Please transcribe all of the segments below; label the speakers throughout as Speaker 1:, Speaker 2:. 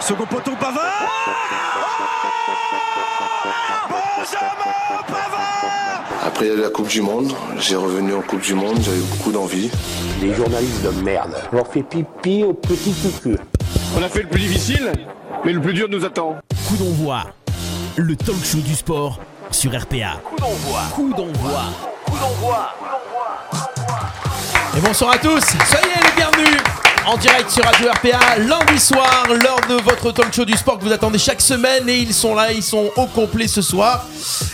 Speaker 1: Second poteau, Pavard Benjamin Pavard
Speaker 2: Après la Coupe du Monde, j'ai revenu en Coupe du Monde, j'avais beaucoup d'envie.
Speaker 3: Les journalistes de merde. On leur fait pipi au petit cucu.
Speaker 4: On a fait le plus difficile, mais le plus dur nous attend.
Speaker 5: Coup d'envoi, le talk show du sport sur RPA. Coup d'envoi. Coup d'envoi. Coup d'envoi. Et bonsoir à tous, soyez les bienvenus en direct sur Radio RPA lundi soir, l'heure de votre talk show du sport que vous attendez chaque semaine et ils sont là, ils sont au complet ce soir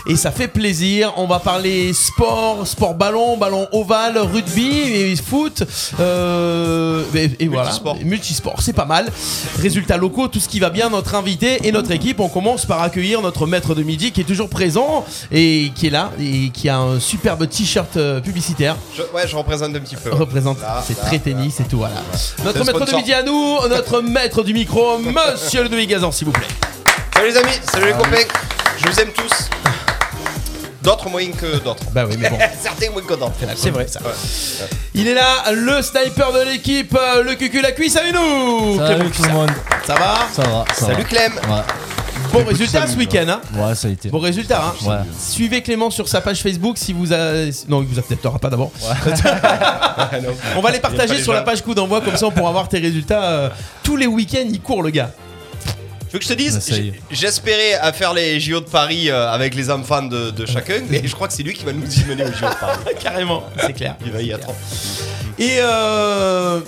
Speaker 5: et ça fait plaisir. On va parler sport, sport ballon, ballon ovale, rugby et foot euh, et, et voilà, multisport, multisport c'est pas mal. Résultats locaux, tout ce qui va bien, notre invité et notre équipe. On commence par accueillir notre maître de midi qui est toujours présent et qui est là et qui a un superbe t-shirt euh, publicitaire.
Speaker 6: Je, ouais, je représente un petit peu.
Speaker 5: Représente, c'est très tennis et tout, voilà. Notre maître de midi à nous, notre maître du micro, monsieur Ludovic Gazan, s'il vous plaît.
Speaker 6: Salut les amis, salut les copains, je vous aime tous. D'autres moins que d'autres.
Speaker 5: Bah oui, mais bon.
Speaker 6: Certains moins que d'autres.
Speaker 5: C'est vrai ça. Ouais. Il est là, le sniper de l'équipe, euh, le cucu la cuisse, avec nous
Speaker 7: Salut tout le monde.
Speaker 5: Ça va
Speaker 7: Ça va. Ça
Speaker 6: salut
Speaker 7: va.
Speaker 6: Clem. Ouais.
Speaker 5: Bon résultat ce week-end. Hein.
Speaker 7: Ouais, ça a été.
Speaker 5: Bon résultat. Hein.
Speaker 7: Ouais.
Speaker 5: Suivez Clément sur sa page Facebook si vous. A... Non, il vous acceptera pas d'abord.
Speaker 7: Ouais.
Speaker 6: Ah,
Speaker 5: on va les partager les sur gens. la page coup d'envoi, comme ça on pourra voir tes résultats. Euh, tous les week-ends, il court le gars.
Speaker 6: Tu veux que je te dise J'espérais à faire les JO de Paris euh, avec les enfants de, de chacun, mais je crois que c'est lui qui va nous y mener aux JO de Paris.
Speaker 5: Carrément, c'est clair.
Speaker 6: Il va y attendre.
Speaker 5: Et euh.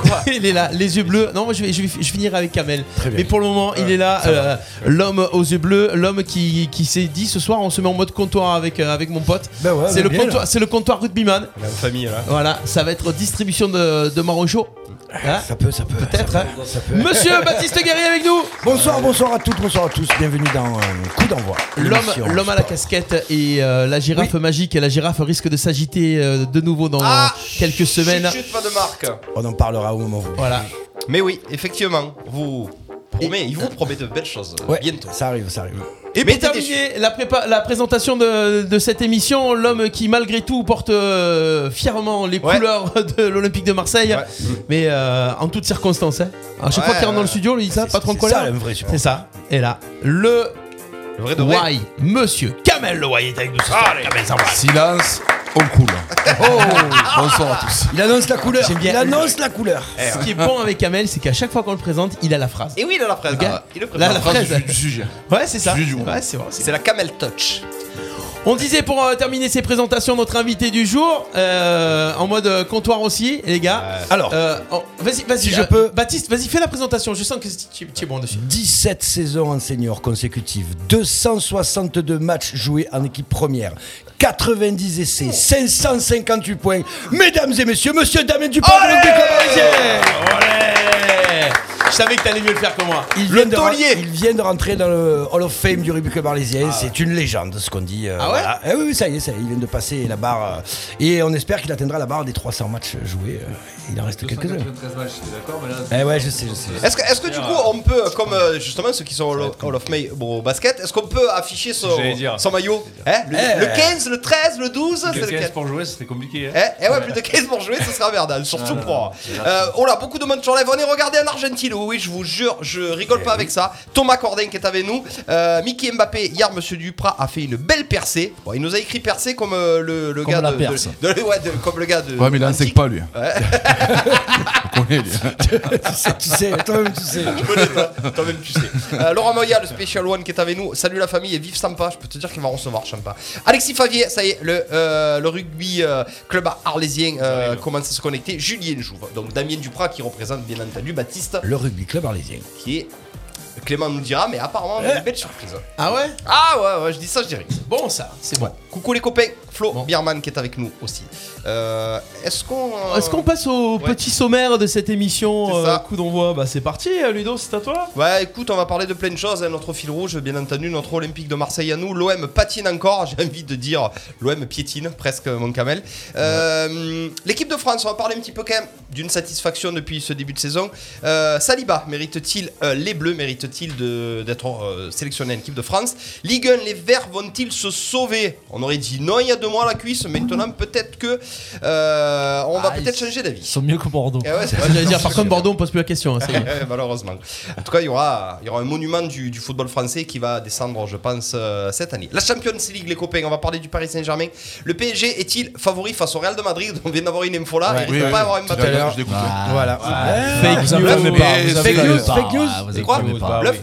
Speaker 5: Quoi il est là, les yeux bleus. Non, moi je vais, je vais, je vais finir avec Kamel. Mais pour le moment, il est là, euh, l'homme aux yeux bleus, l'homme qui, qui s'est dit ce soir, on se met en mode comptoir avec, euh, avec mon pote.
Speaker 7: Ben ouais,
Speaker 5: c'est
Speaker 7: ben
Speaker 5: le
Speaker 7: bien,
Speaker 5: comptoir,
Speaker 7: là.
Speaker 5: c'est le comptoir rugbyman.
Speaker 6: La famille là.
Speaker 5: Voilà, ça va être distribution de, de Marocho. Voilà.
Speaker 7: Ça peut, ça peut.
Speaker 5: Peut-être.
Speaker 7: ça
Speaker 5: hein. Monsieur Baptiste Guerrier avec nous.
Speaker 8: Bonsoir, bonsoir à toutes, bonsoir à tous. Bienvenue dans euh, Coup d'envoi. l'émission
Speaker 5: L'homme, l'homme à la
Speaker 8: sport.
Speaker 5: casquette et euh, la girafe magique. Et la girafe risque de s'agiter euh, de nouveau dans
Speaker 6: Ah
Speaker 5: quelques semaines.
Speaker 6: Chut, chut, pas de marque.
Speaker 8: On en parlera au moment. voulu.
Speaker 5: Voilà.
Speaker 6: Mais oui, effectivement, vous promet, il vous promet de belles choses euh,
Speaker 8: Ouais,
Speaker 6: bientôt.
Speaker 8: Ça arrive, ça arrive.
Speaker 5: Et
Speaker 6: Mais
Speaker 5: pour
Speaker 6: t'es
Speaker 5: terminer la, prépa- la présentation de, de cette émission, l'homme qui malgré tout porte euh, fièrement les
Speaker 6: Ouais.
Speaker 5: couleurs de l'Olympique de Marseille,
Speaker 6: Ouais.
Speaker 5: mais euh, en toutes circonstances. hein. À chaque
Speaker 6: Ouais,
Speaker 5: fois qu'il rentre dans le
Speaker 6: ouais.
Speaker 5: studio, il dit ça,
Speaker 8: C'est-
Speaker 5: pas trop de
Speaker 8: c'est ça,
Speaker 5: colère.
Speaker 8: un vrai support.
Speaker 5: C'est ça. Et là, le
Speaker 6: Le vrai de vrai.
Speaker 5: Y, Monsieur Kamel Loy est avec nous. ce soir. Kamel, ça va.
Speaker 9: Silence, on coule. Bonsoir à tous.
Speaker 8: Oh. Il annonce la couleur.
Speaker 5: J'aime bien.
Speaker 8: Il annonce la couleur.
Speaker 5: Ce qui est bon avec Kamel, c'est qu'à chaque fois qu'on le présente, il a la phrase.
Speaker 6: Et oui, il a la presse.
Speaker 5: gars,
Speaker 6: il le prépare.
Speaker 5: Là, la
Speaker 9: Phrase
Speaker 5: phrase.
Speaker 9: du, du sujet.
Speaker 5: Ouais, c'est ça.
Speaker 9: du jour.
Speaker 5: Ouais, c'est vrai, c'est
Speaker 6: C'est la Camel Touch.
Speaker 5: On disait pour euh, terminer ces présentations notre invité du jour euh, en mode euh, comptoir aussi les gars.
Speaker 8: Alors.
Speaker 5: Euh, oh, vas-y vas-y
Speaker 8: Si je
Speaker 5: euh,
Speaker 8: peux.
Speaker 5: Baptiste vas-y fais la présentation je sens que c'est- tu, tu es bon dessus.
Speaker 8: 17 saisons en senior consécutives, 262 matchs joués en équipe première, 90 essais, 558 points. Mesdames et messieurs, monsieur Damien Dupont, de l'Olympique Parisien.
Speaker 5: Ouais. Je savais que t'allais mieux le faire que moi.
Speaker 8: il
Speaker 5: le
Speaker 8: vient, de,
Speaker 5: taulier.
Speaker 8: il vient de rentrer dans le Hall of Fame du rugby club arlésien. C'est une légende, ce qu'on dit. euh,
Speaker 5: Ah ouais
Speaker 8: voilà. Eh oui, oui, ça y est, ça y est, il vient de passer la barre. euh, et on espère qu'il atteindra la barre des 300 matchs joués. euh, il en reste quelques-uns. Eh ouais, je sais, je sais. je sais.
Speaker 6: Est-ce que, est-ce que du coup, on peut, comme euh, justement ceux qui sont au Hall of May bon, au basket, est-ce qu'on peut afficher son,
Speaker 10: J'allais dire.
Speaker 6: son maillot Hein le,
Speaker 8: Eh.
Speaker 6: le 15, le 13, le 12
Speaker 10: Plus
Speaker 6: c'est
Speaker 10: de
Speaker 6: lequel
Speaker 10: 15 pour jouer, ce serait compliqué.
Speaker 6: Eh, eh ouais, plus de 15 pour jouer, ce sera merdal, surtout pour. Euh, oh là, beaucoup de monde sur live. On est regardé en Argentine, oui, je vous jure, je rigole pas avec ça. Thomas Cordin qui est avec nous. Euh, Mickey Mbappé, hier, monsieur Duprat a fait une belle percée. Bon, il nous a écrit percée comme euh, le, le
Speaker 7: Comme
Speaker 6: gars
Speaker 7: la
Speaker 6: de, de-
Speaker 7: Perse.
Speaker 6: de- ouais, de- Comme le gars de.
Speaker 9: Ouais, mais il n'enseigne
Speaker 6: Antique.
Speaker 9: pas, lui. On connaît, lui.
Speaker 8: tu sais, tu sais, toi-même, tu sais.
Speaker 6: Toi-même, tu sais. Euh, Laurent Moya, le Special One qui est avec nous. Salut la famille et vive Sampa. Je peux te dire qu'il va recevoir Sampa. Alexis Favier, ça y est, le, euh, le rugby euh, club arlésien euh, commence à se connecter. Julien Jouve, donc Damien Duprat qui représente bien entendu Baptiste,
Speaker 8: Le rugby club arlésien.
Speaker 6: qui est. Clément nous le dira, mais apparemment, on a une belle surprise.
Speaker 5: Ah ouais
Speaker 6: Ah ouais, ouais, je dis ça, je dirais.
Speaker 5: Bon ça c'est bon.
Speaker 6: Coucou les copains, Flo
Speaker 5: Bon.
Speaker 6: Bierman qui est avec nous aussi. Euh, Est-ce qu'on. euh,
Speaker 5: Est-ce qu'on passe au
Speaker 6: ouais.
Speaker 5: petit sommaire de cette émission
Speaker 6: C'est ça.
Speaker 5: euh, coup d'envoi Bah c'est parti euh, Ludo c'est à toi.
Speaker 6: Ouais, écoute, on va parler de plein de choses. hein. Notre fil rouge, bien entendu, notre Olympique de Marseille à nous. L'OM patine encore, j'ai envie de dire. L'OM piétine, presque, mon camel. Euh, L'équipe de France, on va parler un petit peu quand même d'une satisfaction depuis ce début de saison. Euh, Saliba, mérite-t-il, euh, les Bleus, mérite-t-il de- d'être euh, sélectionné en équipe de France Ligue 1, les Verts vont-ils se sauver On aurait dit non il y a deux moi la cuisse. Maintenant, peut-être que euh, on va
Speaker 9: Ah,
Speaker 6: peut-être
Speaker 9: ils-
Speaker 6: changer
Speaker 9: Ils
Speaker 6: d'avis.
Speaker 9: sont mieux que Bordeaux.
Speaker 6: Eh ouais, c'est-
Speaker 5: J'allais dire, par contre, Bordeaux, on pose plus la question. hein, ça y est.
Speaker 6: Ouais, malheureusement. En tout cas, il y aura, il y aura un monument du, du football français qui va descendre, je pense, euh, cette année. La Champions League, les copains, on va parler du Paris Saint-Germain. Le PSG est-il favori face au Real de Madrid On vient d'avoir une info là. il ne
Speaker 9: Oui,
Speaker 6: peut
Speaker 9: oui,
Speaker 6: pas
Speaker 9: oui.
Speaker 6: avoir un
Speaker 9: Tout à l'heure,
Speaker 6: bataille.
Speaker 9: je dégoûte.
Speaker 8: Voilà.
Speaker 9: Fake
Speaker 5: news.
Speaker 8: Fake news, fake news.
Speaker 5: Ah,
Speaker 6: C'est quoi
Speaker 9: news.
Speaker 6: Bluff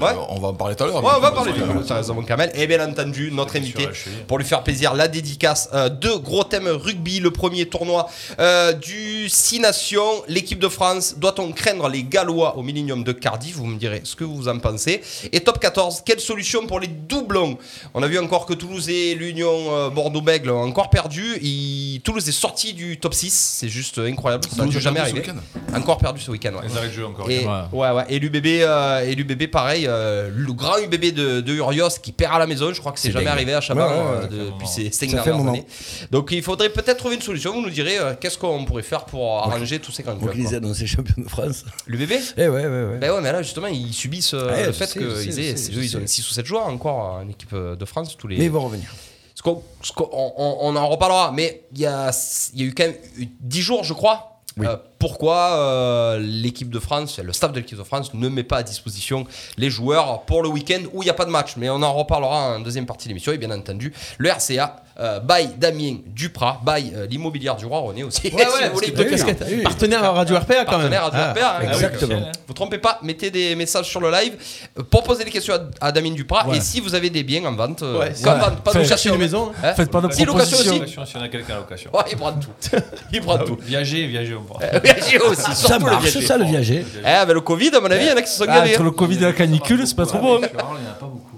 Speaker 6: Ouais.
Speaker 9: Euh, On va en parler tout à l'heure.
Speaker 6: Ouais, on va
Speaker 9: mais-
Speaker 6: parler du football, ça reste mon camel. Et bien entendu, notre invité, pour lui faire plaisir, la dédicace. euh, deux gros thèmes rugby, le premier tournoi euh, du 6 Nations, l'équipe de France. Doit-on craindre les Gallois au Millennium de Cardiff Vous me direz ce que vous en pensez. Et top 14, quelle solution pour les doublons On a vu encore que Toulouse et l'Union euh, Bordeaux-Bègle ont encore perdu. Il- Toulouse est sorti du top 6, c'est juste euh, incroyable. Ça n'a
Speaker 9: Toulouse a
Speaker 6: jamais
Speaker 9: perdu ce
Speaker 6: arrivé. Encore perdu ce week-end. ouais. Et,
Speaker 7: Ah
Speaker 9: Ouais.
Speaker 6: ouais, ouais. Et l'UBB, euh, et l'UBB pareil, euh, le grand UBB de, de Urios qui perd à la maison, je crois que c'est jamais arrivé à Chabat
Speaker 8: Ouais, ouais, ouais,
Speaker 6: euh, de- depuis ces cinq
Speaker 8: Ça fait
Speaker 6: dernières
Speaker 8: un moment.
Speaker 6: années. Donc il faudrait peut-être trouver une solution. Vous nous direz euh, qu'est-ce qu'on pourrait faire pour arranger tous ces grands
Speaker 8: Vous
Speaker 6: clubs.
Speaker 8: qui les
Speaker 6: quoi.
Speaker 8: annoncez champion de France.
Speaker 6: L'UBB
Speaker 8: Eh ouais, ouais, ouais.
Speaker 6: ben ouais, mais là justement, ils subissent euh,
Speaker 8: Ah Ouais,
Speaker 6: le
Speaker 8: je
Speaker 6: fait
Speaker 8: sais, je sais,
Speaker 6: qu'ils
Speaker 8: je
Speaker 6: aient,
Speaker 8: sais,
Speaker 6: eux,
Speaker 8: je
Speaker 6: ils ont
Speaker 8: sais.
Speaker 6: 6 ou 7 joueurs encore en équipe euh, de France. Tous les...
Speaker 8: Mais ils vont revenir.
Speaker 6: Ce qu'on- ce qu'on- on, on- on en reparlera, mais il y a, il y a eu quand même eu 10 jours, je crois. euh, pourquoi euh, l'équipe de France, le staff de l'équipe de France ne met pas à disposition les joueurs pour le week-end où il n'y a pas de match Mais on en reparlera en deuxième partie de l'émission. Et bien entendu, le RCA euh, by Damien Duprat, by euh, l'immobilière du Roi René aussi.
Speaker 5: Ah Ouais, ouais,
Speaker 6: si vous
Speaker 5: parce
Speaker 6: voulez.
Speaker 5: que deux
Speaker 8: oui,
Speaker 5: casquettes.
Speaker 8: oui.
Speaker 5: Partenaire à Radio RPA quand même.
Speaker 6: Partenaire à
Speaker 5: Ah.
Speaker 6: Duprat, hein,
Speaker 8: Exactement.
Speaker 6: vous trompez pas, mettez des messages sur le live euh, pour poser des questions à, à Damien Duprat. Et si vous avez des biens en vente, euh,
Speaker 5: Ouais,
Speaker 6: qu'en vente, pas
Speaker 5: Faites
Speaker 6: nous chercher
Speaker 5: une
Speaker 6: une maison.
Speaker 5: maison.
Speaker 6: hein.
Speaker 9: Faites pas de
Speaker 6: Si, location aussi.
Speaker 9: propositions.
Speaker 7: Location, si on a quelqu'un à location.
Speaker 6: Ouais, il prend tout. Il prend tout.
Speaker 7: Viager, viager, on prend.
Speaker 6: Viager aussi, surtout
Speaker 8: Ça
Speaker 6: le
Speaker 8: marche,
Speaker 6: viager.
Speaker 8: ça le viager.
Speaker 6: Eh, avec le Covid, à mon avis, il y en a qui se sont hein.
Speaker 9: Ah,
Speaker 6: gavés.
Speaker 9: entre le Covid et la canicule, c'est pas trop bon.
Speaker 7: Sur Arles, il n'y en a pas beaucoup.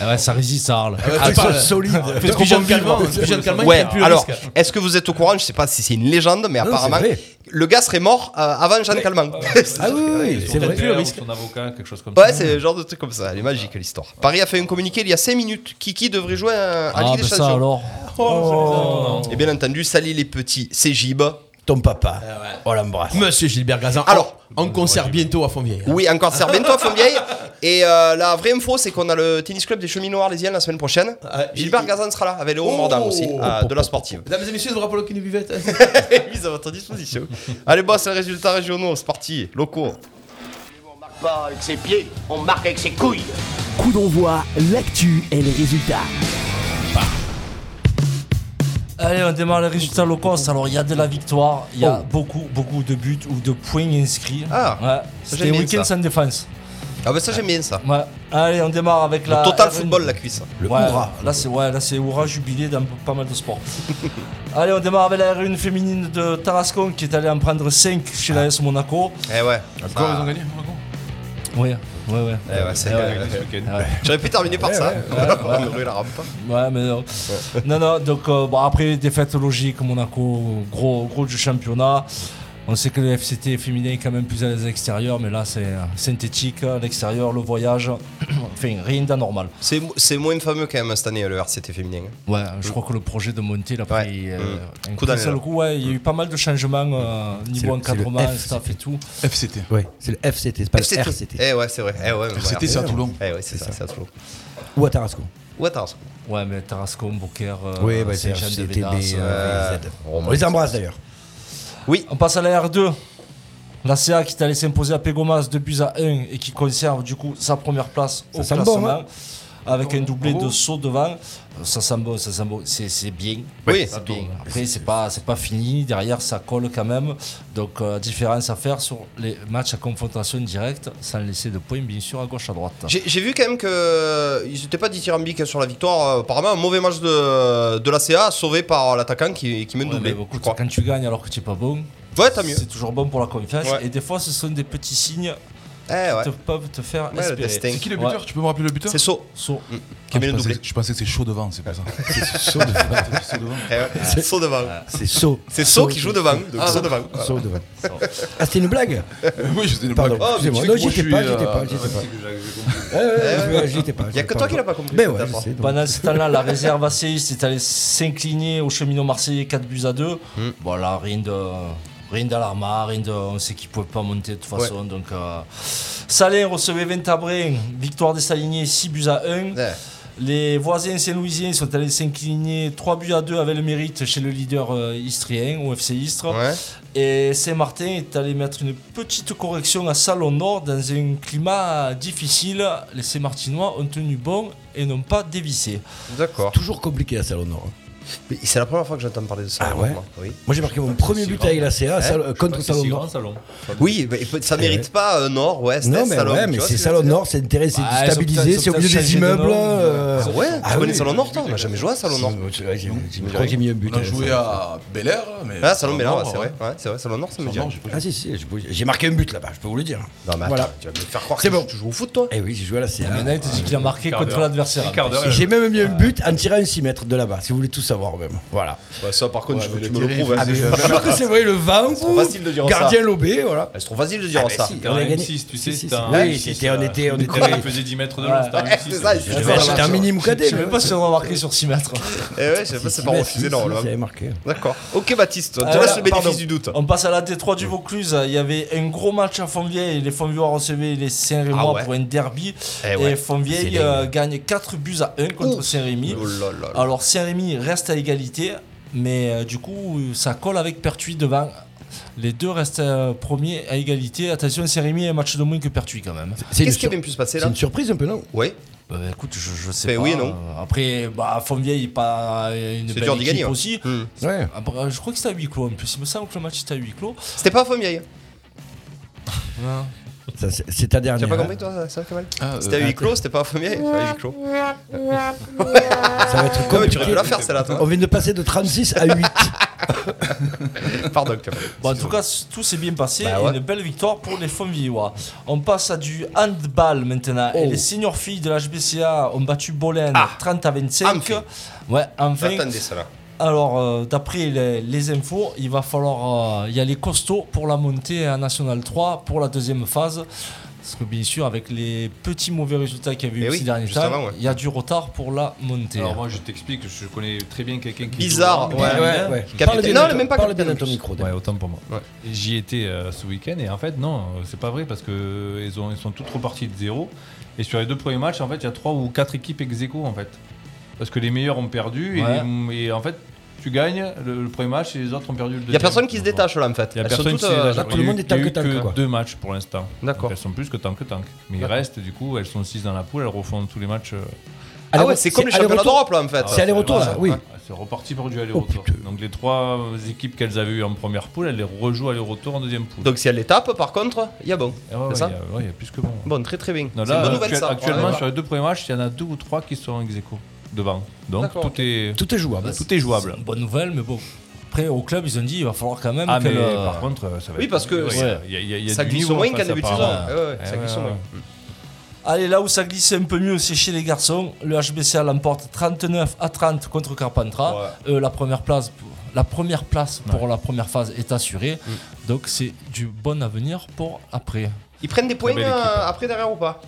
Speaker 9: Ah ouais, ça résiste à Arles.
Speaker 5: Ah,
Speaker 8: Ils sont
Speaker 5: parle-
Speaker 8: solides.
Speaker 5: Depuis Jeanne Calment, depuis Jeanne Calment, il
Speaker 6: Ouais,
Speaker 5: prend plus le
Speaker 6: alors,
Speaker 9: Ah,
Speaker 5: risque.
Speaker 6: est-ce que vous êtes au courant Je sais pas si c'est une légende, mais
Speaker 8: c'est
Speaker 6: apparemment,
Speaker 8: vrai.
Speaker 6: le gars serait mort euh, avant Jean
Speaker 8: Ah
Speaker 6: Calment.
Speaker 8: oui, oui, oui, c'est vrai.
Speaker 7: Plus le risque. Son avocat, quelque chose comme
Speaker 6: Ouais,
Speaker 7: ça.
Speaker 6: c'est le genre de truc comme ça. Elle est magique, l'histoire. Paris a fait un communiqué il y a 5 minutes. Kiki devrait jouer à, à
Speaker 9: Ah,
Speaker 6: Ligue
Speaker 9: bah
Speaker 6: des
Speaker 9: ça
Speaker 6: Champions.
Speaker 9: alors.
Speaker 6: Et bien entendu, Sali les petits, c'est Gib.
Speaker 8: Ton papa, on l'embrasse.
Speaker 5: Monsieur Gilbert Gazan.
Speaker 6: Alors. Hein
Speaker 5: en concert bientôt à Fontvieille.
Speaker 6: Oui, encore Serbento à Fontvieille. Et euh, la vraie info, c'est qu'on a le tennis club des cheminots arlésiens la semaine prochaine.
Speaker 5: Ah,
Speaker 6: Gilbert
Speaker 5: il-
Speaker 6: Gazan sera là, avec Léo
Speaker 5: Oh.
Speaker 6: Mordan aussi, euh, de la sportive.
Speaker 5: Mesdames et messieurs, nous rappelons qu'une buvette.
Speaker 6: mise à votre disposition. Allez, boss, les résultats régionaux, c'est parti, locaux.
Speaker 3: Pas avec ses pieds, on marque avec ses couilles.
Speaker 10: Coup d'envoi, l'actu et les résultats.
Speaker 9: Allez, on démarre les résultats locaux. Alors, il y a de la victoire, il y a beaucoup, beaucoup de buts ou de points inscrits.
Speaker 6: Oh. Ah,
Speaker 9: ouais.
Speaker 6: ça,
Speaker 9: C'était
Speaker 6: j'aime
Speaker 9: un
Speaker 6: bien
Speaker 9: week-end
Speaker 6: ça.
Speaker 9: sans défense.
Speaker 6: Ah, bah ça, j'aime bien ça.
Speaker 9: Ouais. Allez, on démarre avec
Speaker 6: Le
Speaker 9: la.
Speaker 6: total
Speaker 9: RN.
Speaker 6: football, la cuisse.
Speaker 9: Ouais, Là, c'est ouais, là, c'est Oura jubilé dans pas mal de sports. Allez, on démarre avec la R1 féminine de Tarascon qui est allée en prendre 5 chez
Speaker 6: Ah.
Speaker 9: la S Monaco.
Speaker 6: Eh ouais.
Speaker 9: Encore,
Speaker 7: Ah.
Speaker 6: Ça-
Speaker 9: ils ont Ouais, ouais, ouais.
Speaker 6: Eh ouais, c'est-
Speaker 9: ouais.
Speaker 6: J'aurais pu terminer par ça. hein. On a ouvert la rampe.
Speaker 9: Ouais, mais non. non, non, donc euh, bon, après, défaite logique, Monaco, gros, gros du championnat. On sait que le FCT féminin est quand même plus à l'aise à l'extérieur, mais là, c'est euh, synthétique, à l'extérieur, le voyage, enfin, rien d'anormal.
Speaker 6: C'est c'est moins fameux quand même cette année, le RCT féminin.
Speaker 9: Ouais, je crois que le projet de monter, il a pris
Speaker 6: Ouais.
Speaker 9: euh,
Speaker 6: Mm.
Speaker 9: un
Speaker 6: Coup
Speaker 9: coup d'un
Speaker 6: d'année,
Speaker 9: seul
Speaker 6: là.
Speaker 9: coup. Ouais, il y a eu pas mal de changements euh, niveau
Speaker 8: le- Mm. c'est le
Speaker 9: encadrement,
Speaker 8: F.
Speaker 9: staff et tout. FCT.
Speaker 8: Oui, c'est le FCT, c'est pas le
Speaker 6: FCT.
Speaker 8: RCT.
Speaker 6: Eh ouais, c'est vrai. Eh ouais, mais
Speaker 9: RCT,
Speaker 6: voilà.
Speaker 9: c'est à Toulon.
Speaker 6: Eh ouais, c'est ça, c'est à Toulon.
Speaker 8: Ou à Tarascon.
Speaker 6: Ou attends.
Speaker 9: Ouais, mais Tarascon, Booker, euh,
Speaker 8: Oui, bah, c'est
Speaker 9: Saint-Jean de
Speaker 8: RCT,
Speaker 9: Védas,
Speaker 8: B,
Speaker 9: euh,
Speaker 8: euh, VZ.
Speaker 6: on
Speaker 8: On les embrasse d'ailleurs.
Speaker 9: On passe à la R2. La CA qui est allée s'imposer à Pégomas 2 buts à 1 et qui conserve du coup sa première place au
Speaker 8: sent bon,
Speaker 9: classement.
Speaker 8: hein.
Speaker 9: avec un doublé de saut devant. Ça sent bon, ça sent bon. C'est c'est bien.
Speaker 6: Oui,
Speaker 9: C'est bien.
Speaker 6: hein.
Speaker 9: Après, c'est pas, c'est pas fini. Derrière, ça colle quand même. Donc, euh, différence à faire sur les matchs à confrontation directe, sans laisser de points, bien sûr, à gauche, à droite.
Speaker 6: J'ai j'ai vu quand même que euh, ils n'étaient pas dithyrambiques sur la victoire. Euh, Apparemment, un mauvais match de, de la CA sauvé par l'attaquant qui, qui mène
Speaker 9: Ouais,
Speaker 6: doublé.
Speaker 9: mais écoute,
Speaker 6: je crois.
Speaker 9: quand tu gagnes alors que tu es pas bon,
Speaker 6: Ouais, t'as mieux.
Speaker 9: c'est toujours bon pour la confiance.
Speaker 6: Ouais.
Speaker 9: Et des fois, ce sont des petits signes
Speaker 6: Eh ouais.
Speaker 9: qui te- peuvent te faire
Speaker 6: Ouais, le
Speaker 9: espérer.
Speaker 6: destin.
Speaker 9: Ouais.
Speaker 6: Qui
Speaker 9: le
Speaker 7: buteur
Speaker 9: tu
Speaker 7: peux me rappeler le buteur
Speaker 6: C'est saut.
Speaker 9: saut.
Speaker 6: Qui mène le doublé.
Speaker 7: Je pensais que c'est chaud devant, c'est pas ça.
Speaker 6: Eh ouais, C'est saut devant.
Speaker 8: C'est Saut.
Speaker 6: C'est Saut qui joue devant. Donc Saut devant.
Speaker 8: Saut devant. Ah, c'était une blague
Speaker 7: Oui, j'étais le
Speaker 8: Pardon,
Speaker 6: Ah, mais
Speaker 8: excusez-moi.
Speaker 6: tu
Speaker 8: Non,
Speaker 6: sais
Speaker 8: j'y étais
Speaker 6: que moi, je
Speaker 8: pas,
Speaker 6: suis,
Speaker 8: j'y étais
Speaker 6: euh,
Speaker 8: pas, j'y étais pas. Ouais, ouais, ouais, J'y étais pas.
Speaker 6: Il n'y a que toi qui l'as pas compris.
Speaker 8: Mais ouais, je
Speaker 6: d'accord.
Speaker 8: sais. donc.
Speaker 9: Pendant ce temps-là, la réserve ACIS est allée s'incliner au cheminot marseillais 4 buts à 2.
Speaker 6: Hmm.
Speaker 9: Voilà, rien de. Rien d'alarmant, rien de. On sait qu'ils ne pouvaient pas monter de toute façon. Donc, euh, Salin recevait Ventabrin, victoire des Saliniers 6 buts à 1.
Speaker 6: Ouais.
Speaker 9: Les voisins saint-louisiens sont allés s'incliner 3 buts à 2 avec le mérite chez le leader euh, istrien, au FC Istres.
Speaker 6: Ouais.
Speaker 9: Et Saint-Martin est allé mettre une petite correction à Salon Nord dans un climat difficile. Les Saint-Martinois ont tenu bon et n'ont pas dévissé.
Speaker 6: D'accord.
Speaker 8: Toujours compliqué à Salon Nord. hein.
Speaker 6: Mais C'est la première fois que j'entends parler de ça.
Speaker 8: Ah ouais
Speaker 6: moi. Oui.
Speaker 8: Moi j'ai marqué mon premier but avec la CA à Sal- euh, contre Salon
Speaker 7: C'est
Speaker 8: Nord.
Speaker 7: grand salon.
Speaker 6: Oui, mais faut- ça mérite pas euh, Nord, Ouest,
Speaker 8: Non,
Speaker 6: Est,
Speaker 8: mais
Speaker 6: Salon.
Speaker 8: ouais,
Speaker 6: tu
Speaker 8: mais
Speaker 6: vois
Speaker 8: c'est
Speaker 6: ce que je veux
Speaker 8: Salon
Speaker 6: dire
Speaker 8: Nord, c'est intéressé, c'est
Speaker 9: Ah, ils ont
Speaker 8: déstabilisé,
Speaker 9: peut-être-
Speaker 8: c'est au
Speaker 9: ils ont
Speaker 8: milieu des
Speaker 9: peut-être changé de nom,
Speaker 8: immeubles. euh,
Speaker 6: Ah ouais,
Speaker 8: Ah
Speaker 6: tu connais
Speaker 8: oui.
Speaker 6: Salon Nord, toi On n'a jamais joué à Salon Nord.
Speaker 8: c'est vrai, j'ai- j'ai- Je crois que j'ai mis un but.
Speaker 7: On a
Speaker 8: hein,
Speaker 7: joué
Speaker 8: ça.
Speaker 7: à Bel Air, mais.
Speaker 6: Ah, Salon Béla, ouais,
Speaker 7: Nord,
Speaker 6: c'est vrai. Ouais, c'est vrai, Salon Nord, ça me
Speaker 7: Salon
Speaker 6: dit.
Speaker 7: Nord, j'ai pas joué.
Speaker 8: Ah si, si, j'ai- j'ai marqué un but là-bas, je peux vous le dire.
Speaker 6: Non, mais attends,
Speaker 8: Voilà.
Speaker 6: tu vas me faire croire
Speaker 8: C'est
Speaker 6: que
Speaker 8: bon.
Speaker 6: tu joues au foot, toi
Speaker 8: Eh oui, j'ai joué à la CA.
Speaker 6: Ah,
Speaker 9: Maintenant, il te dit qu'il a marqué
Speaker 7: Quart
Speaker 9: contre
Speaker 7: d'heure.
Speaker 9: l'adversaire.
Speaker 7: Un quart d'heure.
Speaker 8: Et J'ai même mis un but en tirant un 6 mètres de là-bas, si vous voulez tout savoir même. Voilà.
Speaker 6: Bah, Ça, par contre, je veux que tu me
Speaker 7: le
Speaker 6: le prouves. hein.
Speaker 8: c'est vrai, le
Speaker 6: trop facile de dire
Speaker 8: 20,
Speaker 6: ça.
Speaker 8: gardien lobé, voilà.
Speaker 6: C'est trop facile de dire
Speaker 8: Ah,
Speaker 6: ça.
Speaker 8: bah, si,
Speaker 7: T'es
Speaker 8: on
Speaker 7: un
Speaker 8: a gagné.
Speaker 7: M6, tu
Speaker 8: Si,
Speaker 7: sais,
Speaker 8: si,
Speaker 7: c'était un
Speaker 8: si. Oui,
Speaker 7: M6,
Speaker 8: c'était- on
Speaker 7: là.
Speaker 8: était- on
Speaker 7: Le
Speaker 8: était-
Speaker 7: terrain, il faisait 10 mètres de long, c'était un
Speaker 6: Ouais,
Speaker 7: M6.
Speaker 6: c'est ça,
Speaker 7: là.
Speaker 6: c'est-
Speaker 7: Ouais.
Speaker 6: Voilà,
Speaker 8: J'étais un
Speaker 6: voilà.
Speaker 8: mini moucadé.
Speaker 9: Je sais même pas si on a marqué sur 6 mètres.
Speaker 6: Eh ouais, je sais pas, c'est hein. pas refusé, non. là.
Speaker 8: Vous avez marqué.
Speaker 6: D'accord. Ok, Baptiste, tu
Speaker 8: Euh,
Speaker 9: Voilà,
Speaker 6: laisses le bénéfice
Speaker 9: pardon.
Speaker 6: du doute.
Speaker 9: On passe à la T3 du Vaucluse. Il y avait un gros match à Fontvieille. Les Fontvieillois recevaient les Saint-Rémois
Speaker 6: Ah ouais.
Speaker 9: pour un derby.
Speaker 6: Eh
Speaker 9: Et,
Speaker 6: ouais.
Speaker 8: C'est
Speaker 9: Fontvieille
Speaker 8: dingue.
Speaker 9: euh, gagne 4 buts à 1 contre Saint-Rémy.
Speaker 6: Oh là là là.
Speaker 9: Alors Saint-Rémy reste à égalité, mais euh, du coup ça colle avec Pertuis devant. Les deux restent euh, premiers à égalité. Attention, Saint-Rémy a un match de moins que Pertuis quand même.
Speaker 8: C'est une,
Speaker 6: Qu'est-ce qui
Speaker 8: sur-
Speaker 6: a bien pu se passer
Speaker 8: c'est
Speaker 6: là
Speaker 8: une surprise un peu, non
Speaker 6: Oui.
Speaker 9: Bah, écoute, je, je sais
Speaker 6: Ben
Speaker 9: pas.
Speaker 6: oui et non.
Speaker 9: Euh, Après, bah, Fontvieille, pas une
Speaker 6: C'est
Speaker 9: belle
Speaker 6: dur d'y
Speaker 9: équipe
Speaker 6: gagner, ouais.
Speaker 9: aussi.
Speaker 6: Hmm.
Speaker 8: Ouais.
Speaker 9: Après, je crois que c'était à huis clos en plus. Il me semble que le match était à huis clos.
Speaker 6: C'était pas à Fomiaille.
Speaker 8: Ça, c'est c'est ta
Speaker 6: Tu as
Speaker 8: dernière.
Speaker 6: pas
Speaker 8: hein.
Speaker 6: compris, toi, ça, Kamal
Speaker 7: Ah, euh,
Speaker 6: C'était à huis clos, c'était pas à Fomiaille C'était à huis clos.
Speaker 8: Ça va être
Speaker 6: Non, mais tu aurais
Speaker 8: compliqué.
Speaker 6: pu la faire, celle-là,
Speaker 8: On
Speaker 6: toi.
Speaker 8: vient de passer de 36 à 8.
Speaker 6: Pardon, Kamal.
Speaker 9: Bon, en tout cas, c- tout s'est bien passé.
Speaker 6: Bah
Speaker 9: et
Speaker 6: ouais.
Speaker 9: Une belle victoire pour les Fontvieillois. On passe à du handball maintenant. Et les seniors filles de l'HBCA ont battu Bolen
Speaker 6: Oh. Ah.
Speaker 9: 30 à 25.
Speaker 6: Enfin.
Speaker 9: Ouais, enfin.
Speaker 6: Attendez ça là.
Speaker 9: Alors, euh, d'après les, les infos, il va falloir euh, y aller costaud pour la montée en National 3 pour la deuxième phase. Parce que bien sûr, avec les petits mauvais résultats qu'il y avait
Speaker 6: Eh
Speaker 9: eu
Speaker 6: oui,
Speaker 9: ces derniers
Speaker 6: juste
Speaker 9: temps,
Speaker 6: avant, ouais.
Speaker 9: il y a du retard pour la montée.
Speaker 7: Alors moi je t'explique, je connais très bien quelqu'un qui
Speaker 6: Bizarre,
Speaker 7: joue au
Speaker 6: ouais.
Speaker 7: hand, mais-
Speaker 8: Parle bien
Speaker 6: Non,
Speaker 8: dans-
Speaker 6: même pas
Speaker 8: Parle bien
Speaker 6: capitaine
Speaker 8: dans
Speaker 6: en
Speaker 8: ton
Speaker 6: plus.
Speaker 8: micro.
Speaker 7: Ouais,
Speaker 8: Dan.
Speaker 7: autant pour moi.
Speaker 6: Ouais.
Speaker 7: Et J'y étais euh, ce week-end et en fait, non, euh, c'est pas vrai parce que euh, ils, ont, ils sont toutes reparties de zéro. Et sur les deux premiers matchs, en fait, il y a trois ou quatre équipes ex aequo, en fait. Parce que les meilleurs ont perdu et
Speaker 9: Ouais.
Speaker 7: les- et, en fait, tu gagnes le, le premier match et les autres ont perdu le deuxième.
Speaker 6: Y a personne qui se détache là en fait.
Speaker 7: Il y a
Speaker 6: Elles sont
Speaker 7: personne
Speaker 6: toutes,
Speaker 7: qui se
Speaker 6: euh,
Speaker 7: détache.
Speaker 8: tout le
Speaker 7: Il y a eu-
Speaker 8: monde est tank,
Speaker 7: il y a eu
Speaker 8: tank,
Speaker 7: que
Speaker 8: quoi.
Speaker 7: deux matchs pour l'instant.
Speaker 6: D'accord.
Speaker 7: Donc, Elles sont plus que tank que tank. Mais il
Speaker 6: D'accord.
Speaker 7: reste, du coup, elles sont six dans la poule, elles refont tous les matchs. euh,
Speaker 6: Ah ouais,
Speaker 8: Aller-retour-
Speaker 6: c'est comme les championnats
Speaker 8: aller-retour.
Speaker 6: d'Europe là en fait.
Speaker 8: C'est aller-retour, là, oui.
Speaker 7: Ouais, Ah, C'est reparti pour du aller-retour. Donc les trois équipes qu'elles avaient eues en première poule, elles les rejouent aller-retour en deuxième poule.
Speaker 6: Donc si elle les tape, par contre, y a bon.
Speaker 7: Ah ouais,
Speaker 6: c'est ça
Speaker 7: ouais, il y a- ouais, il y a plus que bon.
Speaker 6: Bon, très très bien.
Speaker 7: Non,
Speaker 6: c'est une
Speaker 7: là,
Speaker 6: bonne nouvelle
Speaker 7: actu-
Speaker 6: ça.
Speaker 7: actuellement,
Speaker 6: Ouais.
Speaker 7: sur les deux premiers matchs, il y en a deux ou trois qui sont ex aequo devant. Donc
Speaker 6: D'accord,
Speaker 7: tout,
Speaker 6: ok.
Speaker 7: est, tout,
Speaker 8: Tout est jouable.
Speaker 7: est
Speaker 9: C'est
Speaker 7: jouable.
Speaker 9: une bonne nouvelle, mais bon. Après, au club, ils ont dit il va falloir quand même
Speaker 7: Ah,
Speaker 9: que
Speaker 7: mais
Speaker 9: le-
Speaker 7: par contre, euh, ça va
Speaker 6: Oui,
Speaker 7: être-
Speaker 6: parce que
Speaker 7: ouais,
Speaker 9: c'est-
Speaker 7: il y a- il y a- il y a
Speaker 6: ça
Speaker 7: du
Speaker 6: glisse
Speaker 7: niveau
Speaker 6: au
Speaker 7: en
Speaker 6: moins qu'en
Speaker 7: face,
Speaker 6: début de hein. saison.
Speaker 7: apparemment.
Speaker 6: Ouais, ouais,
Speaker 7: Eh
Speaker 6: ça glisse au
Speaker 7: ouais,
Speaker 6: moins.
Speaker 9: Allez, là où ça glisse un peu mieux, c'est chez les garçons. Le HBCA l'emporte 39 à 30 contre Carpentras. Euh, la première place, pour- la première place pour la première phase est assurée.
Speaker 7: Mm.
Speaker 9: Donc c'est du bon avenir pour après.
Speaker 6: Ils prennent des points
Speaker 7: belle
Speaker 6: euh,
Speaker 7: équipe, hein.
Speaker 6: après derrière ou pas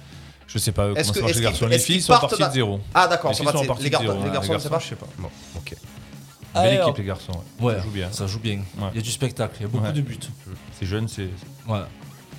Speaker 7: Je sais pas euh,
Speaker 6: Est-ce
Speaker 7: comment ça
Speaker 6: que-
Speaker 7: marche
Speaker 6: est-ce qu'ils-
Speaker 7: les garçons. Les
Speaker 6: est-ce qu'ils
Speaker 7: filles sont
Speaker 6: partent
Speaker 7: parties de
Speaker 6: dans-
Speaker 7: zéro.
Speaker 6: Ah d'accord,
Speaker 7: Les
Speaker 6: c'est
Speaker 7: filles
Speaker 6: pas-
Speaker 7: sont parties
Speaker 6: les
Speaker 7: de
Speaker 6: garçons,
Speaker 7: zéro.
Speaker 6: les
Speaker 7: hein,
Speaker 6: garçons, c'est pas.
Speaker 7: je sais pas. Bon, ok.
Speaker 9: Allez,
Speaker 7: Belle
Speaker 9: alors-
Speaker 7: équipe, les garçons. ouais.
Speaker 9: Ouais,
Speaker 7: Ça joue bien.
Speaker 9: Ça joue bien. Il
Speaker 7: Ouais.
Speaker 9: y a du spectacle, il y a beaucoup
Speaker 7: Ouais.
Speaker 9: de buts.
Speaker 7: C'est jeune, c'est
Speaker 9: Ouais.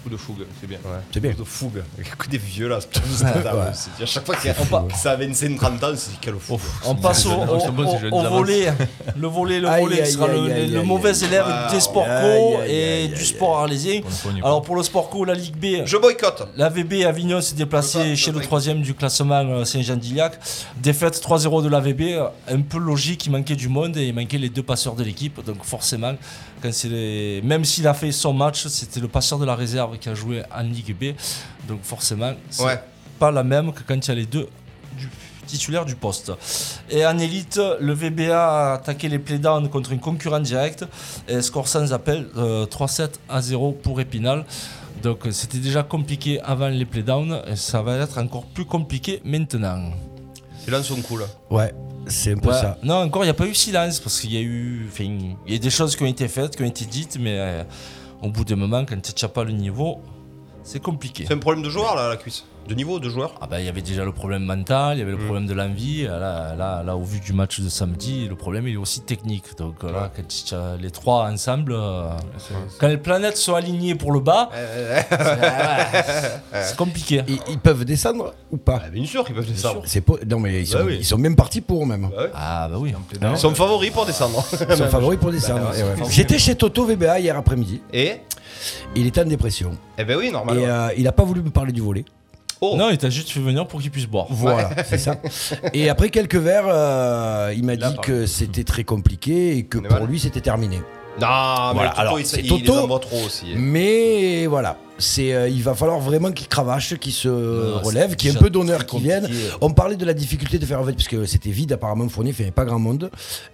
Speaker 7: beaucoup de fougue, c'est bien.
Speaker 8: C'est bien.
Speaker 6: De fougue. Écoute des vieux là, c'est putain, c'est dingue, c'est- à chaque fois qu'il y a- ça a 25 30 ans, c'est quelle fougue.
Speaker 9: On passe au,
Speaker 7: jeunes,
Speaker 9: au-
Speaker 7: ils sont bons, ces
Speaker 9: au-
Speaker 7: jeunes
Speaker 9: au
Speaker 7: d'avance.
Speaker 9: volet. Le volet, le
Speaker 8: Aïe,
Speaker 9: volet qui
Speaker 8: aïe,
Speaker 9: sera le,
Speaker 8: aïe, aïe,
Speaker 9: le
Speaker 8: aïe,
Speaker 9: mauvais
Speaker 8: aïe.
Speaker 9: élève
Speaker 6: Wow.
Speaker 9: des sports
Speaker 8: Aïe,
Speaker 9: co
Speaker 8: aïe,
Speaker 9: et
Speaker 8: aïe,
Speaker 9: du
Speaker 8: aïe,
Speaker 9: sport arlésien. Alors pour le sport co, la Ligue B,
Speaker 6: Je boycotte.
Speaker 9: La VB Avignon s'est
Speaker 6: Je peux
Speaker 9: déplacée
Speaker 6: pas,
Speaker 9: chez
Speaker 6: je
Speaker 9: le
Speaker 6: peux pas.
Speaker 9: troisième du classement euh, Saint-Jean-d'Iliac. Défaite 3-0 de la VB, euh, un peu logique, il manquait du monde et il manquait les deux passeurs de l'équipe. Donc forcément, quand c'est les- même s'il a fait son match, c'était le passeur de la réserve qui a joué en Ligue B. Donc forcément, c'est
Speaker 6: Ouais.
Speaker 9: pas la même que quand il y a les deux du- titulaires du poste. Et en élite, le VBA a attaqué les playdowns contre un concurrent direct. Et score sans appel, euh, 3-7 à 0 pour Épinal. Donc euh, c'était déjà compliqué avant les playdowns, et ça va être encore plus compliqué maintenant.
Speaker 6: Tu lances son coup là.
Speaker 8: Ouais, c'est un peu
Speaker 9: Ouais.
Speaker 8: ça.
Speaker 9: Non, encore, il n'y a pas eu silence, parce qu'il y a eu... enfin, Il y a des choses qui ont été faites, qui ont été dites, mais euh, au bout d'un moment, quand tu n'as pas le niveau, c'est compliqué.
Speaker 6: C'est un problème de joueur là, la cuisse. De niveau, de joueur.
Speaker 9: Ah ben, il y avait déjà le problème mental, il y avait le problème de l'envie. Ah Là, là, là, au vu du match de samedi, le problème il est aussi technique. Donc euh, là, quand tu as les trois ensemble, euh, quand les planètes sont alignées pour le bas, c'est- ah ouais, c'est compliqué.
Speaker 8: Ils, ils peuvent descendre ou pas
Speaker 6: Ah, bien sûr qu'ils peuvent descendre.
Speaker 8: C'est pas- Non, mais ils sont,
Speaker 6: Bah oui.
Speaker 8: ils sont même partis pour même.
Speaker 9: Ah bah oui.
Speaker 6: Ils sont favoris pour descendre.
Speaker 8: Ils sont favoris pour descendre.
Speaker 6: Bah,
Speaker 8: Et ouais. J'étais chez Toto VBA hier après-midi.
Speaker 6: Et
Speaker 8: Il était en dépression.
Speaker 6: Eh ben oui, normal.
Speaker 8: Et
Speaker 6: ouais.
Speaker 8: euh, il n'a pas voulu me parler du volet.
Speaker 6: Oh.
Speaker 9: Non, il t'a juste fait venir pour qu'il puisse boire.
Speaker 8: Voilà, c'est ça. Et après quelques verres, euh, il m'a
Speaker 9: Il a
Speaker 8: dit
Speaker 9: parlé.
Speaker 8: que c'était très compliqué et que
Speaker 6: Mais
Speaker 8: pour
Speaker 6: voilà.
Speaker 8: lui c'était terminé.
Speaker 7: euh,
Speaker 6: Non, mais
Speaker 8: Voilà,
Speaker 6: Toto,
Speaker 8: alors,
Speaker 6: il,
Speaker 8: c'est
Speaker 6: il les
Speaker 8: Toto.
Speaker 6: envoie trop aussi. hein.
Speaker 8: Mais voilà, c'est euh, il va falloir vraiment qu'il cravache, qu'il se
Speaker 9: c'est
Speaker 8: relève, qu'il y ait un
Speaker 9: déjà
Speaker 8: peu d'honneur
Speaker 9: très
Speaker 8: qui vienne.
Speaker 9: compliqué.
Speaker 8: On parlait de la difficulté de faire un vote parce que c'était vide apparemment Fournier, il n'y avait pas grand monde.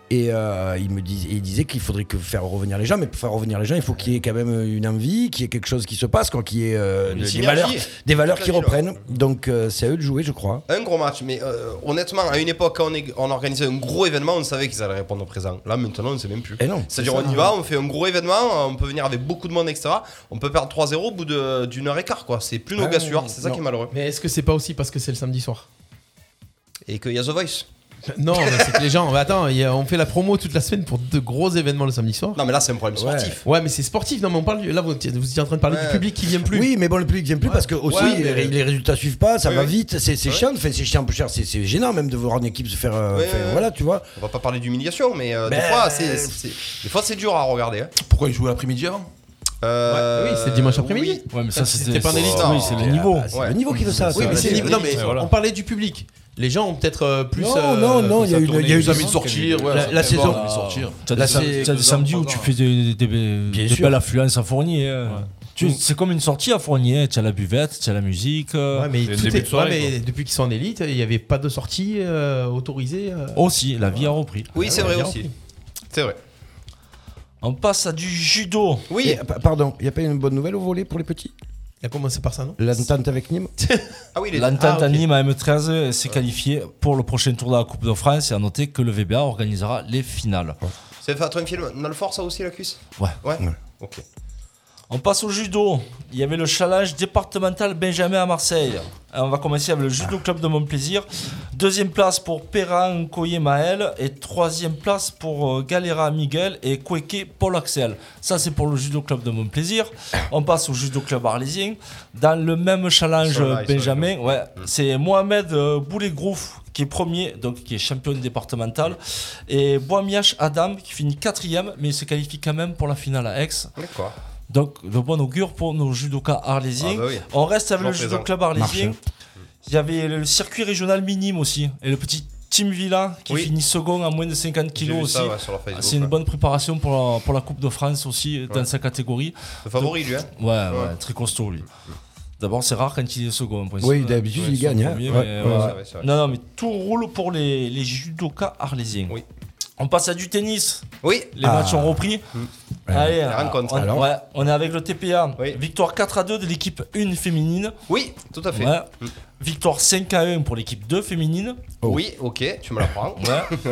Speaker 8: Et euh, il me dis- il disait qu'il faudrait que faire revenir les gens, mais pour faire revenir les gens, il faut qu'il y ait quand même une envie, qu'il y ait quelque chose qui se passe, quoi, qu'il y ait euh,
Speaker 6: Une
Speaker 8: des,
Speaker 6: synergie.
Speaker 8: valeurs, des valeurs
Speaker 6: Toute la
Speaker 8: qui
Speaker 6: ville, ouais.
Speaker 8: reprennent. Donc euh, c'est à eux de jouer, je crois.
Speaker 6: Un gros match, mais euh, honnêtement, à une époque, quand on, est- on organisait un gros événement, on savait qu'ils allaient répondre présent. Là, maintenant, on ne sait même plus.
Speaker 8: Et non,
Speaker 6: C'est-à-dire,
Speaker 8: c'est
Speaker 6: on
Speaker 8: ça.
Speaker 6: y va, on fait un gros événement, on peut venir avec beaucoup de monde, etc. On peut perdre 3-0 au bout de- d'une heure et quart, quoi. C'est plus nos
Speaker 8: Ouais,
Speaker 6: gars sûrs, c'est ça
Speaker 8: non.
Speaker 6: qui est malheureux.
Speaker 5: Mais est-ce que c'est pas aussi parce que c'est le samedi soir
Speaker 6: Et qu'il y a The Voice.
Speaker 5: Non, mais c'est que les gens. mais attends, il y a- on fait la promo toute la semaine pour deux gros événements le samedi soir.
Speaker 6: Non, mais là, c'est un problème
Speaker 8: Ouais.
Speaker 6: sportif.
Speaker 5: Ouais, mais c'est sportif. Non, mais on parle. du- Là, vous, vous étiez en train de parler
Speaker 6: Ouais.
Speaker 5: du public qui vient plus.
Speaker 8: Oui, mais bon, le public n'aime plus parce que aussi
Speaker 6: Ouais, mais-
Speaker 8: les, les résultats suivent pas, ça
Speaker 6: Oui,
Speaker 8: va
Speaker 6: oui.
Speaker 8: vite, c'est c'est chiant, enfin, c'est chiant, cher, c'est c'est gênant même de voir une équipe se faire. euh,
Speaker 6: Ouais,
Speaker 8: faire-
Speaker 6: ouais.
Speaker 8: Voilà, tu vois.
Speaker 6: On va pas parler d'humiliation, mais euh, des
Speaker 8: Ben-
Speaker 6: fois, c'est- c'est des fois, c'est dur à regarder. hein.
Speaker 11: Pourquoi il jouait l'après-midi avant
Speaker 6: Euh,
Speaker 5: Ouais, oui, c'est dimanche après-midi.
Speaker 6: oui.
Speaker 9: Ouais, mais ça,
Speaker 5: C'était
Speaker 9: c'était
Speaker 5: pas un
Speaker 9: c'est-
Speaker 5: élite,
Speaker 9: Oui,
Speaker 6: non.
Speaker 9: c'est le
Speaker 6: Et,
Speaker 9: niveau.
Speaker 8: Ah, c'est
Speaker 6: Ouais.
Speaker 8: le niveau qui veut ça.
Speaker 5: Oui,
Speaker 8: ça,
Speaker 5: mais c'est
Speaker 8: c'est-
Speaker 5: non, mais
Speaker 7: Ouais, voilà.
Speaker 5: on parlait du public. Les gens ont peut-être euh, plus.
Speaker 8: Non,
Speaker 5: euh,
Speaker 8: non, non, il y a eu
Speaker 5: ça
Speaker 8: une-
Speaker 5: tournait
Speaker 8: il y a eu
Speaker 5: les
Speaker 8: des
Speaker 5: gens.
Speaker 11: Envie de sortir, ouais,
Speaker 8: La-
Speaker 11: ça
Speaker 8: la
Speaker 11: fait voir,
Speaker 8: saison-
Speaker 11: envie de sortir.
Speaker 9: T'as
Speaker 8: Là,
Speaker 9: des, sam-
Speaker 8: c'est-
Speaker 9: t'as des samedis où tu fais des, des, des-
Speaker 8: Bien
Speaker 9: des
Speaker 8: sûr.
Speaker 9: belles affluences à Fournier. hein.
Speaker 7: Ouais.
Speaker 9: Tu- C'est comme une sortie à Fournier. T'as la buvette, t'as la musique. euh,
Speaker 5: Ouais, mais,
Speaker 7: C'est le
Speaker 5: tout
Speaker 7: début
Speaker 5: est-
Speaker 7: de soirée,
Speaker 5: ouais, mais
Speaker 7: quoi.
Speaker 5: depuis qu'ils sont en élite, il n'y avait pas de sortie euh, autorisée. euh.
Speaker 9: Aussi, la vie a repris.
Speaker 6: Oui, c'est
Speaker 5: Ah Ouais,
Speaker 6: vrai
Speaker 5: bien
Speaker 6: aussi. C'est vrai.
Speaker 9: On passe à du judo.
Speaker 6: Oui,
Speaker 8: Et, pa- pardon, il n'y a pas une bonne nouvelle au volet pour les petits
Speaker 5: Il a commencé par ça, non
Speaker 8: L'entente avec Nîmes
Speaker 6: ah oui, les
Speaker 9: L'entente
Speaker 5: Ah, ok.
Speaker 9: à Nîmes à M13 euh, s'est qualifiée pour le prochain tour de la Coupe de France et à noter que le VBA organisera les finales.
Speaker 6: C'est fait un film. On a le fort, ça aussi, la cuisse
Speaker 9: Ouais.
Speaker 6: Ouais. Ok.
Speaker 9: On passe au judo. Il y avait le challenge départemental Benjamin à Marseille. Euh, On va commencer avec le judo club de Montplaisir. Deuxième place pour Perrin Koye Maël et troisième place pour euh, Galera Miguel et Kweke Paul Axel. Ça c'est pour le judo club de Montplaisir. On passe au judo club arlésien. Dans le même
Speaker 6: Ils
Speaker 9: challenge
Speaker 6: sont là, ils sont
Speaker 9: Benjamin, ouais, c'est Mohamed euh, Boulet-Grouf qui est premier, donc qui est champion départemental, et Boamiach Adam qui finit quatrième, mais il se qualifie quand même pour la finale à Aix.
Speaker 6: D'accord.
Speaker 9: Donc, de bon augure pour nos judokas arlésiens.
Speaker 6: Ah bah oui.
Speaker 9: On reste avec
Speaker 6: Toujours
Speaker 9: le judo
Speaker 6: présent.
Speaker 9: club arlésien. Il y avait le circuit régional minime aussi. Et le petit Tim Villa qui
Speaker 6: Oui.
Speaker 9: finit second à moins de 50
Speaker 6: J'ai vu
Speaker 9: kilos aussi.
Speaker 6: ça, ouais, sur leur
Speaker 5: Ah,
Speaker 6: Facebook,
Speaker 9: C'est une
Speaker 6: ouais.
Speaker 9: bonne préparation pour la, pour la Coupe de France aussi dans sa catégorie.
Speaker 6: Le favori, lui, hein.
Speaker 9: Ouais, ouais, très costaud lui. D'abord, c'est rare quand il est second. en principe.
Speaker 8: Oui, d'habitude,
Speaker 9: Ouais,
Speaker 8: il
Speaker 9: ils sont
Speaker 8: gagne, hein.
Speaker 9: premiers,
Speaker 8: Ouais,
Speaker 9: mais,
Speaker 8: ouais,
Speaker 9: ouais.
Speaker 6: c'est vrai, c'est vrai.
Speaker 9: Non, non, mais tout roule pour les, les judokas arlésiens.
Speaker 6: Oui.
Speaker 9: On passe à du tennis.
Speaker 6: Oui.
Speaker 9: Les matchs ont repris. Allez,
Speaker 6: La rencontre.
Speaker 9: on,
Speaker 8: Alors
Speaker 9: ouais, on est avec le TPA.
Speaker 6: Oui.
Speaker 9: Victoire 4 à 2 de l'équipe 1 féminine.
Speaker 6: Oui, tout à fait. Mm.
Speaker 9: Ouais. Victoire 5 à 1 pour l'équipe 2 féminine.
Speaker 6: Oui, ok, tu me la prends.
Speaker 9: Oh. Ouais.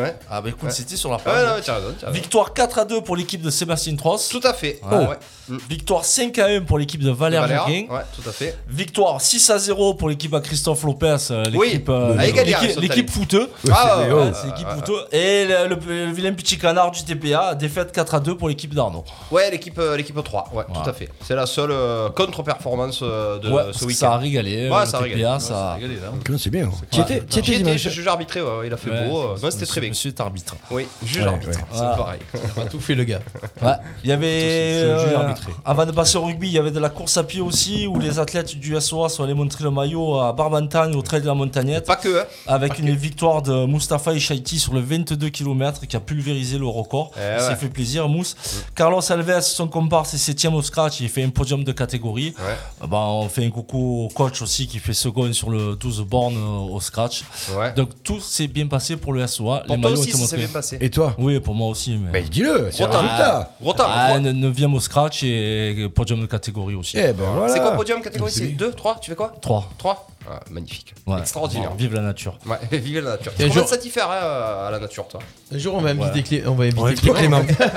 Speaker 6: ouais.
Speaker 9: Ah bah écoute,
Speaker 6: Ouais.
Speaker 9: c'était sur la
Speaker 6: Ouais,
Speaker 9: page.
Speaker 6: non, tu as raison, tu as raison.
Speaker 9: Victoire 4 à 2 pour l'équipe de Sébastien Tross.
Speaker 6: Tout à fait.
Speaker 9: Ouais.
Speaker 6: Ouais. Mm.
Speaker 9: Victoire 5 à 1 pour l'équipe de Oh. Valère
Speaker 6: Valère,
Speaker 9: Joguin.
Speaker 6: Ouais, tout à fait.
Speaker 9: Victoire 6 à 0 pour l'équipe à Christophe Lopez. euh,
Speaker 6: Oui.
Speaker 9: L'équipe
Speaker 6: Avec Galliard, ils
Speaker 9: l'équipe-
Speaker 6: sont
Speaker 9: l'équipe
Speaker 6: allés.
Speaker 9: footeux.
Speaker 6: Ah, ouais,
Speaker 9: Ouais,
Speaker 6: ouais,
Speaker 9: c'est
Speaker 6: ouais,
Speaker 9: l'équipe
Speaker 6: ouais,
Speaker 9: footeux. Et le, le- le vilain petit canard du TPA. Défaite 4 à 2 pour l'équipe d'Arnaud.
Speaker 6: Ouais, l'équipe euh, l'équipe 3, ouais, tout à fait. C'est la seule euh, contre-performance euh, de
Speaker 9: Ouais,
Speaker 6: ce
Speaker 9: parce que ça a
Speaker 6: week-end.
Speaker 9: régalé. euh,
Speaker 6: Ouais,
Speaker 9: le
Speaker 6: ça a
Speaker 9: TPA,
Speaker 6: régalé.
Speaker 9: ça-
Speaker 7: Régalé, là.
Speaker 8: Comment c'est bien. Tu étais, t'y étais
Speaker 6: J'y étais,
Speaker 8: dimanche
Speaker 6: je juge arbitré, ouais, ouais, il a fait
Speaker 9: Ouais,
Speaker 6: beau. euh, non, c'était
Speaker 9: monsieur-
Speaker 6: très bien.
Speaker 9: Monsieur est arbitre.
Speaker 6: Oui, juge
Speaker 8: Ouais,
Speaker 6: arbitre,
Speaker 8: ouais.
Speaker 6: c'est
Speaker 9: Ah.
Speaker 6: pareil.
Speaker 5: On a tout fait, le gars.
Speaker 9: Ouais. Il y avait.
Speaker 7: C'est le juge
Speaker 9: euh,
Speaker 7: arbitré.
Speaker 9: avant de passer au rugby, il y avait de la course à pied aussi, où les athlètes du SOA sont allés montrer le maillot à Barbantagne, au Trail de la Montagnette,
Speaker 6: Pas que, hein.
Speaker 9: avec une victoire de Mustapha Ishaiti sur le 22 km qui a pulvérisé le record.
Speaker 6: Eh
Speaker 9: Ça
Speaker 6: ouais.
Speaker 9: fait plaisir, Mousse. Carlos Alves, son comparse, est 7 au scratch, il fait un podium de catégorie. Euh, bah, on fait un coucou au coach aussi qui fait second sur le 12 bornes euh, au scratch.
Speaker 6: Ouais.
Speaker 9: Donc tout s'est bien passé pour le SOA.
Speaker 6: Pour
Speaker 9: les
Speaker 6: toi
Speaker 9: maillots
Speaker 6: aussi, ça
Speaker 9: étaient
Speaker 6: s'est
Speaker 9: montrés.
Speaker 6: bien passé.
Speaker 8: Et toi
Speaker 9: Oui, pour moi aussi. Mais...
Speaker 8: Mais dis-le, c'est un
Speaker 6: Retard.
Speaker 8: résultat.
Speaker 6: Gros temps,
Speaker 9: Ah,
Speaker 6: gros-
Speaker 9: 9 au scratch et podium de catégorie aussi.
Speaker 8: Eh ben voilà.
Speaker 6: C'est quoi podium catégorie C'est 2, 3, tu fais quoi
Speaker 9: 3.
Speaker 6: 3 Ah, magnifique.
Speaker 9: Ouais.
Speaker 6: Extraordinaire.
Speaker 9: Vive la nature.
Speaker 6: Ouais, vive la nature.
Speaker 5: Et un
Speaker 6: Tu
Speaker 5: jour-
Speaker 6: commences à t'y faire hein, à la nature, toi.
Speaker 5: Un jour, on va inviter
Speaker 9: Voilà.
Speaker 5: Clé- on va inviter
Speaker 8: Ouais,
Speaker 5: Clément.
Speaker 8: Clément.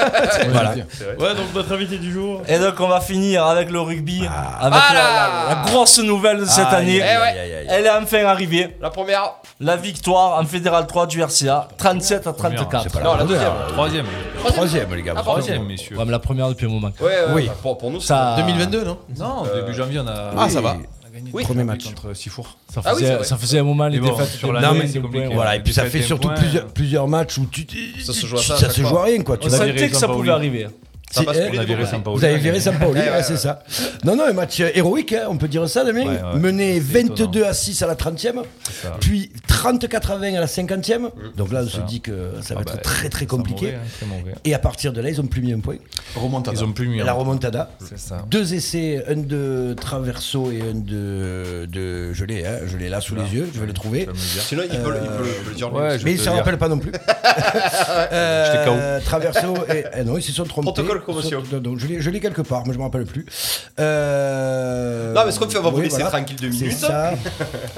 Speaker 9: Voilà.
Speaker 5: Ouais, donc notre invité du jour.
Speaker 9: Et donc on va finir avec le rugby, avec
Speaker 6: Ah
Speaker 9: la,
Speaker 6: là
Speaker 9: la- la grosse nouvelle de cette année.
Speaker 6: aïe, aïe,
Speaker 9: Elle est enfin arrivée.
Speaker 6: Eh La première.
Speaker 9: La victoire en Fédéral 3 du RCA, 37 à 34.
Speaker 6: Non, la deuxième.
Speaker 7: Troisième.
Speaker 6: Troisième.
Speaker 7: les gars.
Speaker 6: Ah, pardon.
Speaker 7: troisième, messieurs.
Speaker 9: Ouais, mais la première depuis un moment.
Speaker 6: Ouais, ouais,
Speaker 9: Oui.
Speaker 6: bah, pour, pour nous,
Speaker 9: Ça,
Speaker 5: 2022, non
Speaker 7: Non, début janvier, on a.
Speaker 5: Ah, ça va.
Speaker 7: on a gagné
Speaker 6: Oui.
Speaker 7: le
Speaker 8: Premier
Speaker 7: match
Speaker 8: match.
Speaker 7: contre Sifour.
Speaker 9: ça
Speaker 6: Ah oui,
Speaker 9: faisait,
Speaker 6: c'est vrai.
Speaker 9: ça faisait un moment les
Speaker 7: Mais bon,
Speaker 9: défaites.
Speaker 7: sur
Speaker 9: de-
Speaker 7: l'année,
Speaker 9: Non, mais
Speaker 7: c'est
Speaker 9: de-
Speaker 7: compliqué.
Speaker 9: ouais.
Speaker 8: Voilà, et puis ça
Speaker 7: Défaite
Speaker 8: fait
Speaker 7: et
Speaker 8: surtout
Speaker 7: point.
Speaker 8: plusieurs, plusieurs matchs où tu,
Speaker 6: Ça se joue à
Speaker 8: tu-
Speaker 6: ça, à chaque
Speaker 8: se joue
Speaker 6: fois.
Speaker 8: à rien quoi. Tu
Speaker 9: On
Speaker 7: Ça
Speaker 8: vas-
Speaker 7: a viré
Speaker 9: sentait que ça
Speaker 7: Sampaoli.
Speaker 9: pouvait arriver.
Speaker 6: Ça va
Speaker 8: c'est-
Speaker 6: basculer
Speaker 7: On a
Speaker 6: de
Speaker 7: viré
Speaker 6: Bourgogne.
Speaker 7: Sampaoli.
Speaker 8: Vous avez viré Sampaoli,
Speaker 6: Ouais, ouais,
Speaker 8: ouais, c'est
Speaker 6: ouais.
Speaker 8: ça. Non, non, un match euh, héroïque, hein, on peut dire ça, Damien.
Speaker 7: Ouais, ouais.
Speaker 8: Mené
Speaker 7: C'est
Speaker 8: 22 à 6 à la 30e,
Speaker 7: ça.
Speaker 8: puis 34 à 20 à la 50e. Donc là, on se dit que ça va
Speaker 7: Ah
Speaker 8: être
Speaker 7: bah,
Speaker 8: très très
Speaker 7: c'est
Speaker 8: compliqué.
Speaker 7: mauvais, hein, c'est mauvais.
Speaker 8: Et à partir de là, ils ont plus mis un point.
Speaker 7: Ils ont plus mis.
Speaker 8: La
Speaker 7: hein.
Speaker 8: remontada.
Speaker 7: C'est ça.
Speaker 8: Deux essais, un de Traverso et un de. de je l'ai, hein, je l'ai là sous les yeux, je vais le trouver.
Speaker 7: Ça me dit.
Speaker 6: Sinon, il peut, le- il peut le- il peut le dire. lui
Speaker 7: Ouais,
Speaker 6: aussi.
Speaker 7: Ah, je
Speaker 8: Mais
Speaker 7: vais
Speaker 8: il
Speaker 7: te
Speaker 8: s'en
Speaker 7: le dire.
Speaker 8: rappelle pas non plus. euh, Traverso et. eh non, ils se sont trompés.
Speaker 6: Protocole commotion.
Speaker 8: Ils sont- non, non, je l'ai- je l'ai quelque part, mais je me rappelle plus. Euh,
Speaker 6: Non, mais ce qu'on fait, on va vous
Speaker 8: oui,
Speaker 6: laisser tranquille deux minutes.
Speaker 8: C'est ça.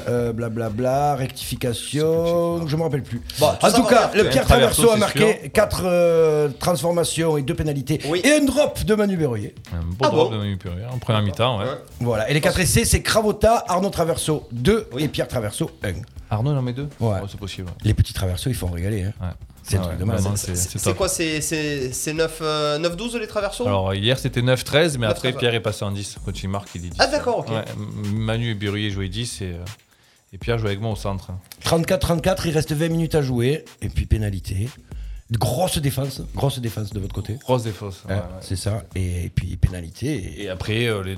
Speaker 8: Euh, Blablabla, rectification. Je me rappelle plus.
Speaker 6: Bon, tout
Speaker 8: en
Speaker 6: ça
Speaker 8: tout
Speaker 6: va
Speaker 8: cas,
Speaker 6: marquer,
Speaker 8: le
Speaker 6: hein.
Speaker 8: Pierre
Speaker 7: Traverso,
Speaker 8: Traverso a
Speaker 7: c'est
Speaker 8: marqué 4 transformations et 2 pénalités.
Speaker 6: Oui.
Speaker 8: Et un drop de Manu Berruyer.
Speaker 7: Un beau
Speaker 6: Ah
Speaker 7: drop
Speaker 6: bon
Speaker 7: de Manu Puré, en première mi-temps, ouais.
Speaker 6: Ouais.
Speaker 8: Voilà. Et les 4 essais, c'est Cravota, Arnaud Traverso 2
Speaker 6: Oui.
Speaker 8: et Pierre Traverso 1.
Speaker 7: Arnaud, il en met deux
Speaker 8: Ouais.
Speaker 7: c'est possible.
Speaker 8: Les petits Traverso, ils font régaler. hein.
Speaker 7: Ouais.
Speaker 8: C'est un
Speaker 7: Ah
Speaker 8: truc
Speaker 7: ouais,
Speaker 8: de malade.
Speaker 7: vraiment, C'est c'est
Speaker 6: C'est
Speaker 7: top.
Speaker 6: quoi C'est c'est- c'est 9, euh, 9-12 les traversos
Speaker 7: Alors hier c'était 9-13, mais après
Speaker 6: 9-13.
Speaker 7: Pierre est passé en 10. Quand il marque, il est 10.
Speaker 6: Ah, d'accord, ok.
Speaker 7: Ouais, M- Manu et Berruyer jouaient 10 et, euh, et Pierre jouait avec moi au centre.
Speaker 8: 34-34, il reste 20 minutes à jouer. Et puis pénalité. Grosse défense, grosse défense de votre côté.
Speaker 7: Grosse défausse. ouais,
Speaker 8: Hein,
Speaker 7: ouais.
Speaker 8: C'est ça. Et puis pénalité. Et...
Speaker 7: Et après euh, les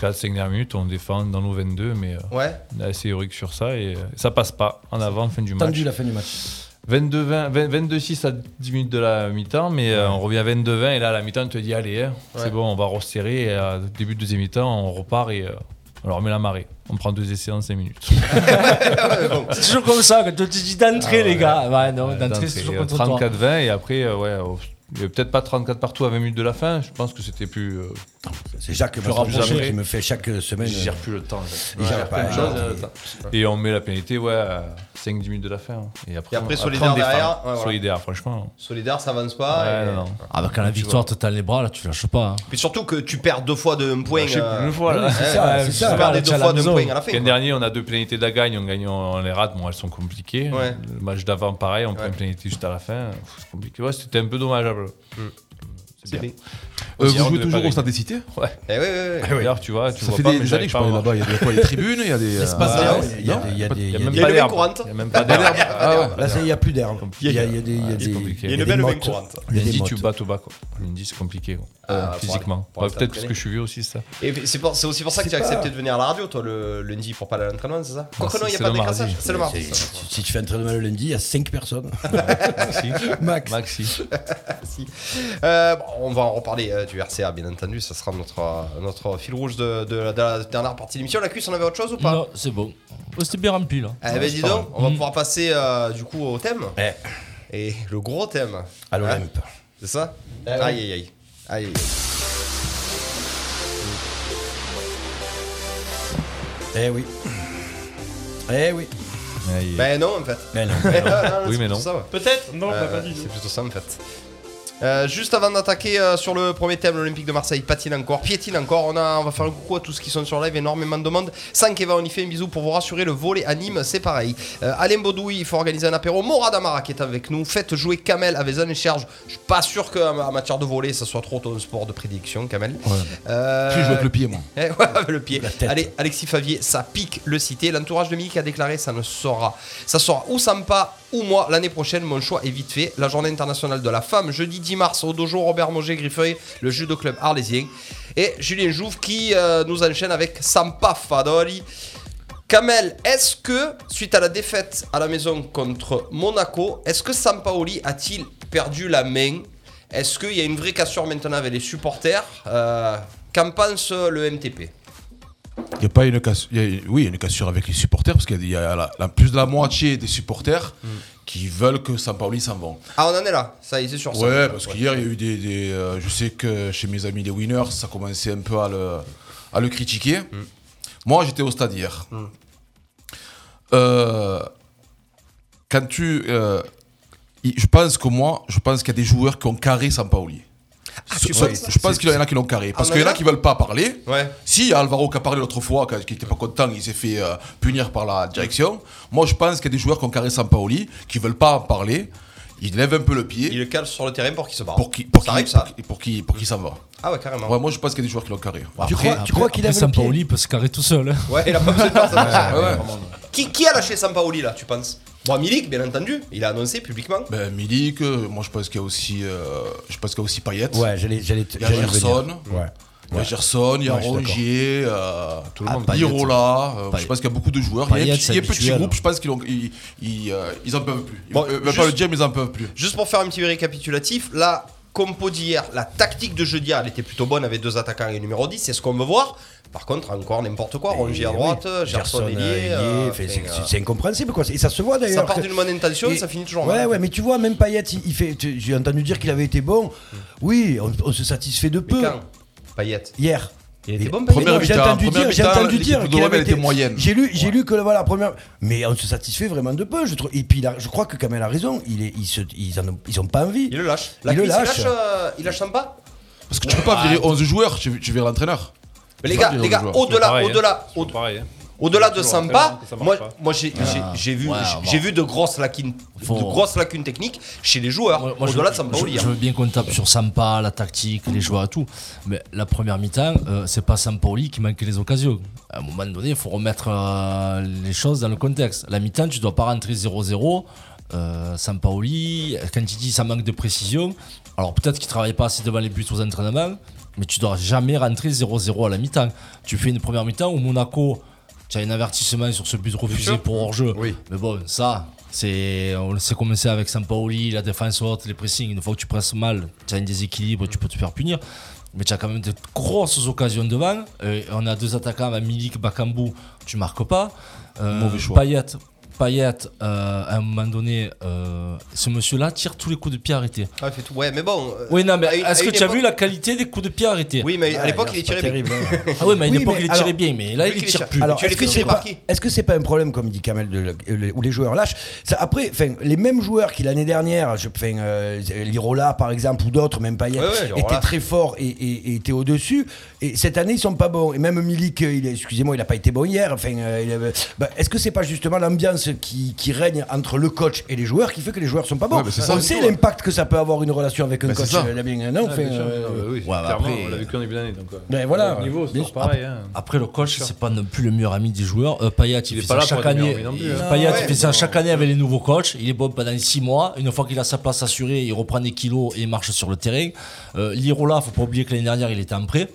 Speaker 7: 4-5 dernières minutes, on défend dans nos 22, mais euh,
Speaker 6: Ouais.
Speaker 7: on est assez héroïque sur ça et euh, ça passe pas en avant, fin du match.
Speaker 8: Tendu la fin du match.
Speaker 7: 22-20, 22-6 à 10 minutes de la mi-temps, mais euh, on revient à 22-20 et là à la mi-temps on te dit allez, hein,
Speaker 6: Ouais.
Speaker 7: c'est bon, on va resserrer et à début de deuxième mi-temps on repart et euh, on leur met la marée. On prend deux essais en 5 minutes. Euh,
Speaker 9: C'est toujours comme ça, quand tu te dis d'entrée, les gars. Ah Ouais, non, d'entrée, c'est toujours
Speaker 7: Euh,
Speaker 9: contre toi.
Speaker 7: 34-20 et après, euh, ouais, au- il y avait peut-être pas 34 partout à 20 minutes de la fin. Je pense que c'était plus. euh,
Speaker 8: C'est Jacques
Speaker 7: rapproché.
Speaker 8: Masson-Joseph qui me fait chaque semaine.
Speaker 7: je gère
Speaker 8: euh,
Speaker 7: plus le temps. en fait.
Speaker 8: Il
Speaker 7: Ouais, euh,
Speaker 8: gère
Speaker 7: je gère
Speaker 8: pas, hein.
Speaker 7: plus le
Speaker 8: ouais.
Speaker 7: temps,
Speaker 6: euh,
Speaker 7: je gère le temps. Et on met la pénalité, ouais, à 5-10 minutes de la fin. hein. Et après,
Speaker 6: Et après,
Speaker 7: on-
Speaker 6: solidaire
Speaker 7: on défend.
Speaker 6: derrière, ouais, voilà.
Speaker 7: Solidaire, franchement.
Speaker 6: Solidaire, ça avance
Speaker 7: Ouais,
Speaker 6: pas. et-
Speaker 7: non, non.
Speaker 9: Ah, bah quand la victoire te tend les bras, là, tu lâches pas. hein.
Speaker 6: Puis surtout que tu perds deux fois de un point.
Speaker 7: Je sais
Speaker 6: euh,
Speaker 7: plus une fois, là.
Speaker 8: oui, c'est ça,
Speaker 9: ouais,
Speaker 8: c'est
Speaker 9: je
Speaker 8: ça.
Speaker 9: sais
Speaker 6: Tu
Speaker 9: pas.
Speaker 6: perds les
Speaker 9: Arrête
Speaker 6: deux
Speaker 9: à la
Speaker 6: fois de
Speaker 9: maison.
Speaker 6: point à la fin.
Speaker 7: L'année
Speaker 6: quoi.
Speaker 7: dernière, on a deux pénalités de la gagne, on gagne, on on les rate. Bon, elles sont compliquées.
Speaker 6: Ouais.
Speaker 7: Le match d'avant, pareil, on prend une pénalité juste à la fin. Pff, C'est compliqué. Ouais, c'était un peu dommageable.
Speaker 6: C'est
Speaker 7: bien.
Speaker 6: bien.
Speaker 7: Euh,
Speaker 11: vous jouez toujours au
Speaker 7: stade.
Speaker 11: Stade des Cités
Speaker 6: Eh oui, oui, oui.
Speaker 7: D'ailleurs, tu vois, tu
Speaker 11: Ça
Speaker 7: vois
Speaker 11: fait
Speaker 7: pas,
Speaker 11: des,
Speaker 7: mais
Speaker 11: des années
Speaker 7: j'arrive
Speaker 11: que je
Speaker 7: pas Ah, à
Speaker 11: parle
Speaker 7: voir.
Speaker 11: là-bas. Il y a des fois, il y a des tribunes, il y a des.
Speaker 5: se passe
Speaker 11: euh,
Speaker 5: rien.
Speaker 11: ouais,
Speaker 8: Il y a
Speaker 11: non.
Speaker 8: des- il y a des- il y a
Speaker 7: Il n'y a
Speaker 8: des-
Speaker 7: même pas
Speaker 6: le
Speaker 7: d'herbe.
Speaker 6: courante.
Speaker 7: Il n'y a même pas d'herbe. Ah ouais.
Speaker 8: Là, ça, il n'y a plus d'herbe.
Speaker 7: Compliqué. Ah,
Speaker 8: Il y a il y a des. Il y a
Speaker 7: c'est
Speaker 8: des-
Speaker 7: compliqué.
Speaker 8: il y a
Speaker 6: Il y a une
Speaker 8: des
Speaker 6: belle
Speaker 8: mottes.
Speaker 6: main courante.
Speaker 8: Il y a des
Speaker 7: Lundi, tu
Speaker 8: mottes.
Speaker 7: bats au bas, quoi. Lundi, c'est compliqué, quoi.
Speaker 6: Ah,
Speaker 7: Euh,
Speaker 6: pour
Speaker 7: physiquement.
Speaker 6: aller- pour aller
Speaker 7: Bah, Peut-être parce
Speaker 6: s'entraîner.
Speaker 7: que je suis vieux aussi, ça.
Speaker 6: Et c'est pour- c'est aussi pour ça que tu as accepté de venir à la radio, toi, le lundi, pour pas aller à l'entraînement, c'est ça Quoique
Speaker 7: c'est-
Speaker 6: non, il n'y a
Speaker 7: c'est
Speaker 6: pas de
Speaker 7: le
Speaker 6: décrassage.
Speaker 7: mardi.
Speaker 6: C'est le mardi. ça.
Speaker 8: Si- Si tu fais un entraînement le lundi, il y a 5 personnes.
Speaker 7: Maxi.
Speaker 8: Max.
Speaker 7: Maxi.
Speaker 6: Si. Euh, bon, on va en reparler euh, du RCA, bien entendu. Ça sera notre, euh, notre fil rouge de, de la- de la dernière partie de l'émission. La cuisse, on avait autre chose ou pas
Speaker 9: Non, c'est bon. Oh, C'était bien rempli, là.
Speaker 6: Eh ben dis donc, on va pouvoir passer euh, du coup au thème.
Speaker 8: Eh.
Speaker 6: Et le gros thème.
Speaker 7: Ah,
Speaker 6: Hein
Speaker 8: À l'Olympe.
Speaker 6: C'est ça
Speaker 8: Ah oui.
Speaker 6: Aïe aïe aïe. Aïe aïe. aïe.
Speaker 8: Eh oui. Eh oui.
Speaker 7: Aïe.
Speaker 6: Ben non en fait.
Speaker 8: Mais non.
Speaker 6: Eh, non, non,
Speaker 7: Oui,
Speaker 6: c'est
Speaker 7: mais
Speaker 6: plutôt
Speaker 7: non.
Speaker 6: ça, ouais.
Speaker 1: Peut-être
Speaker 9: bah,
Speaker 1: Non,
Speaker 6: Euh, c'est plutôt ça en fait. Euh, juste avant d'attaquer euh, sur le premier thème, l'Olympique de Marseille patine encore, piétine encore. On, a, on va faire un coucou à tous qui sont sur live, énormément de demandes. 5 Eva, on y fait un bisou pour vous rassurer. Le volet à Nîmes, c'est pareil. Euh, Alain Baudouille, il faut organiser un apéro. Morad Amara qui est avec nous. Faites jouer Kamel avec Zan et Serge. Je suis pas sûr qu'en matière de volet, ça soit trop ton sport de prédiction, Kamel. Euh,
Speaker 11: Je joue avec le pied, moi.
Speaker 6: eh, ouais, avec le pied. Allez, Alexis Favier, ça pique le cité. L'entourage de Mick a déclaré ça ne sera. Ça sera ou Sampa ou moi l'année prochaine. Mon choix est vite fait. La journée internationale de la femme, jeudi 10 mars, au dojo Robert Moget Griffeuil, le judo club arlésien. Et Julien Jouve qui euh, nous enchaîne avec Sampa Fadori. Kamel, est-ce que, suite à la défaite à la maison contre Monaco, est-ce que Sampaoli a-t-il perdu la main Est-ce qu'il y a une vraie cassure maintenant avec les supporters Euh, Qu'en pense le MTP
Speaker 11: Il y a pas une cassure. Oui, il y a une cassure avec les supporters parce qu'il y a la, la- plus de la moitié des supporters qui veulent que Sampaoli s'en vende.
Speaker 6: Ah, on en est là, ça y est, c'est sûr. ça.
Speaker 11: Ouais, parce qu'hier, il y a eu des. des, euh, je sais que chez mes amis les winners,
Speaker 6: Mm.
Speaker 11: ça commençait un peu à le, à le critiquer. Moi, j'étais au stade hier. euh, quand tu. euh, il- je pense que moi, je pense qu'il y a des joueurs qui ont carré Sampaoli. Ce-
Speaker 6: Ah, tu
Speaker 11: ce-
Speaker 6: penses
Speaker 11: je pense qu'il y en a qui l'ont carré. Parce
Speaker 6: Ah,
Speaker 11: qu'il y en
Speaker 6: ouais.
Speaker 11: a qui veulent pas parler.
Speaker 6: Ouais.
Speaker 11: Si il y a Alvaro qui a parlé l'autre fois, qui qui était pas content, il s'est fait euh, punir par la direction. Moi, je pense qu'il y a des joueurs qui ont carré Sampaoli, qui veulent pas en parler. Ils lèvent un peu le pied.
Speaker 6: Il le cale sur le terrain pour qu'il se barre.
Speaker 11: Pour qui, pour
Speaker 6: Ah, ça
Speaker 11: qui-
Speaker 6: arrive ça.
Speaker 11: pour qui- pour qui, pour qui s'en va.
Speaker 6: Ah ouais, carrément.
Speaker 11: Ouais, moi je pense qu'il y a des joueurs qui l'ont carré.
Speaker 8: Ah.
Speaker 9: Tu crois- tu crois qu'il lève le pied Sampaoli peut se carrer tout hein. seul.
Speaker 6: Ouais, il a pas besoin de faire ça.
Speaker 11: Ouais, ouais.
Speaker 6: Qui, qui a lâché Sampaoli là, tu penses Bon, Milik, bien entendu, il a annoncé publiquement.
Speaker 11: Ben, Milik, euh, moi je pense qu'il y a aussi, euh, je pense qu'il y a aussi Payet.
Speaker 8: Ouais, j'allais, j'allais te-
Speaker 11: Il y a
Speaker 8: j'allais y
Speaker 11: Gerson.
Speaker 8: venir.
Speaker 11: Il y a Gerson, il y a
Speaker 8: Ouais, je suis
Speaker 11: Rongier, euh, tout le
Speaker 8: Ah,
Speaker 11: monde.
Speaker 8: Payet.
Speaker 11: Irola, euh,
Speaker 8: Payet.
Speaker 11: je pense qu'il y a beaucoup de joueurs. il y
Speaker 9: Payet,
Speaker 11: a un petit, il y a un
Speaker 9: c'est
Speaker 11: petit
Speaker 9: habituel,
Speaker 11: groupe,
Speaker 9: hein.
Speaker 11: je pense qu'ils ont- ils, ils, euh, ils en peuvent plus. Ils,
Speaker 6: Bon,
Speaker 11: euh, même
Speaker 6: juste-
Speaker 11: pas le GM, ils en peuvent plus.
Speaker 6: Juste pour faire un petit récapitulatif, la compo d'hier, la tactique de jeu d'hier, elle était plutôt bonne avec deux attaquants et numéro 10, c'est ce qu'on veut voir. Par contre, encore n'importe quoi, Rongier à
Speaker 8: Eh oui.
Speaker 6: droite, Gerson
Speaker 8: Gerson,
Speaker 6: ailier.
Speaker 8: euh, ailier,
Speaker 6: euh,
Speaker 8: fait,
Speaker 6: enfin,
Speaker 8: c'est,
Speaker 6: euh,
Speaker 8: c'est incompréhensible quoi. Et ça se voit d'ailleurs.
Speaker 6: Ça part
Speaker 8: que-
Speaker 6: d'une bonne intention, ça finit toujours
Speaker 8: Ouais,
Speaker 6: mal.
Speaker 8: ouais, mais tu vois, même Payet, il, il fait. tu- J'ai entendu dire qu'il avait été bon. Oui, on, on se satisfait de peu.
Speaker 6: Mm. Mais quand Payette.
Speaker 8: Hier.
Speaker 6: Il était bon, Payet
Speaker 11: Première
Speaker 8: Non, j'ai
Speaker 11: mi-temps,
Speaker 8: entendu
Speaker 11: première
Speaker 8: dire, j'ai
Speaker 11: mi-temps,
Speaker 8: entendu
Speaker 11: l'équipe
Speaker 8: dire
Speaker 11: de
Speaker 8: qu'il
Speaker 11: Rommel
Speaker 8: avait été
Speaker 11: était moyenne.
Speaker 8: J'ai lu, j'ai lu que le- voilà, première. Mais on se satisfait vraiment de peu, je trouve. Et puis, il a- je crois que Kamel a raison. Il est, ils, se, ils, en ont, ils ont pas envie.
Speaker 6: Il le lâche. La
Speaker 8: Il le
Speaker 6: cuisse,
Speaker 8: lâche.
Speaker 6: Il lâche, euh, il lâche Sampa
Speaker 11: Parce que tu peux pas virer 11 joueurs, tu, tu vires l'entraîneur.
Speaker 6: Mais les
Speaker 11: Tu
Speaker 6: gars,
Speaker 11: peux pas
Speaker 6: les
Speaker 11: virer
Speaker 6: gars,
Speaker 11: 11 joueurs.
Speaker 6: au-delà,
Speaker 7: pareil, hein.
Speaker 6: au-delà,
Speaker 7: C'est
Speaker 6: au-
Speaker 7: pareil, hein.
Speaker 6: au-delà de
Speaker 7: Toujours un
Speaker 6: Sampa,
Speaker 7: talent que ça marche
Speaker 6: moi,
Speaker 7: pas.
Speaker 6: moi j'ai j'ai- j'ai vu,
Speaker 9: Ouais,
Speaker 6: j'ai-
Speaker 9: bon.
Speaker 6: j'ai vu de grosses lacunes,
Speaker 9: Faut-
Speaker 6: de grosses lacunes techniques chez les joueurs.
Speaker 9: Moi, moi, je,
Speaker 6: Au-delà de hein.
Speaker 9: je-
Speaker 6: Sampaoli.
Speaker 9: je veux bien qu'on tape sur Sampa, la tactique, les joueurs et tout. Mais la première mi-temps, euh, c'est pas Sampaoli qui manque les occasions. À un moment donné, il faut remettre euh, les choses dans le contexte. La mi-temps, tu dois pas rentrer 0-0. Euh, Sampaoli, quand il dit ça manque de précision, alors peut-être qu'il travaille pas assez devant les buts aux entraînements, mais tu dois jamais rentrer 0-0 à la mi-temps. Tu fais une première mi-temps où Monaco, tu as un avertissement sur ce but refusé pour hors-jeu. Mais bon, ça, c'est, on le sait comment c'est avec Sampaoli, la défense haute, les pressings. Une fois que tu presses mal, tu as un déséquilibre, tu peux te faire punir. Mais tu as quand même de grosses occasions devant. Euh, on a deux attaquants, avec Milik, Bakambu, tu marques pas. Euh,
Speaker 11: Mauvais choix.
Speaker 9: Payet, Payet, euh, à un moment donné, euh, ce monsieur-là tire tous les coups de pied arrêtés.
Speaker 6: Ah, il fait tout. Ouais, mais bon. euh,
Speaker 9: Oui, non, mais
Speaker 6: à une-
Speaker 9: est-ce
Speaker 6: à
Speaker 9: que
Speaker 6: une
Speaker 9: tu as
Speaker 6: époque-
Speaker 9: vu la qualité des coups de pied arrêtés
Speaker 6: Oui, mais à
Speaker 8: Ah,
Speaker 6: l'époque,
Speaker 8: hier,
Speaker 6: il est
Speaker 8: c'est pas
Speaker 6: tiré. bien.
Speaker 8: terrible, hein.
Speaker 9: Ah ouais, mais à une
Speaker 8: Oui,
Speaker 9: époque,
Speaker 8: mais
Speaker 9: il les tirait
Speaker 8: alors-
Speaker 9: bien, mais là,
Speaker 6: Oui,
Speaker 9: il
Speaker 6: qu'il les
Speaker 9: tire
Speaker 6: tire.
Speaker 9: plus.
Speaker 8: Alors,
Speaker 6: Tu les
Speaker 8: est-ce que
Speaker 6: fais
Speaker 8: c'est pas,
Speaker 6: marquer.
Speaker 8: est-ce que c'est pas un problème, comme dit Kamel, de, le- où les joueurs lâchent ça, Après, enfin, les mêmes joueurs qui l'année dernière, je, enfin, euh, Lirola par exemple, ou d'autres, même Payet,
Speaker 6: Ouais, ouais, Lirola.
Speaker 8: étaient très forts et, et- et étaient au-dessus. Et cette année, ils sont pas bons. Et même Milik, euh, il est- excusez-moi, il a pas été bon hier. Enfin, euh, il avait- bah, est-ce que c'est pas justement l'ambiance qui, qui règne entre le coach et les joueurs qui fait que les joueurs sont pas bons
Speaker 11: Ouais, mais c'est ça,
Speaker 8: On
Speaker 11: c'est
Speaker 8: sait
Speaker 11: tout, ouais.
Speaker 8: l'impact que ça peut avoir une relation avec un
Speaker 11: Mais
Speaker 8: coach.
Speaker 11: c'est ça.
Speaker 8: euh, Damien, non
Speaker 7: Ah,
Speaker 8: Enfin,
Speaker 7: bien sûr,
Speaker 8: euh,
Speaker 7: mais non, mais oui,
Speaker 9: ouais, bah
Speaker 7: clairement,
Speaker 9: après-
Speaker 7: on l'a vécu en début d'année. Donc, euh,
Speaker 8: ben voilà.
Speaker 7: au niveau, c'est
Speaker 8: Bien
Speaker 7: toujours
Speaker 8: sûr.
Speaker 7: pareil. hein.
Speaker 9: Après, le coach, c'est pas non plus le meilleur ami des joueurs. Euh, Payet, il,
Speaker 7: Il est
Speaker 9: fait
Speaker 7: pas
Speaker 9: ça
Speaker 7: là pour
Speaker 9: chaque
Speaker 7: être meilleur
Speaker 9: année.
Speaker 7: ami non plus,
Speaker 9: Il-
Speaker 7: hein.
Speaker 9: Payet,
Speaker 6: Ah ouais,
Speaker 9: il fait ça
Speaker 6: non.
Speaker 9: chaque année avec les nouveaux coachs. Il est bon pendant 6 mois. Une fois qu'il a sa place assurée, il reprend des kilos et il marche sur le terrain. Euh, Lirola, faut pas oublier que l'année dernière, il était en prêt.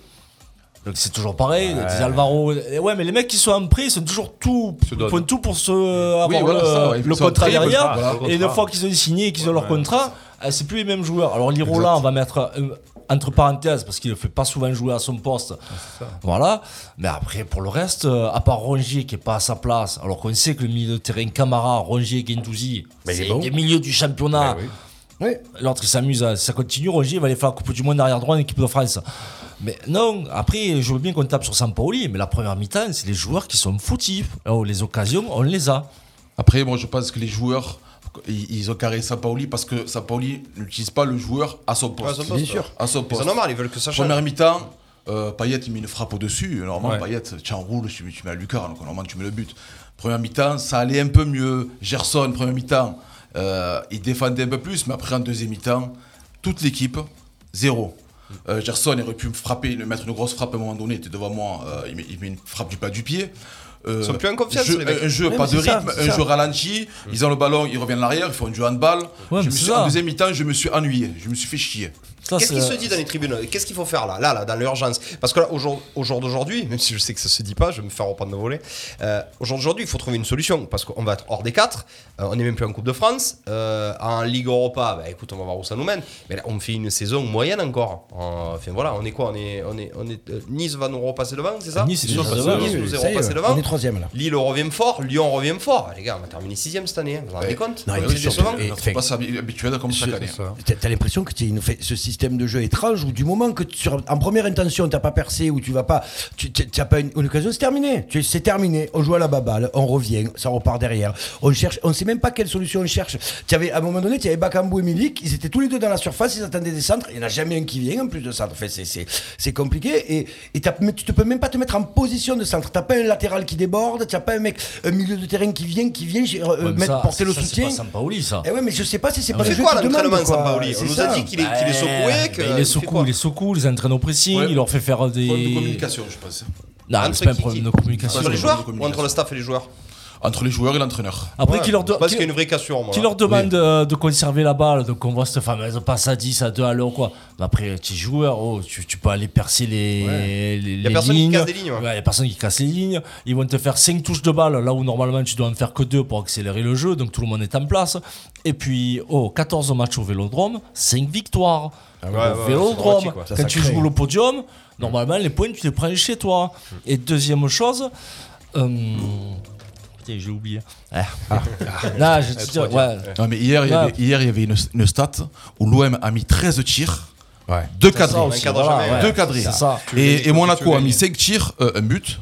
Speaker 9: Donc c'est toujours pareil. Des Alvaro. Et ouais, mais les mecs qui sont en prêt, ils sont toujours tout.
Speaker 7: Se
Speaker 9: Ils
Speaker 7: donnent.
Speaker 9: font tout pour se, euh, avoir
Speaker 11: voilà,
Speaker 9: le,
Speaker 11: ça, ouais. Ils
Speaker 9: le
Speaker 11: sont
Speaker 9: contrat
Speaker 6: Ah,
Speaker 11: prêts, ils veulent
Speaker 9: derrière.
Speaker 11: pas,
Speaker 7: voilà.
Speaker 9: Et une
Speaker 7: Contrat.
Speaker 9: fois qu'ils ont signé et qu'ils ont leur
Speaker 7: Ouais,
Speaker 9: contrat, euh, c'est plus les mêmes joueurs. Alors Lirola, on va mettre euh, entre parenthèses parce qu'il ne fait pas souvent jouer à son poste. Voilà. Mais après, pour le reste, euh, à part Rongier qui n'est pas à sa place, alors qu'on sait que le milieu de terrain Camara, Rongier, Gendouzi, c'est des milieux du championnat.
Speaker 8: Oui.
Speaker 9: L'autre, il s'amuse, à- ça continue. Rongier va aller faire la Coupe du Monde arrière droit en équipe de France. Mais non, après, je veux bien qu'on tape sur Sampaoli, mais la première mi-temps, c'est les joueurs qui sont foutifs. Oh, les occasions, on les a.
Speaker 11: Après, moi, je pense que les joueurs, ils, ils ont carré Sampaoli parce que Sampaoli n'utilise pas le joueur à son poste.
Speaker 6: à son poste, Bien ouais. sûr.
Speaker 11: À son
Speaker 6: Ils
Speaker 9: hein.
Speaker 11: poste.
Speaker 6: en ont marre, ils veulent que ça change.
Speaker 11: Première mi-temps, euh, Payet, il met une frappe au-dessus. Euh, Normalement,
Speaker 7: Ouais.
Speaker 11: Payet, tu enroules, tu, tu mets à Lucarne. donc Normalement, tu mets le but. Première mi-temps, ça allait un peu mieux. Gerson, première mi-temps, euh, il défendait un peu plus. Mais après, en deuxième mi-temps, toute l'équipe, zéro. Euh, Gerson il aurait pu me frapper, le mettre une grosse frappe à un moment donné. Il était devant moi, euh, il, met, il met une frappe du pas du pied. Euh,
Speaker 6: Ils sont plus en confiance,
Speaker 11: jeu-
Speaker 6: les mecs.
Speaker 11: Un jeu,
Speaker 8: Ouais,
Speaker 11: pas
Speaker 8: mais
Speaker 11: de
Speaker 8: c'est ça,
Speaker 11: rythme,
Speaker 8: c'est
Speaker 11: un
Speaker 8: ça.
Speaker 11: jeu ralenti. Ils ont le ballon, ils reviennent l'arrière, ils font un jeu handball.
Speaker 9: Ouais,
Speaker 11: je
Speaker 9: mais
Speaker 11: me
Speaker 9: c'est
Speaker 11: suis,
Speaker 9: ça.
Speaker 11: en deuxième mi-temps, je me suis ennuyé. Je me suis fait chier.
Speaker 9: Ça,
Speaker 6: Qu'est-ce qui
Speaker 9: c'est-
Speaker 6: se dit dans les tribunes Qu'est-ce qu'il faut faire là, là, là dans l'urgence Parce que là, au jour, au jour d'aujourd'hui, même si je sais que ça se dit pas, je vais me faire reprendre de volet. Euh, au jour d'aujourd'hui, il faut trouver une solution parce qu'on va être hors des quatre. euh, on n'est même plus en Coupe de France. euh, en Ligue Europa, bah, écoute, on va voir où ça nous mène. Mais là, on fait une saison moyenne encore. En- Enfin voilà, on est quoi On est, on est, on est. euh, nice va nous repasser devant, c'est ça
Speaker 9: Nice est déjà
Speaker 6: Nice
Speaker 9: devant,
Speaker 8: oui,
Speaker 6: nous est
Speaker 8: ça y est,
Speaker 6: repassé
Speaker 8: ouais.
Speaker 6: devant.
Speaker 8: On est troisième, là.
Speaker 6: Lille revient fort, Lyon revient fort. Ah, Les gars, on va terminer sixième cette année. hein, Vous vous rendez compte
Speaker 8: Non,
Speaker 6: Comme
Speaker 8: et
Speaker 6: c'est
Speaker 8: surtout-
Speaker 6: décevant.
Speaker 8: et-
Speaker 11: On ne pas s'habituer comme chaque année. hein.
Speaker 8: T'as t'as l'impression que tu nous fais ce, sy- système de jeu étrange où du moment que tu- sur- en première intention t'as pas percé ou tu vas pas, tu tu- t'as pas une, une occasion, c'est terminé. Tu- C'est terminé. On joue à la baballe, on revient, ça repart derrière. On cherche, on sait même pas quelle solution on cherche. Tu avais à un moment donné, tu avais Bakambu et Milik, ils étaient tous les deux dans la surface, ils attendaient des centres. Il n'y en a jamais un qui vient en plus de centre. Enfin, c'est- c'est c'est compliqué et, et t'as- mais tu te peux même pas te mettre en position de centre. T'as pas un latéral qui déborde, t'as pas un mec, un milieu de terrain qui vient, qui vient euh,
Speaker 9: Ouais, mais
Speaker 8: mettre-
Speaker 9: ça-
Speaker 8: porter le
Speaker 9: ça, c'est
Speaker 8: soutien.
Speaker 9: pas Sampaoli, ça.
Speaker 8: Eh ouais, mais je sais pas si c'est
Speaker 9: Ah
Speaker 8: pas
Speaker 9: ouais.
Speaker 8: le
Speaker 9: Fait
Speaker 8: jeu
Speaker 9: quoi,
Speaker 8: qui demande,
Speaker 9: l'entraînement de
Speaker 8: quoi.
Speaker 9: Sampaoli
Speaker 8: C'est
Speaker 9: On nous a
Speaker 8: ça.
Speaker 9: dit qu'il est- qu'il est secoué,
Speaker 8: Ouais.
Speaker 9: que- Il les secoue, il les secoue, il les entraîne au pressing, il leur fait faire des.
Speaker 11: Problème de communication, je pense.
Speaker 9: Non, mais c'est pas un problème de communication.
Speaker 6: Sur les joueurs ou entre le staff et les joueurs
Speaker 11: Entre les joueurs et l'entraîneur.
Speaker 9: Après, qui leur,
Speaker 6: je
Speaker 9: do-
Speaker 6: pense
Speaker 9: qui-
Speaker 6: qu'il y a une vraie cassure, moi, hein.
Speaker 9: qui
Speaker 6: là.
Speaker 9: leur demande euh, de conserver la balle, donc on voit cette fameuse passe à 10, à 2 à l'heure, quoi. Mais après, tu es joueur, oh, tu, tu peux aller percer les, les,
Speaker 6: Y a
Speaker 9: les
Speaker 6: personne qui
Speaker 9: lignes.
Speaker 6: casse des lignes, ouais.
Speaker 9: Ouais, y a personne qui casse les lignes. Ils vont te faire 5 touches de balle, là où normalement tu dois en faire que 2 pour accélérer le jeu, donc tout le monde est en place. Et puis, oh, 14 matchs au vélodrome, 5 victoires.
Speaker 6: Ah ouais,
Speaker 9: au
Speaker 6: ouais,
Speaker 9: vélodrome,
Speaker 6: c'est romantique, quoi. Ça,
Speaker 9: quand
Speaker 6: ça
Speaker 9: tu
Speaker 6: crée. Hmm.
Speaker 9: joues le podium, normalement les points tu les prends chez toi. Et deuxième chose, euh, putain, j'ai oublié. Ah. Là, je te dis, ouais.
Speaker 11: Non, mais hier, il y
Speaker 9: Ouais.
Speaker 11: avait, hier, il y avait une, une stat où l'OM a mis 13 tirs. Deux
Speaker 9: C'est ça
Speaker 11: cadrés.
Speaker 9: aussi, Un cadre voilà, jamais, ouais.
Speaker 11: Deux cadrés.
Speaker 9: C'est ça.
Speaker 11: Et, et
Speaker 8: Tu
Speaker 11: Monaco a
Speaker 8: gagnes.
Speaker 11: mis 5 tirs, euh, un but.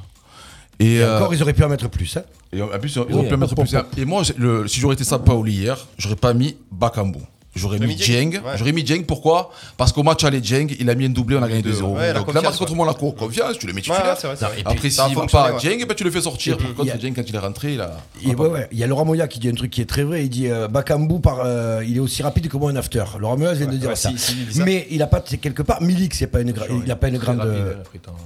Speaker 11: Et,
Speaker 8: Et
Speaker 11: euh, Ah,
Speaker 8: encore, ils auraient pu en mettre plus. hein.
Speaker 11: et en plus, ils ont- ils
Speaker 8: Oui,
Speaker 11: ont pu en mettre
Speaker 8: pop,
Speaker 11: plus. Et moi, j'ai- le- si j'aurais été Sampaoli hier, j'aurais pas mis Bakambu. J'aurais
Speaker 6: T'aurais
Speaker 11: mis
Speaker 6: mis Dieng
Speaker 11: Dieng. J'aurais mis Dieng, pourquoi Parce qu'au match aller Dieng, il a mis un doublé, on a gagné 2-0.
Speaker 6: Ouais, la
Speaker 11: Donc là,
Speaker 6: confiance,
Speaker 11: match contre Monaco, confiance, tu le mets titulaire.
Speaker 6: Ouais, c'est vrai, c'est vrai.
Speaker 11: Après,
Speaker 6: Ça a
Speaker 11: s'il va
Speaker 6: fonctionné,
Speaker 11: pas à
Speaker 6: ouais.
Speaker 11: Dieng, ben, tu le fais sortir.
Speaker 8: Et puis,
Speaker 11: Par
Speaker 8: il y a-
Speaker 11: contre, Dieng, quand il est rentré, il a.
Speaker 8: Et ouais, ouais. Il y a Laurent Moya qui dit un truc qui est très vrai. Il dit euh, Bakambu, par, euh, il est aussi rapide que moi un after. Laurent Moya vient de dire
Speaker 6: ouais,
Speaker 8: ça.
Speaker 6: si, si, bizarre.
Speaker 8: mais il a pas, c'est quelque part, Milik, c'est pas une, gra- il a pas une grande. euh,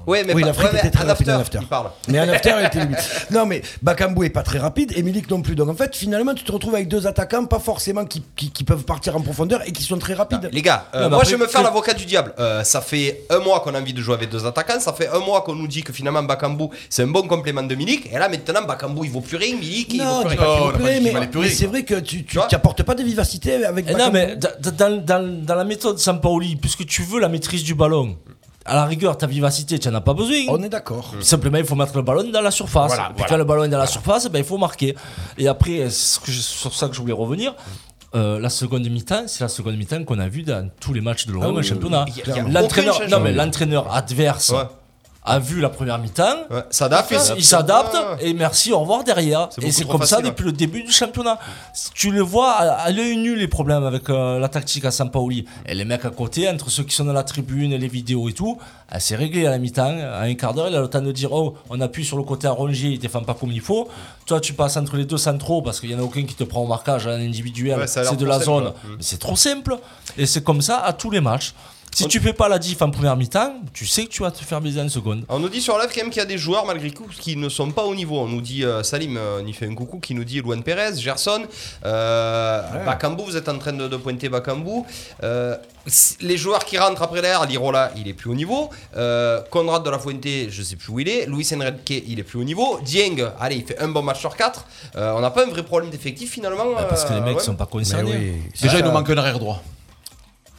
Speaker 6: Ouais, mais
Speaker 8: oui,
Speaker 6: pas-
Speaker 8: l'Afrique
Speaker 6: ouais, mais
Speaker 8: était très
Speaker 6: un
Speaker 8: rapide en after.
Speaker 6: after, il parle.
Speaker 8: Mais un after, il était limite. Non, mais Bakambu est pas très rapide et Milik non plus. Donc en fait, finalement, tu te retrouves avec deux attaquants, pas forcément qui, qui- qui peuvent partir en profondeur et qui sont très rapides.
Speaker 6: Les gars, euh,
Speaker 8: Non, mais
Speaker 6: moi
Speaker 8: après,
Speaker 6: je vais me faire
Speaker 8: que-
Speaker 6: l'avocat du diable. Euh, ça fait un mois qu'on a envie de jouer avec deux attaquants, ça fait un mois qu'on nous dit que finalement Bakambu c'est un bon complément de Milik, et là maintenant Bakambu il vaut plus rien, Milik il
Speaker 8: Non,
Speaker 6: vaut
Speaker 8: tu
Speaker 6: plus
Speaker 8: vas
Speaker 6: rien.
Speaker 8: pas purée, mais, mais c'est vrai que tu tu- tu apportes pas de vivacité avec
Speaker 9: Eh non,
Speaker 8: Bakambu.
Speaker 9: mais da- da- dans, dans- dans la méthode Sampaoli, puisque tu veux la maîtrise du ballon, à la rigueur, ta vivacité, tu n'en as pas besoin.
Speaker 6: Oh
Speaker 8: On est d'accord.
Speaker 9: Simplement, il faut mettre le ballon dans la surface.
Speaker 8: Mhm. Voilà,
Speaker 9: Et puis
Speaker 8: voilà.
Speaker 9: quand le ballon est dans la surface, ben, il faut marquer. Et après, c'est ce que je- sur ça que je voulais revenir. euh, la seconde mi-temps, c'est la seconde mi-temps qu'on a vu dans tous les matchs de l'OM
Speaker 8: Ah oui,
Speaker 9: au championnat.
Speaker 8: y a- y a
Speaker 9: L'entraîneur,
Speaker 8: aucun changement.
Speaker 9: non, mais l'entraîneur adverse
Speaker 6: Ouais.
Speaker 9: a vu la première mi-temps,
Speaker 6: s'adapte.
Speaker 9: il fait- il s'adapte et merci, au revoir derrière.
Speaker 6: Ah. C'est
Speaker 9: et
Speaker 6: beaucoup
Speaker 9: c'est
Speaker 6: trop
Speaker 9: comme ça
Speaker 6: facile, hein.
Speaker 9: depuis le début du championnat. Tu le vois à, à l'œil nu les problèmes avec euh, la tactique à Sampaoli. Et les mecs à côté, entre ceux qui sont dans la tribune et les vidéos et tout, ah, c'est réglé à la mi-temps. À un quart d'heure, il a le temps de dire Oh, on appuie sur le côté à Rongier, il défend pas comme il faut. Toi, tu passes entre les deux centraux parce qu'il y en a aucun qui te prend au marquage en individuel.
Speaker 6: Ouais, ça a l'air
Speaker 9: c'est de
Speaker 6: trop
Speaker 9: la
Speaker 6: simple,
Speaker 9: zone.
Speaker 6: quoi.
Speaker 9: Mais c'est trop simple. Et c'est comme ça à tous les matchs. Si tu fais pas la diff en première mi-temps, tu sais que tu vas te faire baiser en seconde.
Speaker 6: On nous dit sur live quand même qu'il y a des joueurs malgré tout qui ne sont pas au niveau. On nous dit euh, Salim, euh, on y fait un coucou, qui nous dit Luan Perez, Gerson, euh, Bakambu, vous êtes en train de, de pointer Bakambu. Euh, c- les joueurs qui rentrent après l'air, Lirola, il est plus au niveau. Euh, Conrad de la Fuente, je sais plus où il est. Luis Enrique, il est plus au niveau. Dieng, allez, il fait un bon match sur 4. on n'a pas un vrai problème d'effectif finalement.
Speaker 9: Bah, parce que les
Speaker 6: euh,
Speaker 9: mecs
Speaker 6: ouais.
Speaker 9: sont pas concernés.
Speaker 8: Mais oui.
Speaker 11: Déjà,
Speaker 8: Ah,
Speaker 11: il nous
Speaker 8: ça-
Speaker 11: manque un arrière droit.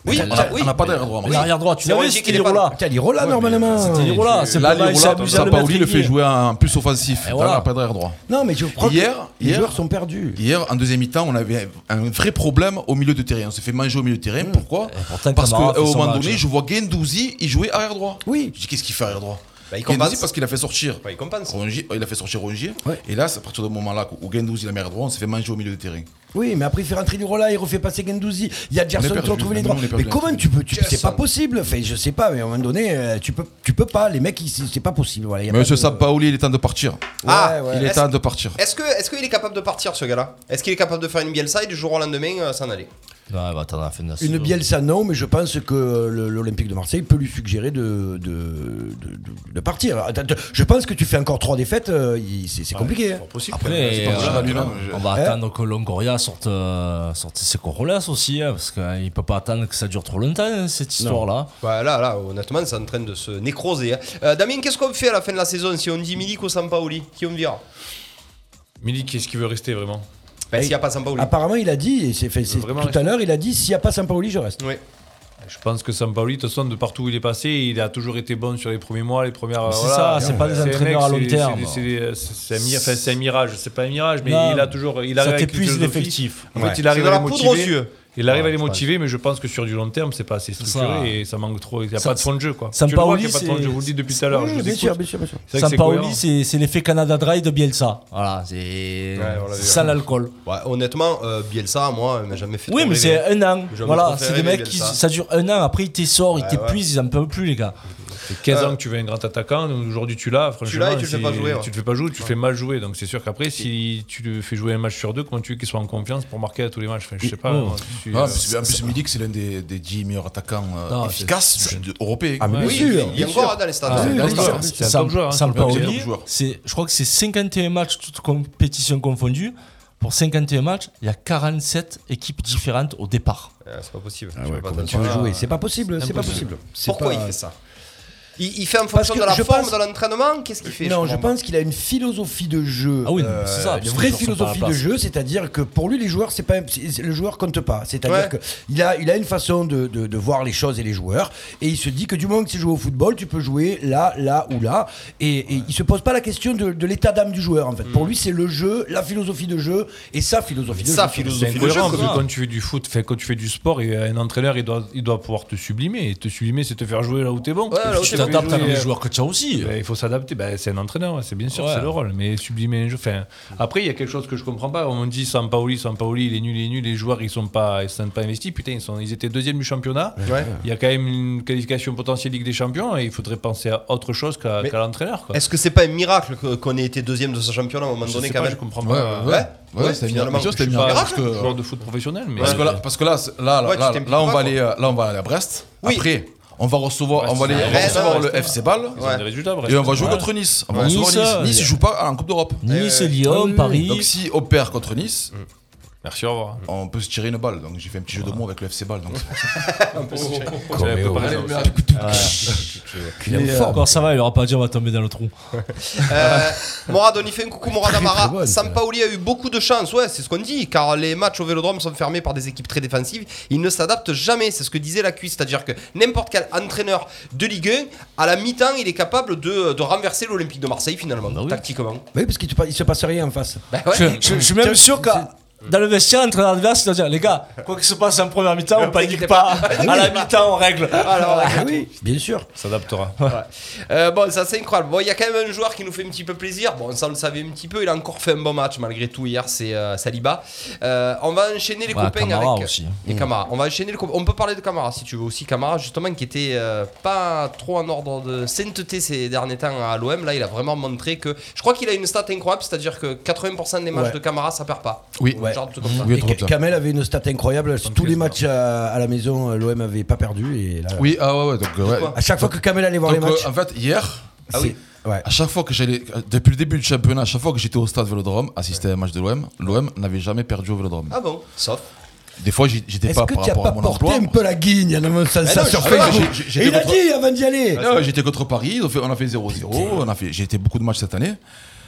Speaker 6: Oui,
Speaker 11: on
Speaker 6: bah
Speaker 11: a-
Speaker 6: oui.
Speaker 11: on n'a pas d'arrière droit.
Speaker 9: Mais L'arrière droit, tu
Speaker 6: C'est
Speaker 9: l'avais,
Speaker 6: Rongier qui
Speaker 9: c'était
Speaker 6: l'est
Speaker 9: Lirola.
Speaker 8: T'as Lirola normalement.
Speaker 9: C'était Lirola, c'est
Speaker 11: Là,
Speaker 9: pas mal, il s'est
Speaker 11: Lirola,
Speaker 9: amusé à le
Speaker 11: Sampaoli
Speaker 9: mettre
Speaker 11: le fait
Speaker 9: ailier.
Speaker 11: jouer en plus offensif. Là,
Speaker 9: voilà.
Speaker 11: on n'a pas d'arrière droit.
Speaker 8: Non, mais je crois
Speaker 11: Hier,
Speaker 8: que les
Speaker 11: hier-
Speaker 8: joueurs sont perdus.
Speaker 11: Hier, en deuxième mi-temps, on avait un vrai problème au milieu de terrain. On s'est fait manger au milieu de terrain. Pourquoi
Speaker 9: pourtant,
Speaker 11: Parce
Speaker 9: Camara fait
Speaker 11: qu'au
Speaker 9: son
Speaker 11: moment
Speaker 9: match.
Speaker 11: donné, je vois Gendouzi, il jouait arrière droit.
Speaker 8: Oui.
Speaker 11: Je dis qu'est-ce qu'il fait arrière droit
Speaker 6: Bah, il
Speaker 11: Guendouzi,
Speaker 6: compense.
Speaker 11: parce qu'il a fait sortir.
Speaker 6: Ouais, il compense.
Speaker 11: Rongier- oh, il a fait sortir Rongier.
Speaker 8: Ouais.
Speaker 11: Et là, c'est à partir du moment là où Gendouzi l'a mis arrière droit, on s'est fait manger au milieu de terrain.
Speaker 8: Oui, mais après il fait rentrer Lirola, il refait passer Gendouzi. Il y a Gerson
Speaker 11: perdu,
Speaker 8: qui retrouve les
Speaker 11: maintenant,
Speaker 8: droits.
Speaker 11: on est perdu.
Speaker 8: Mais comment tu peux tu- C'est
Speaker 6: Gerson.
Speaker 8: pas possible. Enfin, je sais pas, mais à un moment donné, euh, tu peux, tu peux pas. Les mecs, ils- c'est c'est pas possible. Voilà, il y a pas
Speaker 11: Monsieur
Speaker 8: de- Euh,
Speaker 11: Sampaoli, il est temps de partir.
Speaker 6: Ah,
Speaker 8: ouais.
Speaker 11: Il est
Speaker 6: Est-ce-
Speaker 11: temps de partir.
Speaker 6: Est-ce que est-ce qu'il est capable de partir ce gars-là Est-ce qu'il est capable de faire une Bielsa et du jour au lendemain euh, s'en aller
Speaker 9: Ouais, bah, t'en as fait
Speaker 8: Une Bielsa, non, mais je pense que le- l'Olympique de Marseille peut lui suggérer de, de, de- de- de partir. Attends, attends, Je pense que tu fais encore trois défaites, euh, il- c'est c'est compliqué. hein.
Speaker 9: Après,
Speaker 11: pas
Speaker 9: euh,
Speaker 11: possible,
Speaker 9: on-
Speaker 11: Milan, je-
Speaker 9: on va
Speaker 8: Eh
Speaker 9: attendre que Longoria sorte, euh, sorte ses corollaires aussi, hein, parce qu'il peut pas attendre que ça dure trop longtemps, hein, cette histoire-là.
Speaker 6: Bah là, là, honnêtement, c'est en train de se nécroser. hein. Euh, Damien, qu'est-ce qu'on fait à la fin de la saison si on dit Milik ou Sampaoli Qui on vire
Speaker 7: Milik, est-ce qu'il veut rester vraiment
Speaker 6: Ben, s'il n'y a pas Sampaoli.
Speaker 8: Apparemment, il a dit, et c'est fait- c'est-
Speaker 7: Vraiment
Speaker 8: tout à l'heure, il a dit s'il n'y a pas Sampaoli, je reste.
Speaker 6: Ouais.
Speaker 7: Je pense que Sampaoli, de toute façon, de partout où il est passé, il a toujours été bon sur les premiers mois, les premières.
Speaker 9: C'est
Speaker 7: voilà.
Speaker 9: ça, c'est pas des
Speaker 7: un
Speaker 9: entraîneurs
Speaker 7: mec,
Speaker 9: à long
Speaker 7: c'est-
Speaker 9: terme.
Speaker 7: c'est des- C'est c'est un, mi- enfin, c'est un mirage, c'est pas un mirage, mais
Speaker 9: Non,
Speaker 7: il a toujours. Il
Speaker 9: ça
Speaker 7: arrive avec une
Speaker 9: t'épuise
Speaker 7: philosophie.
Speaker 9: l'effectif.
Speaker 7: En
Speaker 6: Ouais.
Speaker 7: fait, il
Speaker 6: C'est
Speaker 7: arrive
Speaker 6: de
Speaker 7: à
Speaker 6: la
Speaker 7: les
Speaker 6: poudre
Speaker 7: motiver.
Speaker 6: aux yeux.
Speaker 7: Il arrive à
Speaker 9: Ouais,
Speaker 7: les
Speaker 9: je pense.
Speaker 7: motiver, mais je pense que sur du long terme, c'est pas assez structuré
Speaker 9: Ça.
Speaker 7: et ça manque trop. Il n'y a
Speaker 9: Sam-
Speaker 7: pas de fond de jeu, quoi.
Speaker 9: Sampaoli,
Speaker 7: Tu le vois qu'il y a pas de fond de
Speaker 9: c'est-
Speaker 7: jeu, je vous le dis depuis tout à l'heure.
Speaker 9: Oui,
Speaker 7: je vous
Speaker 9: bien
Speaker 7: écoute.
Speaker 9: sûr, bien sûr, bien sûr.
Speaker 7: C'est vrai que c'est
Speaker 9: Sampaoli,
Speaker 7: cohérent.
Speaker 9: c'est c'est l'effet Canada Dry de Bielsa. Voilà, c'est c'est ça l'alcool.
Speaker 6: Ouais, honnêtement, euh, Bielsa, moi, elle m'a jamais fait
Speaker 9: Oui,
Speaker 6: trop
Speaker 9: mais c'est
Speaker 8: euh,
Speaker 6: rêver.
Speaker 9: un an.
Speaker 6: Jamais
Speaker 9: Voilà,
Speaker 6: trop fait
Speaker 9: c'est des
Speaker 6: rêver,
Speaker 9: mecs qui
Speaker 6: Bielsa.
Speaker 9: ça dure un an. Après, ils t'essorent, ils
Speaker 6: Ouais,
Speaker 9: t'épuisent, ils en peuvent plus, les gars.
Speaker 7: C'est 15 ans que tu veux un grand attaquant, donc aujourd'hui tu l'as, franchement.
Speaker 6: l'as et Euh, tu le fais
Speaker 7: si-
Speaker 6: pas jouer, ouais.
Speaker 7: Tu le fais pas jouer, tu le fais mal jouer. Donc c'est sûr qu'après, si tu le fais jouer un match sur deux, comment tu veux qu'il soit en confiance pour marquer à tous les matchs Enfin, Je sais pas.
Speaker 9: Oh.
Speaker 7: moi, je suis,
Speaker 11: Non,
Speaker 7: euh,
Speaker 11: puis Ah, c'est- en plus, il me dit que c'est l'un des, des 10 meilleurs attaquants euh,
Speaker 9: Non, c'est-
Speaker 11: efficaces de- européens.
Speaker 8: Ah, mais bien
Speaker 7: Ouais,
Speaker 6: Oui,
Speaker 8: sûr.
Speaker 6: il y a
Speaker 8: bien
Speaker 6: encore
Speaker 8: sûr.
Speaker 6: hein, dans les stades.
Speaker 11: Ah,
Speaker 6: Ouais.
Speaker 11: oui,
Speaker 6: Dans les
Speaker 11: bien
Speaker 6: stades.
Speaker 11: sûr.
Speaker 7: C'est un top joueur, hein,
Speaker 9: Sam
Speaker 7: Sampaoli.
Speaker 9: Paoli,
Speaker 11: C'est un top joueur.
Speaker 9: c'est- je crois que c'est 51 matchs, toutes com- compétitions confondues. Pour 51 matchs, il y a 47 équipes différentes au départ.
Speaker 6: Euh, C'est pas possible.
Speaker 8: Ah
Speaker 6: Tu
Speaker 8: ouais,
Speaker 6: peux pas
Speaker 8: comment tu
Speaker 6: t'attendre
Speaker 8: veux
Speaker 6: à-
Speaker 8: jouer C'est pas possible, c'est pas
Speaker 7: impossible.
Speaker 8: possible. C'est
Speaker 6: Pourquoi
Speaker 8: pas-
Speaker 6: il fait ça il, il fait en fonction
Speaker 8: que
Speaker 6: de la
Speaker 8: je
Speaker 6: forme
Speaker 8: pense-
Speaker 6: de l'entraînement Qu'est-ce qu'il fait
Speaker 8: Non, je
Speaker 6: comprends
Speaker 8: pense qu'il a une philosophie de jeu.
Speaker 9: Ah oui, non,
Speaker 8: euh,
Speaker 9: mais c'est ça.
Speaker 8: une
Speaker 9: les
Speaker 8: vraie
Speaker 9: joueurs sont pas à la
Speaker 8: philosophie de
Speaker 9: place.
Speaker 8: jeu, c'est-à-dire que pour lui, les joueurs, c'est pas un- c'est- le joueur compte pas. C'est-à-dire
Speaker 6: Ouais.
Speaker 8: qu'il a, il a une façon de, de- de voir les choses et les joueurs, et il se dit que du moment que tu joues au football, tu peux jouer là, là ou là, et, et il se pose pas la question de, de l'état d'âme du joueur. En fait, pour lui, c'est le jeu, la philosophie de jeu et sa philosophie de
Speaker 6: Hmm. Sa
Speaker 8: jeu.
Speaker 6: philosophie de
Speaker 7: C'est
Speaker 6: jeu,
Speaker 7: incohérent, parce
Speaker 6: quoi.
Speaker 7: que quand tu fais du foot, fait, quand tu fais du sport, et un entraîneur, il doit, il doit pouvoir te sublimer. Et te sublimer, c'est te faire jouer là où t'es bon.
Speaker 6: Ouais, là où
Speaker 9: Tu
Speaker 6: t'es bon.
Speaker 9: t'adaptes avec
Speaker 7: jouer,
Speaker 9: les
Speaker 7: euh,
Speaker 9: joueurs que tu as aussi.
Speaker 7: Ben, il faut s'adapter. Ben, c'est un entraîneur, ouais, c'est bien sûr,
Speaker 9: Ouais.
Speaker 7: c'est le rôle. Mais sublimer un jeu. Enfin, après, il y a quelque chose que je comprends pas. On dit Sampaoli, Sampaoli, il est nul, il est nul. Les joueurs, ils sont pas, ils sont pas investis. Putain, ils, sont, ils étaient deuxième du championnat.
Speaker 6: Ouais.
Speaker 7: Il y a quand même une qualification potentielle Ligue des Champions et il faudrait penser à autre chose qu'à
Speaker 6: Mais
Speaker 7: qu'à l'entraîneur. quoi.
Speaker 6: Est-ce que c'est pas un miracle que- qu'on ait été deuxième de ce championnat à un moment
Speaker 7: Je
Speaker 6: donné
Speaker 7: sais
Speaker 6: quand
Speaker 7: pas,
Speaker 6: même
Speaker 7: je comprends
Speaker 11: Ouais,
Speaker 7: pas.
Speaker 11: ouais, ouais. Ouais,
Speaker 6: Ouais,
Speaker 11: c'était bien.
Speaker 6: finalement,
Speaker 11: bien sûr,
Speaker 6: je
Speaker 11: c'était
Speaker 7: Je suis
Speaker 11: bien.
Speaker 7: pas
Speaker 11: Parce que,
Speaker 7: joueur de foot professionnel, mais
Speaker 11: parce que là, parce que là, c'est- là, là,
Speaker 6: Ouais, tu
Speaker 11: là,
Speaker 6: t'impliques
Speaker 11: là,
Speaker 6: pas,
Speaker 11: on va
Speaker 6: quoi.
Speaker 11: aller, euh, là, on va aller à Brest.
Speaker 6: Oui.
Speaker 11: Après, on va recevoir, on va aller
Speaker 7: Brest,
Speaker 6: Brest,
Speaker 11: recevoir
Speaker 6: Brest,
Speaker 11: le FC Ball.
Speaker 7: ils ont des résultats. Brest.
Speaker 11: Et on va jouer
Speaker 7: Ouais.
Speaker 11: contre Nice. On va
Speaker 9: Ouais.
Speaker 11: recevoir
Speaker 9: Nice,
Speaker 11: Nice.
Speaker 9: euh,
Speaker 11: Nice, ils jouent pas en Coupe d'Europe.
Speaker 9: Nice,
Speaker 8: Ah
Speaker 9: Lyon,
Speaker 8: oui, oui.
Speaker 9: Paris.
Speaker 11: Donc si on perd contre Nice,
Speaker 7: Merci, au revoir.
Speaker 11: on peut se tirer une balle. Donc j'ai fait un petit jeu de mots avec le FC Ball. Donc
Speaker 7: Oh, J'avais préparé ça aussi.
Speaker 8: Mais,
Speaker 9: Mais,
Speaker 8: euh,
Speaker 9: euh, Encore ça va, il aura pas dit on va tomber dans le trou.
Speaker 6: Euh, Morad, on y fait un coucou Morad
Speaker 8: très
Speaker 6: Amara.
Speaker 8: bonne,
Speaker 6: Sampaoli a eu beaucoup de chance, ouais, c'est ce qu'on dit, car les matchs au Vélodrome sont fermés par des équipes très défensives. Il ne s'adapte jamais, c'est ce que disait la cuisse, c'est-à-dire que n'importe quel entraîneur de Ligue 1, à la mi-temps, il est capable de, de renverser l'Olympique de Marseille finalement, tactiquement.
Speaker 8: Bah Oui, parce qu'il te pa- il se passe rien en face.
Speaker 6: Bah,
Speaker 9: Je, je- je suis même sûr que dans le vestiaire, entre adverse, ils vont dire les gars, quoi que se passe en première mi-temps, on panique pas. À la mi-temps, on règle.
Speaker 6: Alors,
Speaker 8: Ah oui, bien sûr.
Speaker 7: S'adaptera.
Speaker 6: euh, bon, ça c'est incroyable. Bon, il y a quand même un joueur qui nous fait un petit peu plaisir. Bon, ça on le savait un petit peu, il a encore fait un bon match malgré tout hier, c'est euh, Saliba. Euh, on va enchaîner les
Speaker 9: Ouais,
Speaker 6: copains
Speaker 9: Camara
Speaker 6: avec.
Speaker 9: aussi. Mm.
Speaker 6: Et Camara. On va enchaîner les copains. On peut parler de Camara si tu veux aussi. Camara, justement, qui était euh, pas trop en ordre de sainteté ces derniers temps à l'OM. Là, il a vraiment montré que. Je crois qu'il a une stat incroyable, c'est-à-dire que 80% des matchs
Speaker 8: Ouais.
Speaker 6: de Camara, ça perd pas.
Speaker 11: Oui.
Speaker 6: Un genre de truc comme ça.
Speaker 11: Oui,
Speaker 8: Et
Speaker 11: trop
Speaker 8: Ka-
Speaker 11: bien.
Speaker 8: Kamel avait une stat incroyable. Tous les matchs à, à la maison, l'OM avait pas perdu. Et là,
Speaker 11: oui, ah ouais, ouais, donc, euh, ouais.
Speaker 8: à chaque fois que Kamel allait voir
Speaker 11: Donc,
Speaker 8: les
Speaker 11: euh,
Speaker 8: matchs,
Speaker 11: en fait, hier,
Speaker 6: ah oui.
Speaker 8: c'est- ouais.
Speaker 11: à chaque fois que j'allais, depuis le début du championnat, à chaque fois que j'étais au stade Vélodrome, assister à un match de l'OM, l'OM n'avait jamais perdu au Vélodrome.
Speaker 6: Ah bon, sauf.
Speaker 11: Des fois, j'y- j'étais
Speaker 8: Est-ce
Speaker 11: pas
Speaker 8: que
Speaker 11: par
Speaker 8: tu as
Speaker 11: rapport à
Speaker 8: pas
Speaker 11: mon
Speaker 8: porté
Speaker 11: emploi.
Speaker 8: un peu la guigne dans mon sens
Speaker 6: non,
Speaker 8: sur
Speaker 6: je- ah,
Speaker 8: Facebook
Speaker 11: j'ai- j'ai-
Speaker 8: Et il a
Speaker 11: j'ai-
Speaker 8: dit avant d'y aller
Speaker 11: Ah, Non, j'étais contre Paris, on a fait- on a fait 0-0, on a fait, j'ai été beaucoup de matchs cette année.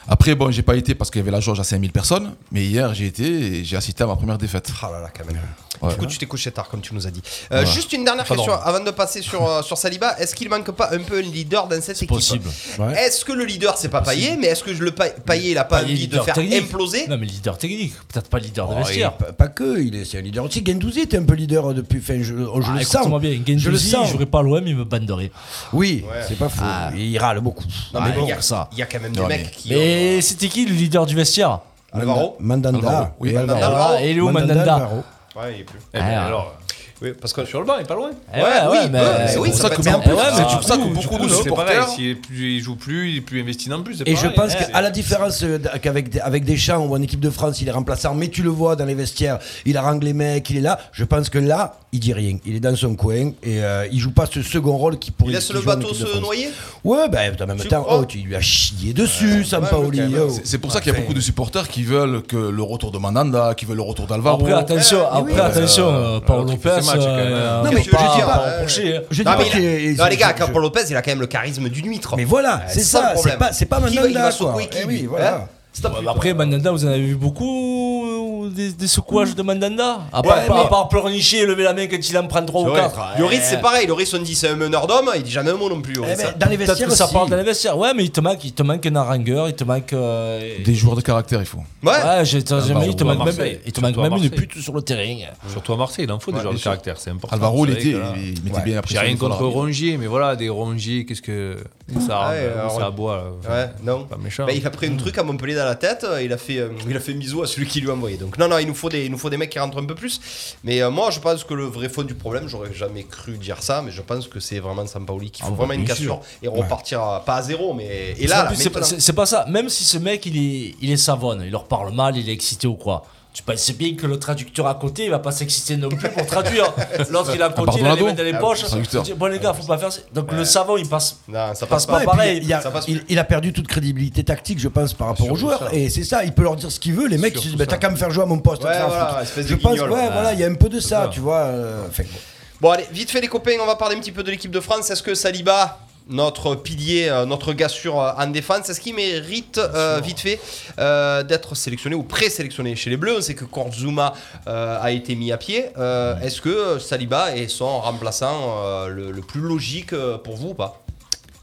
Speaker 11: Après, bon, j'ai pas été parce qu'il y avait la jauge à 5000 personnes, mais hier, j'ai été et j'ai assisté à ma première défaite.
Speaker 6: Ah là là, quand même.
Speaker 11: Ouais.
Speaker 6: Du coup, tu t'es couché tard, comme tu nous as dit. Euh, Juste une dernière
Speaker 7: Pas
Speaker 6: question
Speaker 7: dormi.
Speaker 6: avant de passer sur, euh, sur Saliba. Est-ce qu'il manque pas un peu un leader dans cette équipe
Speaker 9: possible.
Speaker 8: Ouais.
Speaker 6: Est-ce que le leader, c'est pas Payet Mais est-ce que le Pa- Payet, il a pas
Speaker 9: Payet,
Speaker 6: envie de
Speaker 9: leader
Speaker 6: faire
Speaker 9: technique.
Speaker 6: imploser
Speaker 9: Non, mais leader technique, peut-être pas leader de
Speaker 8: Oh, il est
Speaker 9: vestiaire.
Speaker 8: pas, pas que, il est, c'est un leader aussi. Gendouzi était un peu leader depuis. Enfin, je, oh, je
Speaker 9: Ah,
Speaker 8: le
Speaker 9: écoute-moi
Speaker 8: sens.
Speaker 9: bien,
Speaker 8: je le
Speaker 9: Guendouzi,
Speaker 8: sens.
Speaker 9: il jouerait pas à l'OM, il me banderait.
Speaker 8: Oui, c'est pas fou.
Speaker 11: Ah.
Speaker 8: Il râle beaucoup.
Speaker 6: Non, mais
Speaker 9: Ah,
Speaker 6: il y, a-
Speaker 9: pour ça.
Speaker 6: il y a quand même des
Speaker 11: Non,
Speaker 6: mecs
Speaker 11: mais-
Speaker 6: qui. ont-
Speaker 9: Mais c'était qui le leader du vestiaire
Speaker 6: Alvaro
Speaker 8: Mandanda.
Speaker 11: Alvaro, oui,
Speaker 8: Et
Speaker 9: Ah,
Speaker 6: Mandanda. Alvaro.
Speaker 9: Et il est où Mandanda
Speaker 8: Alvaro.
Speaker 6: Ouais, il est plus.
Speaker 7: Eh ben,
Speaker 9: Ah.
Speaker 7: alors,
Speaker 6: Oui, parce que.
Speaker 7: sur le banc, il est pas loin.
Speaker 9: Eh ouais,
Speaker 6: oui,
Speaker 9: ouais, mais-
Speaker 6: ouais,
Speaker 11: C'est
Speaker 6: oui,
Speaker 11: pour
Speaker 6: ça
Speaker 11: ça
Speaker 6: peut
Speaker 11: que
Speaker 6: être
Speaker 11: beaucoup-
Speaker 9: sympa.
Speaker 11: c'est
Speaker 9: Ah,
Speaker 11: pour ça que
Speaker 9: oui,
Speaker 11: beaucoup
Speaker 7: Nous,
Speaker 11: de
Speaker 7: c'est pareil.
Speaker 11: supporters.
Speaker 7: S'il est plus- il joue plus, il est plus investi non plus. c'est
Speaker 8: Et je
Speaker 7: pareil.
Speaker 8: pense
Speaker 7: Eh,
Speaker 8: qu'à la différence euh, d- qu'avec des- avec Deschamps ou en équipe de France, il est remplaçant, mais tu le vois dans les vestiaires, il arrange les mecs, il est là. Je pense que là, il dit rien. Il est dans son coin et euh, il joue pas ce second rôle qui pourrait.
Speaker 6: Il laisse
Speaker 8: qu'il
Speaker 6: le
Speaker 8: joue en
Speaker 6: bateau
Speaker 8: équipe de
Speaker 6: se
Speaker 8: France.
Speaker 6: noyer
Speaker 8: Ouais, ben en même
Speaker 6: Tu
Speaker 8: temps,
Speaker 6: crois
Speaker 8: oh, tu lui as chié dessus, Sampaoli.
Speaker 6: ouais, mais
Speaker 8: oh.
Speaker 11: C'est- C'est pour ça qu'il y a
Speaker 8: Enfin,
Speaker 11: beaucoup de supporters qui veulent que le retour de Mandanda, qui veulent le retour d'Alvaro.
Speaker 9: Après, attention, après, attention, euh, Paul
Speaker 7: l'autre qui
Speaker 9: Lopez.
Speaker 7: fait ses matchs, quand même.
Speaker 9: euh,
Speaker 8: Non,
Speaker 9: on
Speaker 8: mais
Speaker 9: peut
Speaker 8: je
Speaker 6: veux
Speaker 9: pas-
Speaker 6: dire,
Speaker 9: pas
Speaker 6: euh,
Speaker 9: reprocher, hein.
Speaker 8: Je dis
Speaker 6: Non,
Speaker 8: pas
Speaker 6: mais il a-
Speaker 8: qu'il-
Speaker 6: non, les gars,
Speaker 8: je-
Speaker 6: Capo Lopez, il a quand même le charisme du huître.
Speaker 8: Mais voilà, c'est
Speaker 6: ça le
Speaker 8: ça,
Speaker 6: problème.
Speaker 8: c'est pas, c'est pas
Speaker 6: Qui hein va- il
Speaker 8: Mandanda.
Speaker 6: va
Speaker 8: quoi.
Speaker 6: secouer qui,
Speaker 8: Eh
Speaker 6: lui
Speaker 9: Euh,
Speaker 8: oui, voilà.
Speaker 6: Hein Stop.
Speaker 9: Ouais, bah Après, Mandanda, vous en avez vu beaucoup des, des secouages de mandanda à part,
Speaker 6: Ouais,
Speaker 9: à part-
Speaker 6: mais-
Speaker 9: à part pleurnicher et lever la main quand il en prend 3 ou
Speaker 6: Ouais.
Speaker 9: 4
Speaker 6: Lloris, c'est pareil. Lloris, on dit c'est un meneur d'homme, il dit jamais un mot non plus.
Speaker 8: Eh ben,
Speaker 6: Lloris, hein.
Speaker 9: Peut-être que ça parle dans les vestiaires. Ouais, mais il te manque, il te manque un harangueur, il te manque. euh,
Speaker 11: Des joueurs de caractère, il faut.
Speaker 6: Ouais.
Speaker 9: Ouais, j'ai- j'ai-
Speaker 7: Alvaro
Speaker 9: il te
Speaker 7: à
Speaker 9: manque même,
Speaker 7: Marseille.
Speaker 9: il te manque
Speaker 7: Surtout à
Speaker 9: même une
Speaker 7: Marseille.
Speaker 9: pute sur le terrain.
Speaker 7: Surtout à Marseille, il en faut des joueurs de caractère, c'est important.
Speaker 11: Alvaro, il,
Speaker 7: C'est vrai
Speaker 11: était,
Speaker 7: que là-
Speaker 11: il mettait bien
Speaker 7: J'ai
Speaker 11: la pression.
Speaker 7: rien
Speaker 11: des fois,
Speaker 7: contre
Speaker 11: l'arbitre.
Speaker 7: Rongier, mais voilà, des Rongier, qu'est-ce que ça,
Speaker 6: Ah ouais,
Speaker 7: euh,
Speaker 6: alors-
Speaker 7: ça aboie là. Enfin,
Speaker 6: Ouais, non.
Speaker 7: Pas méchant.
Speaker 6: Bah, il a pris un truc à Montpellier dans la tête, euh, il a fait, euh, il a fait miso à celui qui lui a envoyé. Donc non, non, il nous faut des, il nous faut des mecs qui rentrent un peu plus. Mais euh, moi, je pense que le vrai fond du problème, j'aurais jamais cru dire ça, mais je pense que c'est vraiment Sampaoli
Speaker 9: Ah,
Speaker 6: qu'il faut vraiment une cassure et repartir à- pas à zéro, mais et là,
Speaker 9: bah, En
Speaker 6: la
Speaker 9: plus, c'est pas,
Speaker 6: méthode-
Speaker 9: c'est- c'est pas ça. Même si ce mec, il est, il est savonne, il leur parle mal, il est excité ou quoi. Tu penses bien que le traducteur à côté, il va pas s'exciter non plus pour traduire. L'autre, il est à côté, il a les
Speaker 11: Bardonado
Speaker 9: mains dans les
Speaker 11: Ah,
Speaker 9: poches.
Speaker 11: le traducteur.
Speaker 9: Il dit, bon, les gars, faut pas faire ça. Donc, le savon, il passe.
Speaker 6: non, ça passe
Speaker 9: passe pas.
Speaker 6: pas.
Speaker 8: Ouais, et puis,
Speaker 9: pareil,
Speaker 8: il, y a-
Speaker 6: ça passe
Speaker 8: il- il a perdu toute crédibilité tactique, je pense, par rapport aux joueurs. Et c'est ça, il peut leur dire ce qu'il veut. Les mecs, ils se disent, bah, t'as qu'à me faire jouer à mon poste.
Speaker 6: Ouais,
Speaker 8: t'as qu'à
Speaker 6: voilà,
Speaker 8: foutre.
Speaker 6: espèce de
Speaker 8: je pense, ouais,
Speaker 6: guignol.
Speaker 8: voilà, il y a un peu de ça, tu vois. euh, enfin, bon.
Speaker 6: Bon, allez, vite fait les copains, on va parler un petit peu de l'équipe de France. Est-ce que Saliba, notre pilier, euh, notre gars sûr euh, en défense, est-ce qu'il mérite euh, vite fait euh, d'être sélectionné ou présélectionné chez les Bleus On sait que Korzuma euh, a été mis à pied. Euh, Est-ce que Saliba est son remplaçant euh, le, le plus logique euh, pour vous ou pas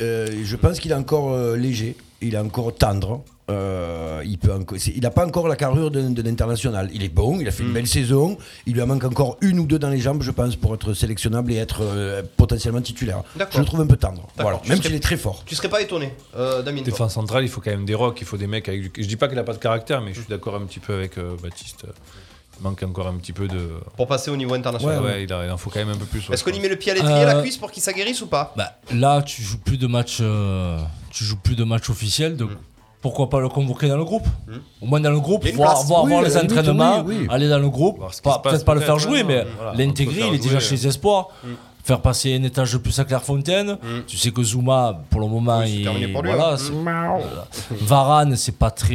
Speaker 8: Euh, je pense qu'il est encore euh, léger, il est encore tendre. euh, il peut enco- c'est- il n'a pas encore la carrure de, de l'international. Il est bon, il a fait
Speaker 6: Mm.
Speaker 8: une belle saison. Il lui en manque encore une ou deux dans les jambes, je pense, pour être sélectionnable et être euh, potentiellement titulaire.
Speaker 6: D'accord.
Speaker 8: Je le trouve un peu tendre.
Speaker 6: D'accord.
Speaker 8: Voilà.
Speaker 6: Tu
Speaker 8: Même
Speaker 6: serais-
Speaker 8: s'il est très fort.
Speaker 6: Tu serais pas étonné, euh, Damien toi
Speaker 7: Défense centrale, il faut quand même des rocks, il faut des mecs avec du. Je dis pas qu'il a pas de caractère, mais je suis d'accord un petit peu avec euh, Baptiste. Il manque encore un petit peu de.
Speaker 6: Pour passer au niveau international.
Speaker 7: Ouais, il, a- il en faut quand même un peu plus. ouais,
Speaker 6: Est-ce qu'on y
Speaker 7: je
Speaker 6: met le pied à l'étrier, la
Speaker 9: Euh,
Speaker 6: cuisse pour qu'il s'aguerrisse ou pas
Speaker 9: Bah, là, tu joues plus de match, euh, tu joues plus de match officiel. Donc, pourquoi pas le convoquer dans le groupe Au moins dans le groupe,
Speaker 6: Mm. Il y a une
Speaker 9: voir,
Speaker 6: place.
Speaker 9: voir,
Speaker 8: Oui,
Speaker 9: voir
Speaker 8: à
Speaker 9: les
Speaker 8: la limite,
Speaker 9: entraînements,
Speaker 8: oui, oui.
Speaker 9: aller dans le groupe,
Speaker 7: Voir ce qui
Speaker 9: pas-
Speaker 7: se passe,
Speaker 9: peut-être pas le faire
Speaker 7: peut-être,
Speaker 9: jouer,
Speaker 7: hein,
Speaker 9: mais
Speaker 7: voilà.
Speaker 9: l'intégrer.
Speaker 7: Faut
Speaker 9: Il est
Speaker 7: faire
Speaker 9: déjà
Speaker 7: jouer.
Speaker 9: chez les espoirs.
Speaker 6: Mm.
Speaker 9: Faire passer un étage de plus à Clairefontaine. Tu sais que Zuma, pour le moment,
Speaker 6: Oui, c'est terminé
Speaker 9: il,
Speaker 6: pour lui,
Speaker 9: voilà,
Speaker 6: hein.
Speaker 9: c'est- Varane, c'est pas très,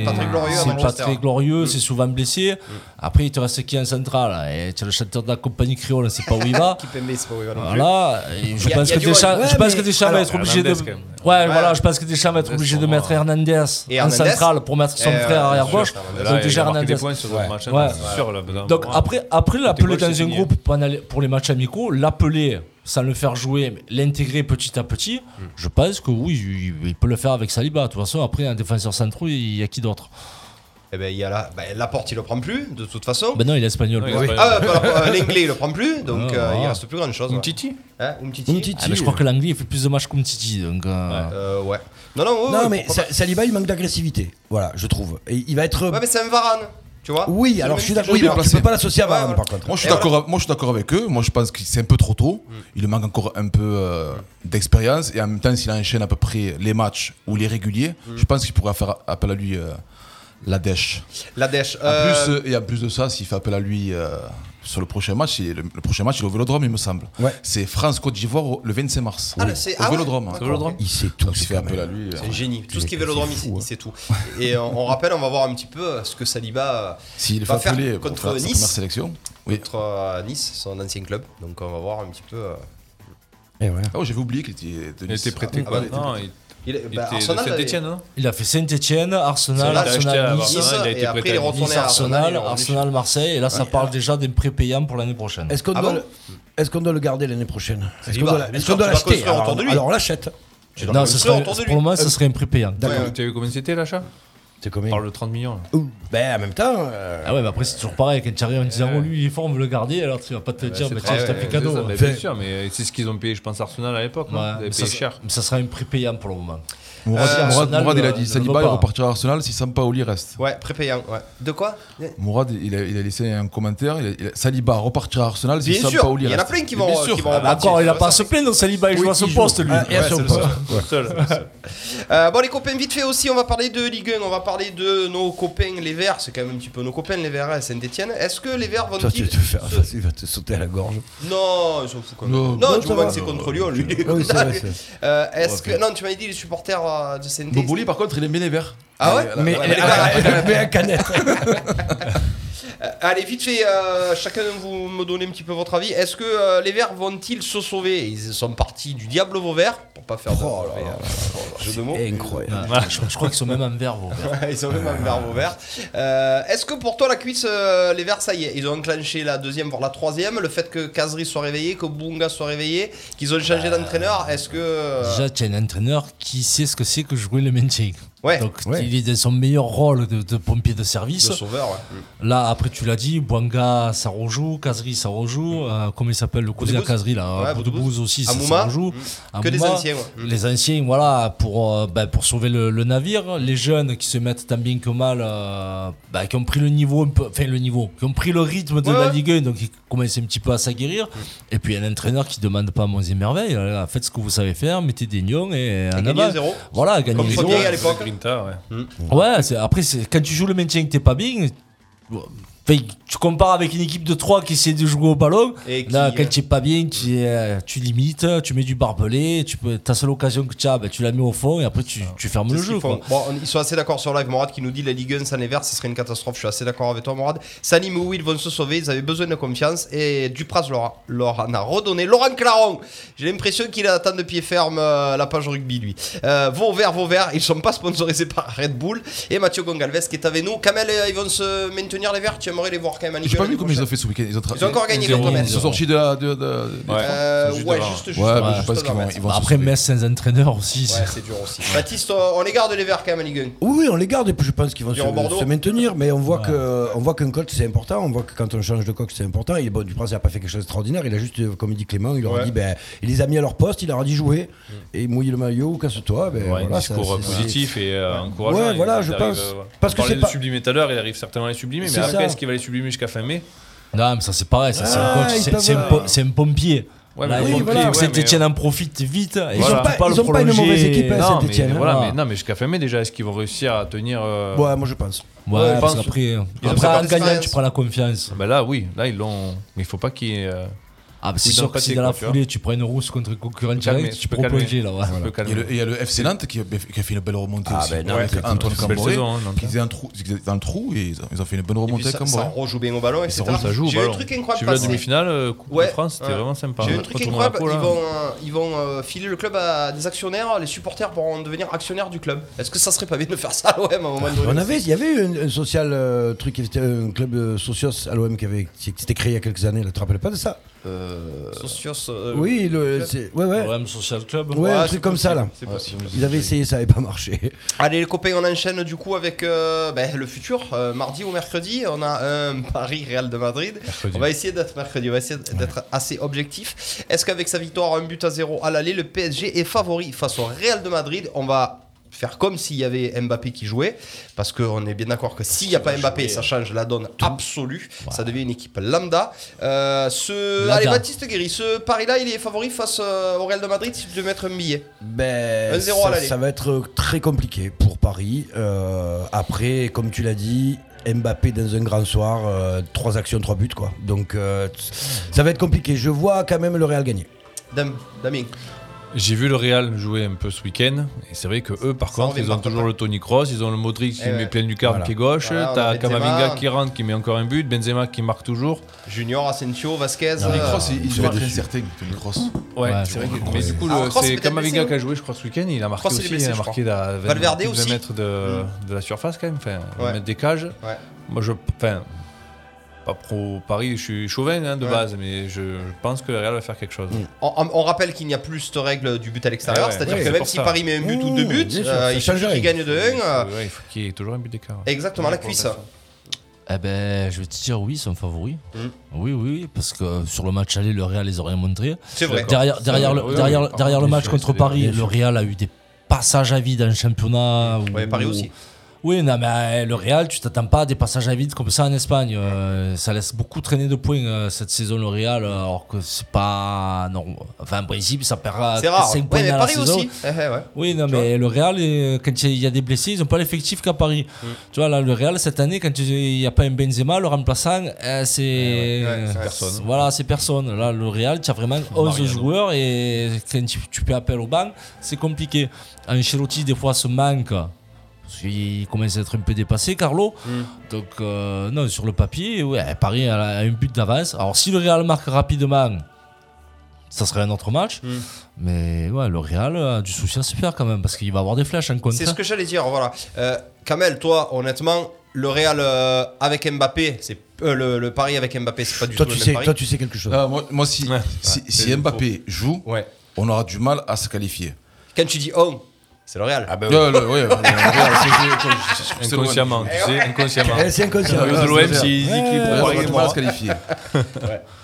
Speaker 6: Eh, pas très glorieux à
Speaker 9: c'est pas
Speaker 6: Manchester. Mm.
Speaker 9: très glorieux, c'est souvent blessé. Après, il te reste qui en centrale Et tu as le chanteur de la compagnie créole, c'est pas où il va.
Speaker 6: Kipembe, c'est pas où il va non plus.
Speaker 9: Voilà, et Ah, je
Speaker 6: Y a-
Speaker 9: pense
Speaker 6: y a
Speaker 9: que
Speaker 6: du
Speaker 9: Deschamps,
Speaker 6: rôle.
Speaker 9: je pense
Speaker 8: mais-
Speaker 9: que Deschamps va
Speaker 8: alors,
Speaker 9: être obligé de.
Speaker 7: Hernandez, quand
Speaker 9: Ouais,
Speaker 7: même.
Speaker 9: voilà, je pense que Deschamps va être
Speaker 7: Hernandez,
Speaker 9: obligé de
Speaker 7: sûrement.
Speaker 9: mettre Hernandez
Speaker 6: Et
Speaker 9: en
Speaker 6: Hernandez.
Speaker 9: centrale pour mettre son
Speaker 6: Eh,
Speaker 9: frère
Speaker 6: ouais,
Speaker 9: arrière
Speaker 6: bien
Speaker 9: gauche.
Speaker 6: sûr,
Speaker 7: pense.
Speaker 6: Hernandez.
Speaker 9: Donc
Speaker 7: Là, il
Speaker 9: déjà
Speaker 7: a marqué des
Speaker 9: Hernandez.
Speaker 7: points sur d'autres matchs, hein,
Speaker 9: Ouais.
Speaker 7: c'est sûr, là, dans-
Speaker 9: Donc
Speaker 7: voilà.
Speaker 9: après, après l'appeler
Speaker 7: gauche,
Speaker 9: dans
Speaker 7: c'est
Speaker 9: un
Speaker 7: fini.
Speaker 9: groupe pour, en aller- pour les matchs amicaux, l'appeler sans le faire jouer, mais l'intégrer petit à petit, je pense que oui, il- il peut le faire avec Saliba. De toute façon, après, un défenseur centraux, il y a qui d'autre
Speaker 6: Eh ben, il y a la, ben, la porte, il le prend plus, de toute façon.
Speaker 9: Ben non, il est espagnol.
Speaker 7: Non, il
Speaker 9: lui.
Speaker 7: est espagnol.
Speaker 6: Ah, ouais,
Speaker 7: bah,
Speaker 6: voilà, euh, l'anglais il le prend plus, donc
Speaker 9: Ah,
Speaker 6: euh, il
Speaker 9: ah.
Speaker 6: reste plus grand chose. ouais.
Speaker 7: Umtiti
Speaker 6: Hein, Umtiti
Speaker 8: Umtiti.
Speaker 9: Ah, mais je crois que l'anglais il fait plus de matchs comme Titi. Donc, euh,
Speaker 6: Euh, ouais. Non, non, ouais, ouais,
Speaker 8: Non, mais
Speaker 6: pourquoi
Speaker 8: Sa- Saliba, il manque d'agressivité. Voilà, je trouve. Et il va être.
Speaker 6: pas. Ouais, mais c'est un varane, tu vois.
Speaker 8: Ah, Oui,
Speaker 6: C'est
Speaker 8: alors
Speaker 6: le
Speaker 8: je suis
Speaker 6: même
Speaker 8: d'accord.
Speaker 6: style
Speaker 8: Oui,
Speaker 6: de
Speaker 8: alors tu
Speaker 6: jeu.
Speaker 8: peux pas l'associer à
Speaker 6: Ouais,
Speaker 8: Varane,
Speaker 6: voilà.
Speaker 8: par contre. hein.
Speaker 11: Moi je, suis
Speaker 6: Et
Speaker 11: d'accord avec- moi, je suis d'accord avec eux. Moi, je pense que c'est un peu trop tôt.
Speaker 6: Mm.
Speaker 11: Il lui manque encore un peu euh, d'expérience. Et en même temps, s'il enchaîne à peu près les matchs ou les réguliers,
Speaker 6: Mm.
Speaker 11: je pense qu'il pourra faire appel à lui euh, la dèche.
Speaker 6: La dèche.
Speaker 11: En
Speaker 6: euh,
Speaker 11: plus, euh, et en plus de ça, s'il fait appel à lui euh, sur le prochain match, il- le, le prochain match, il est au Vélodrome, il me semble.
Speaker 8: Ouais.
Speaker 11: C'est France-Côte d'Ivoire au- le 25 mars.
Speaker 6: Ah,
Speaker 11: Oui.
Speaker 6: là, c'est-
Speaker 11: au
Speaker 6: ah ouais,
Speaker 11: Vélodrome.
Speaker 6: d'accord. Au Vélodrome.
Speaker 8: Il sait
Speaker 11: Donc,
Speaker 8: tout.
Speaker 11: s'il
Speaker 8: c'est
Speaker 11: fait
Speaker 8: quand
Speaker 11: appel à
Speaker 8: même-
Speaker 11: lui. euh,
Speaker 6: C'est un génie. Tout ce qui est
Speaker 8: c'est
Speaker 6: vélodrome,
Speaker 8: fou,
Speaker 6: il,
Speaker 8: hein.
Speaker 6: il sait tout. Et on, on rappelle, on va voir un petit peu ce que Saliba euh,
Speaker 11: S'il fait
Speaker 6: va faire
Speaker 11: appeler pour
Speaker 6: contre
Speaker 11: faire sa première
Speaker 6: Nice.
Speaker 11: sélection. Oui.
Speaker 6: Contre euh, Nice, son ancien club. Donc on va voir un petit peu. euh,
Speaker 8: Eh ouais.
Speaker 11: Ah, ouais, j'avais oublié qu'il était de
Speaker 7: Il
Speaker 11: Nice.
Speaker 7: était prêté
Speaker 6: Ah,
Speaker 7: quoi
Speaker 6: bah,
Speaker 7: Non, il,
Speaker 6: Il, bah,
Speaker 7: il était de
Speaker 6: Arsenal,
Speaker 7: Saint-Etienne, hein.
Speaker 6: avait-
Speaker 7: non
Speaker 9: il a fait Saint-Etienne, Arsenal,
Speaker 6: Celle-là, il a
Speaker 7: acheté à
Speaker 9: Arsenal, Nice.
Speaker 7: Barcelone.
Speaker 6: Nice,
Speaker 7: il a été
Speaker 6: et après
Speaker 7: prêté
Speaker 6: il est
Speaker 7: à Nice,
Speaker 6: retourné
Speaker 9: Nice,
Speaker 6: à Arsenal. il
Speaker 9: Arsenal,
Speaker 6: est revenu
Speaker 9: Arsenal, Marseille, et là ça parle déjà des prépayants pour l'année prochaine.
Speaker 8: Est-ce qu'on
Speaker 6: Ah
Speaker 8: doit,
Speaker 6: bon
Speaker 8: le- est-ce qu'on doit le garder l'année prochaine Est-ce qu'on
Speaker 6: Saliba,
Speaker 8: doit, la-
Speaker 6: bien
Speaker 8: est-ce
Speaker 6: sûr,
Speaker 8: qu'on doit
Speaker 6: tu vas
Speaker 8: l'acheter
Speaker 6: construire
Speaker 8: alors,
Speaker 6: autour de lui.
Speaker 8: alors on l'achète.
Speaker 6: chez
Speaker 9: Non,
Speaker 6: Dortmund.
Speaker 9: ce
Speaker 6: Il
Speaker 9: serait,
Speaker 6: autour de lui.
Speaker 9: pour le moment, ce serait un prépayant.
Speaker 8: D'accord.
Speaker 7: T'as vu combien c'était l'achat
Speaker 8: C'est combien
Speaker 7: Par le 30 millions. là.
Speaker 8: Ouh. Ben en même temps. euh,
Speaker 9: Ah ouais, mais après, c'est toujours pareil. Quand tu arrives en disant, oh, lui, il est fort, on veut le garder, alors tu vas pas te dire,
Speaker 7: Ah C'est
Speaker 9: bah,
Speaker 7: très-
Speaker 9: tiens, je t'ai
Speaker 7: ouais,
Speaker 9: fait
Speaker 7: c'est
Speaker 9: cadeau.
Speaker 7: ça,
Speaker 9: Ouais,
Speaker 7: mais Bien sûr, mais euh, c'est ce qu'ils ont payé, je pense, Arsenal à l'époque. non Ils avaient
Speaker 9: mais
Speaker 7: payé
Speaker 9: ça,
Speaker 7: cher.
Speaker 9: mais ça sera un prépayant pour le moment.
Speaker 11: Mourad,
Speaker 6: Euh,
Speaker 11: Mourad-
Speaker 9: Arsenal,
Speaker 11: Mourad, il a
Speaker 9: euh,
Speaker 11: dit
Speaker 9: ne
Speaker 11: Saliba,
Speaker 9: veut
Speaker 11: il
Speaker 9: pas.
Speaker 11: repartira à Arsenal si Sampaoli reste.
Speaker 6: Ouais, prépayant. Ouais. De quoi
Speaker 11: Mourad, il a, il a laissé un commentaire. il a- il a- Saliba repartira à Arsenal si
Speaker 6: Bien sûr,
Speaker 11: Sampaoli
Speaker 6: il y en a
Speaker 11: reste.
Speaker 6: plein qui
Speaker 11: Mais
Speaker 6: vont.
Speaker 11: bien sûr.
Speaker 6: qui vont
Speaker 11: Ah,
Speaker 6: repartir.
Speaker 9: bah, Encore, il a
Speaker 6: Ça,
Speaker 9: pas à se plaindre, Saliba, il joue à son poste, lui.
Speaker 8: ah, et à son poste.
Speaker 6: Euh, bon les copains, vite fait aussi, on va parler de Ligue 1, on va parler de nos copains les Verts, c'est quand même un petit peu nos copains les Verts à Saint-Etienne. Est-ce que les Verts
Speaker 8: Toi, tu
Speaker 6: vont-ils...
Speaker 8: vas te faire,
Speaker 6: se-
Speaker 8: il va te sauter à la gorge.
Speaker 6: Non, ils s'en foutent quand même.
Speaker 11: Non,
Speaker 6: Non,
Speaker 11: non,
Speaker 6: du
Speaker 8: ça
Speaker 6: moment
Speaker 8: va.
Speaker 6: que c'est contre Lyon, Oh, lui. il est
Speaker 8: Oui, c'est
Speaker 6: content.
Speaker 8: vrai,
Speaker 6: Euh, Est-ce que... Non, tu m'avais dit les supporters euh, de Saint-Etienne.
Speaker 11: Boboli, par contre, il aimait les verts.
Speaker 6: Ah ouais
Speaker 8: Mais
Speaker 6: mais les
Speaker 8: mais à canette.
Speaker 6: Euh, allez, vite fait, euh, chacun vous me donnez un petit peu votre avis. Est-ce que euh, les Verts vont-ils se sauver Ils sont partis du diable vos Verts, pour pas faire de
Speaker 8: Oh
Speaker 6: mauvais, euh, jeu de
Speaker 8: Eh,
Speaker 6: mots.
Speaker 9: Incroyable. je, je crois qu'ils sont même en verre, vos verres.
Speaker 6: Ils sont même un verbe ouvert. Euh, Est-ce que pour toi, la cuisse, euh, les Verts, ça y est, ils ont enclenché la deuxième, voire la troisième Le fait que Kazri soit réveillé, que Bunga soit réveillé, qu'ils ont changé
Speaker 9: Bah,
Speaker 6: d'entraîneur, est-ce que. euh,
Speaker 9: Déjà, tu as un entraîneur qui sait ce que c'est que jouer le maintien.
Speaker 6: Ouais.
Speaker 9: Donc,
Speaker 6: Ouais.
Speaker 9: il est dans son meilleur rôle de, de pompier de
Speaker 6: de
Speaker 9: service.
Speaker 6: sauveur, ouais.
Speaker 9: Là, après, tu l'as dit, Bouanga, ça rejoue, Kazri, ça rejoue. euh, comment il s'appelle le cousin à
Speaker 6: Boudebouz
Speaker 9: Kazri, là
Speaker 6: Mm. Ouais,
Speaker 9: euh, Boudebouz
Speaker 6: Boudebouz.
Speaker 9: aussi, ça,
Speaker 6: Amouma. Mm.
Speaker 9: ça rejoue.
Speaker 6: Que des
Speaker 9: Amouma.
Speaker 6: anciens, ouais.
Speaker 9: Les anciens, voilà, pour, euh, ben, pour sauver le, le navire. Les jeunes qui se mettent tant bien que mal, euh, ben, qui ont pris le niveau, un peu- enfin le niveau, qui ont pris le rythme de
Speaker 6: Ouais, Mm.
Speaker 9: la
Speaker 6: ouais.
Speaker 9: Ligue 1, donc ils commencent un petit peu à s'aguerrir. Et puis, un entraîneur qui demande pas moins et merveilles. euh, Faites ce que vous savez faire, mettez des nions et, euh, en
Speaker 6: gagner
Speaker 9: avant.
Speaker 6: zéro.
Speaker 9: Voilà, gagner
Speaker 6: Comme
Speaker 9: zéro.
Speaker 6: Fournier à l'époque.
Speaker 7: Grinta, ouais.
Speaker 9: Ouais, c'est- après, c'est- quand tu joues le maintien et que t'es pas bien, bon, enfin, tu compares avec une équipe de 3 qui essaie de jouer au ballon.
Speaker 6: Et
Speaker 9: là,
Speaker 6: qui, euh,
Speaker 9: quand tu es pas bien, tu, es- euh, tu limites, tu mets du barbelé, tu peux, ta seule occasion que tu as, ben, tu la mets au fond et après tu, tu fermes
Speaker 6: Ah. C'est
Speaker 9: le
Speaker 6: ce
Speaker 9: jeu.
Speaker 6: qu'ils font.
Speaker 9: quoi.
Speaker 6: Bon, on- ils sont assez d'accord sur live. Morad qui nous dit la Ligue 1 sans les Verts, ce serait une catastrophe. Je suis assez d'accord avec toi, Morad. Salim ou Will vont se sauver. Ils avaient besoin de confiance et Dupraz leur, a- leur en a redonné. Laurent Claron, j'ai l'impression qu'il attend de pied ferme euh, la page rugby, lui. Euh, vos Verts, vos Verts, ils sont pas sponsorisés par Red Bull. Et Mathieu Gongalves qui est avec nous. Kamel, euh, ils vont se maintenir les Verts. Tu aimerais les voir quand même. en
Speaker 11: J'ai
Speaker 6: Ligue
Speaker 11: pas
Speaker 6: 1
Speaker 11: vu
Speaker 6: l'année
Speaker 11: comment ils
Speaker 6: prochaine.
Speaker 11: ont fait ce week-end. Ils ont, tra-
Speaker 6: Ils ont encore gagné
Speaker 11: Ils
Speaker 6: contre
Speaker 11: ont-
Speaker 6: Metz.
Speaker 11: ils sont sortis de. la- de, de- des trois.
Speaker 6: Euh,
Speaker 11: Ils sont juste
Speaker 6: ouais,
Speaker 11: devant.
Speaker 6: juste, juste
Speaker 11: Ouais,
Speaker 6: devant,
Speaker 11: mais je
Speaker 6: juste
Speaker 11: pense qu'ils
Speaker 6: devant
Speaker 11: vont
Speaker 6: Metz.
Speaker 11: ils vont se
Speaker 9: Bah, Après,
Speaker 11: sauver.
Speaker 9: Metz sans entraîneur aussi.
Speaker 6: Ouais, c'est dur aussi. Baptiste, on on les garde les Verts quand même en Ligue 1.
Speaker 8: Oui, oui, on les garde et puis je pense qu'ils vont se,
Speaker 6: Dire au Bordeaux.
Speaker 8: se maintenir. Mais on voit que on voit qu'un coach c'est important. On voit que quand on change de coach c'est important. Il bon, Dupraz n'a pas fait quelque chose d'extraordinaire. Il a juste, euh, comme il dit Clément, il leur a dit, ben, il les a mis à leur poste, il leur a dit jouer et mouiller le maillot, casse-toi. Ben,
Speaker 7: Ouais,
Speaker 8: voilà,
Speaker 7: un
Speaker 8: ça,
Speaker 7: discours
Speaker 8: c'est-
Speaker 7: positif et euh, encourageant.
Speaker 8: Ouais,
Speaker 7: Il-
Speaker 8: voilà,
Speaker 7: il
Speaker 8: je
Speaker 7: arrive,
Speaker 8: pense.
Speaker 7: euh, voilà.
Speaker 8: Parce
Speaker 7: On
Speaker 8: que
Speaker 7: parlait
Speaker 8: c'est
Speaker 7: de
Speaker 8: pas-
Speaker 7: sublimer tout à l'heure, il arrive certainement à les sublimer, mais
Speaker 8: C'est
Speaker 7: après,
Speaker 8: ça.
Speaker 7: est-ce qu'il va les sublimer jusqu'à fin mai
Speaker 9: Non, mais ça c'est pareil, ça, c'est un
Speaker 8: Ah,
Speaker 9: coach,
Speaker 8: ils
Speaker 9: c'est-
Speaker 8: peuvent,
Speaker 9: c'est un,
Speaker 8: euh,
Speaker 9: po- c'est un pompier.
Speaker 7: Ouais,
Speaker 9: Là,
Speaker 8: Bah
Speaker 7: mais
Speaker 9: il
Speaker 7: bon,
Speaker 9: faut
Speaker 7: voilà,
Speaker 9: que
Speaker 7: ouais,
Speaker 9: Saint-Etienne en profite vite. et
Speaker 8: Ils
Speaker 9: surtout
Speaker 8: ont pas-
Speaker 9: le
Speaker 8: ils ont pas une
Speaker 9: prolonger.
Speaker 8: mauvaise équipe, hein,
Speaker 9: Non,
Speaker 7: Non, mais,
Speaker 8: Saint-Étienne, hein.
Speaker 7: voilà,
Speaker 9: Voilà.
Speaker 7: mais, non, mais jusqu'à fin mai déjà, est-ce qu'ils vont réussir à tenir euh,
Speaker 8: Ouais, moi je pense.
Speaker 9: Ouais,
Speaker 7: Ouais,
Speaker 9: parce
Speaker 7: pense-
Speaker 9: qu'après,
Speaker 6: ont
Speaker 9: après,
Speaker 6: pas
Speaker 9: en gagnant,
Speaker 6: d'expérience.
Speaker 9: tu prends la confiance.
Speaker 7: bah Là, oui, là, ils l'ont. Mais il faut pas qu'ils. euh,
Speaker 9: Ah, bah, c'est
Speaker 7: Oui,
Speaker 9: sûr
Speaker 7: donc,
Speaker 9: que si
Speaker 7: pâté,
Speaker 9: dans
Speaker 7: quoi,
Speaker 9: la
Speaker 7: tu vois.
Speaker 9: foulée, tu prends une rousse contre un concurrent
Speaker 7: calmer,
Speaker 9: direct, tu
Speaker 7: tu peux
Speaker 9: peux plonger
Speaker 7: calmer.
Speaker 9: là. ouais.
Speaker 7: un peu
Speaker 11: Il y, a le,
Speaker 7: calmer.
Speaker 11: il y a le FC Nantes qui a, qui a fait une belle remontée
Speaker 6: Ah,
Speaker 11: aussi.
Speaker 8: ben,
Speaker 11: avec
Speaker 8: Nantes,
Speaker 11: Antoine
Speaker 7: c'est une belle
Speaker 11: Camboré.
Speaker 7: saison, hein, Nantes.
Speaker 11: Ils étaient dans le trou- ils étaient dans le trou et ils ont, ils ont fait une bonne
Speaker 6: Et puis
Speaker 11: remontée
Speaker 6: ça,
Speaker 11: avec
Speaker 6: ça
Speaker 11: Camboré.
Speaker 6: rejoue bien au ballon, etc.
Speaker 7: hein Ça roule, ça joue au
Speaker 6: J'ai eu un
Speaker 7: ballon.
Speaker 6: truc incroyable
Speaker 7: J'ai vu la
Speaker 6: passer.
Speaker 7: demi-finale, euh, Coupe
Speaker 6: Ouais,
Speaker 7: de France, c'était
Speaker 6: ouais.
Speaker 7: vraiment sympa.
Speaker 6: J'ai eu un
Speaker 7: Après,
Speaker 6: truc
Speaker 7: tout le monde à
Speaker 6: incroyable,
Speaker 7: peau,
Speaker 6: ils
Speaker 7: là.
Speaker 6: vont, euh, ils vont euh, filer le club à des actionnaires, les supporters pourront devenir actionnaires du club. Est-ce que ça serait pas bien de faire ça à l'OM à un
Speaker 7: Ah,
Speaker 6: moment donné
Speaker 8: On avait, il y avait eu un, un social euh, truc, qui était un club euh, socios à l'OM qui avait, qui s'était créé il y a quelques années. Là, tu te rappelles pas de ça
Speaker 6: Socios, euh,
Speaker 8: Oui, le, c'est- ouais, ouais, ouais,
Speaker 9: OM Social Club.
Speaker 8: un
Speaker 6: Ouais,
Speaker 8: truc
Speaker 6: c'est
Speaker 8: comme ça là.
Speaker 7: C'est possible.
Speaker 8: Ils avaient essayé, ça n'avait pas marché.
Speaker 6: Allez les copains, on enchaîne du coup avec euh, ben, le futur. Euh, mardi ou mercredi, on a un Paris Real de Madrid. On va essayer d'être mercredi, on va essayer d'être assez objectif. Est-ce qu'avec sa victoire un but à zéro à l'aller, le PSG est favori face au Real de Madrid On va faire comme s'il y avait Mbappé qui jouait, parce qu'on est bien d'accord que s'il n'y a pas Mbappé, ça change la donne absolue. Ça devient une équipe lambda. Euh, ce...
Speaker 9: Lada.
Speaker 6: Allez Baptiste Guéry, ce Paris-là, il est favori face euh, au Real de Madrid si tu devais mettre un billet.
Speaker 8: Ben,
Speaker 6: Un zéro à
Speaker 8: ça,
Speaker 6: l'aller.
Speaker 8: ça va être très compliqué pour Paris. Euh, après, comme tu l'as dit, Mbappé dans un grand soir, euh, trois actions, trois buts quoi. Donc euh, t- ça va être compliqué. Je vois quand même le Real gagner.
Speaker 6: Dam- Damien
Speaker 7: J'ai vu le Real jouer un peu ce week-end, et c'est vrai que eux, par
Speaker 6: Ça
Speaker 7: contre,
Speaker 6: revient
Speaker 7: ils ont
Speaker 6: par
Speaker 7: toujours
Speaker 6: contre.
Speaker 7: le Tony Cross, ils ont le Modric qui
Speaker 6: Eh ouais.
Speaker 7: met plein du quart
Speaker 8: Voilà.
Speaker 7: pied gauche,
Speaker 6: Voilà, on a
Speaker 7: t'as
Speaker 6: Benzema.
Speaker 7: Kamavinga qui rentre, qui met encore un but, Benzema qui marque toujours.
Speaker 6: Junior, Asensio, Vasquez.
Speaker 8: Ah.
Speaker 11: Tony
Speaker 6: euh,
Speaker 11: Cross, il- il
Speaker 8: je
Speaker 11: est
Speaker 8: vais dessus.
Speaker 11: incertain. Tony Cross.
Speaker 7: Ouais,
Speaker 9: Ouais,
Speaker 7: c'est
Speaker 9: je
Speaker 7: vrai.
Speaker 9: crois
Speaker 7: que-
Speaker 9: que-
Speaker 7: mais du coup,
Speaker 6: Ah,
Speaker 7: le-
Speaker 6: Cross
Speaker 7: c'est
Speaker 6: peut-être blessé,
Speaker 7: Kamavinga
Speaker 6: non
Speaker 7: qui a joué, je crois, ce week-end. Il a marqué
Speaker 6: Cross, il est
Speaker 7: aussi,
Speaker 6: blessé,
Speaker 7: il a
Speaker 6: je
Speaker 7: marqué à 20,
Speaker 6: Valverde
Speaker 7: plus de 20
Speaker 6: aussi. Mm.
Speaker 7: mètres de, de la surface quand même. Enfin,
Speaker 6: Ouais.
Speaker 7: mettre des cages.
Speaker 6: Ouais.
Speaker 7: Moi, je. Enfin, pas pro Paris, je suis chauvin hein, de
Speaker 6: Ouais.
Speaker 7: base, mais je, je pense que le Real va faire quelque chose.
Speaker 6: On, on- on rappelle qu'il n'y a plus cette règle du but à l'extérieur,
Speaker 8: Ah
Speaker 7: Ouais,
Speaker 6: c'est-à-dire
Speaker 7: ouais,
Speaker 6: que
Speaker 7: c'est
Speaker 6: même
Speaker 7: pour
Speaker 6: si
Speaker 7: ça.
Speaker 6: Paris met un but ou deux
Speaker 8: Mmh,
Speaker 6: buts,
Speaker 8: bien sûr,
Speaker 6: euh,
Speaker 8: ça
Speaker 6: il
Speaker 8: change
Speaker 6: suffit
Speaker 8: rien.
Speaker 6: qu'il gagne de
Speaker 7: Ouais,
Speaker 6: 1.
Speaker 7: il faut qu'il y ait toujours un but d'écart.
Speaker 6: exactement, la cuisse.
Speaker 9: Eh ben, je vais te dire, oui, ils sont favoris.
Speaker 6: Mm.
Speaker 9: Oui, oui, oui, parce que euh, sur le match aller, le Real les aurait montré.
Speaker 6: C'est vrai.
Speaker 9: Derrière, derrière,
Speaker 7: oui,
Speaker 9: le,
Speaker 7: oui,
Speaker 9: derrière,
Speaker 7: oui, par
Speaker 9: derrière
Speaker 7: contre,
Speaker 9: le
Speaker 7: bien
Speaker 9: match
Speaker 7: sûr,
Speaker 9: contre
Speaker 7: c'est
Speaker 9: Paris,
Speaker 7: bien
Speaker 9: le Real a eu des passages à vide dans le championnat.
Speaker 6: Ouais,
Speaker 9: où-
Speaker 6: Paris aussi.
Speaker 9: Oui, non, mais euh, le Real, tu t'attends pas à des passages à vide comme ça en Espagne. Euh, ça laisse beaucoup traîner de points euh, cette saison, le Real, euh, alors que c'est pas. Non. Enfin, en principe, ça
Speaker 8: Ah,
Speaker 9: perdra
Speaker 6: C'est rare.
Speaker 9: 5
Speaker 6: Ouais,
Speaker 9: points
Speaker 6: mais
Speaker 9: à
Speaker 6: Paris
Speaker 9: la saison.
Speaker 6: aussi. Eh, eh, ouais.
Speaker 9: Oui, non,
Speaker 6: Tu
Speaker 9: mais le Real, euh, quand il y a- il y a des blessés, ils n'ont pas l'effectif qu'à Paris.
Speaker 6: Hmm.
Speaker 9: Tu vois, là, le Real, cette année, quand il n'y a pas un Benzema, le remplaçant, euh, c'est.
Speaker 6: Eh ouais, c'est
Speaker 9: euh,
Speaker 6: personne.
Speaker 9: c'est- Voilà, c'est personne. Là, le Real, tu as vraiment 11 joueurs et quand tu, tu fais appel au banc, c'est compliqué. Ancelotti, des fois, se manque Parce qu'il commence à être un peu dépassé, Carlo. Donc, euh, non, sur le papier, ouais, Paris a a un but d'avance. Alors, si le Real marque rapidement, ça serait un autre match. Mais ouais, le Real a du souci à se faire quand même, parce qu'il va avoir des flashs en contre.
Speaker 6: C'est ce que j'allais dire, voilà. Euh, Kamel, toi, honnêtement, le Real euh, avec Mbappé, c'est euh, le, le pari avec Mbappé, c'est pas du
Speaker 8: Toi,
Speaker 6: tout
Speaker 8: tu
Speaker 6: le
Speaker 8: sais-
Speaker 6: même pari.
Speaker 8: toi, tu sais quelque chose.
Speaker 11: Ah, moi, moi, si, si, si
Speaker 6: c'est
Speaker 11: Mbappé joue,
Speaker 6: Ouais.
Speaker 11: on aura du mal à se qualifier.
Speaker 6: Quand tu dis on, c'est le
Speaker 8: Ah
Speaker 6: Real.
Speaker 8: bah,
Speaker 11: Ouais, ouais, ouais, ouais, c'est- c'est- c'est loin.
Speaker 7: Inconsciemment, tu sais, inconsciemment.
Speaker 8: Eh, c'est inconscient.
Speaker 11: Ah oui,
Speaker 7: De
Speaker 11: c'est
Speaker 7: l'OM,
Speaker 11: clair.
Speaker 7: s'ils
Speaker 11: Ouais,
Speaker 7: y cliquent
Speaker 11: ouais,
Speaker 7: pour
Speaker 11: on a
Speaker 7: Paris,
Speaker 11: du mal à se qualifier.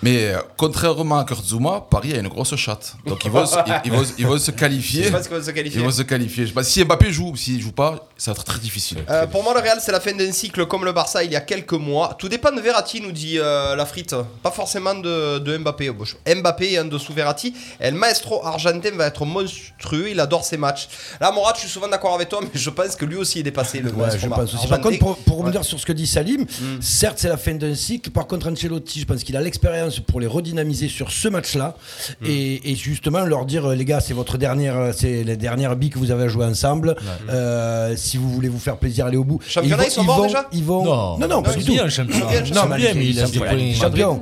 Speaker 11: Mais euh, contrairement à Kurtzuma, Paris a une grosse chatte. Donc ils vont, se- ils, ils vont, se- ils vont se
Speaker 6: Je
Speaker 11: qualifier.
Speaker 6: sais pas ce qu'on va se qualifier.
Speaker 11: Ils vont se qualifier. Je sais pas, si Mbappé joue ou s'il joue pas, ça va être très difficile.
Speaker 6: Euh, pour moi, le Real, c'est la fin d'un cycle comme le Barça il y a quelques mois. Tout dépend de Verratti, nous dit euh, la frite. Pas forcément de, de Mbappé. Bon, je- Mbappé est en dessous Verratti. Et le maestro argentin va être monstrueux. Il adore ses matchs. Là, Morat, je suis souvent d'accord avec toi, mais je pense que lui aussi est dépassé. Le
Speaker 8: Ouais,
Speaker 6: maestro
Speaker 8: je
Speaker 6: mar-
Speaker 8: pense aussi.
Speaker 6: argentin.
Speaker 8: Par contre, pour, pour
Speaker 6: Ouais. Mm.
Speaker 8: revenir sur ce que dit Salim, certes, c'est la fin d'un cycle. Par contre, Ancelotti, je pense qu'il a l'expérience pour les redynamiser sur ce match-là
Speaker 6: Mm.
Speaker 8: et, et justement leur dire euh, les gars, c'est votre dernière, euh, c'est la dernière bille que vous avez à jouer ensemble. Euh, si vous voulez vous faire plaisir, allez au bout.
Speaker 6: Championnat, ils sont
Speaker 8: vont,
Speaker 6: morts déjà
Speaker 8: ils vont,
Speaker 9: Non,
Speaker 8: non, non, pas
Speaker 9: ils
Speaker 8: du
Speaker 9: sont
Speaker 8: tout.
Speaker 9: bien, le champion.
Speaker 6: Ils sont bien,
Speaker 9: Ils
Speaker 6: le
Speaker 9: sont
Speaker 8: Non, mais
Speaker 9: bien, mais
Speaker 8: ils
Speaker 9: il a
Speaker 8: sont
Speaker 9: des
Speaker 8: bien.
Speaker 9: points.
Speaker 8: Champion.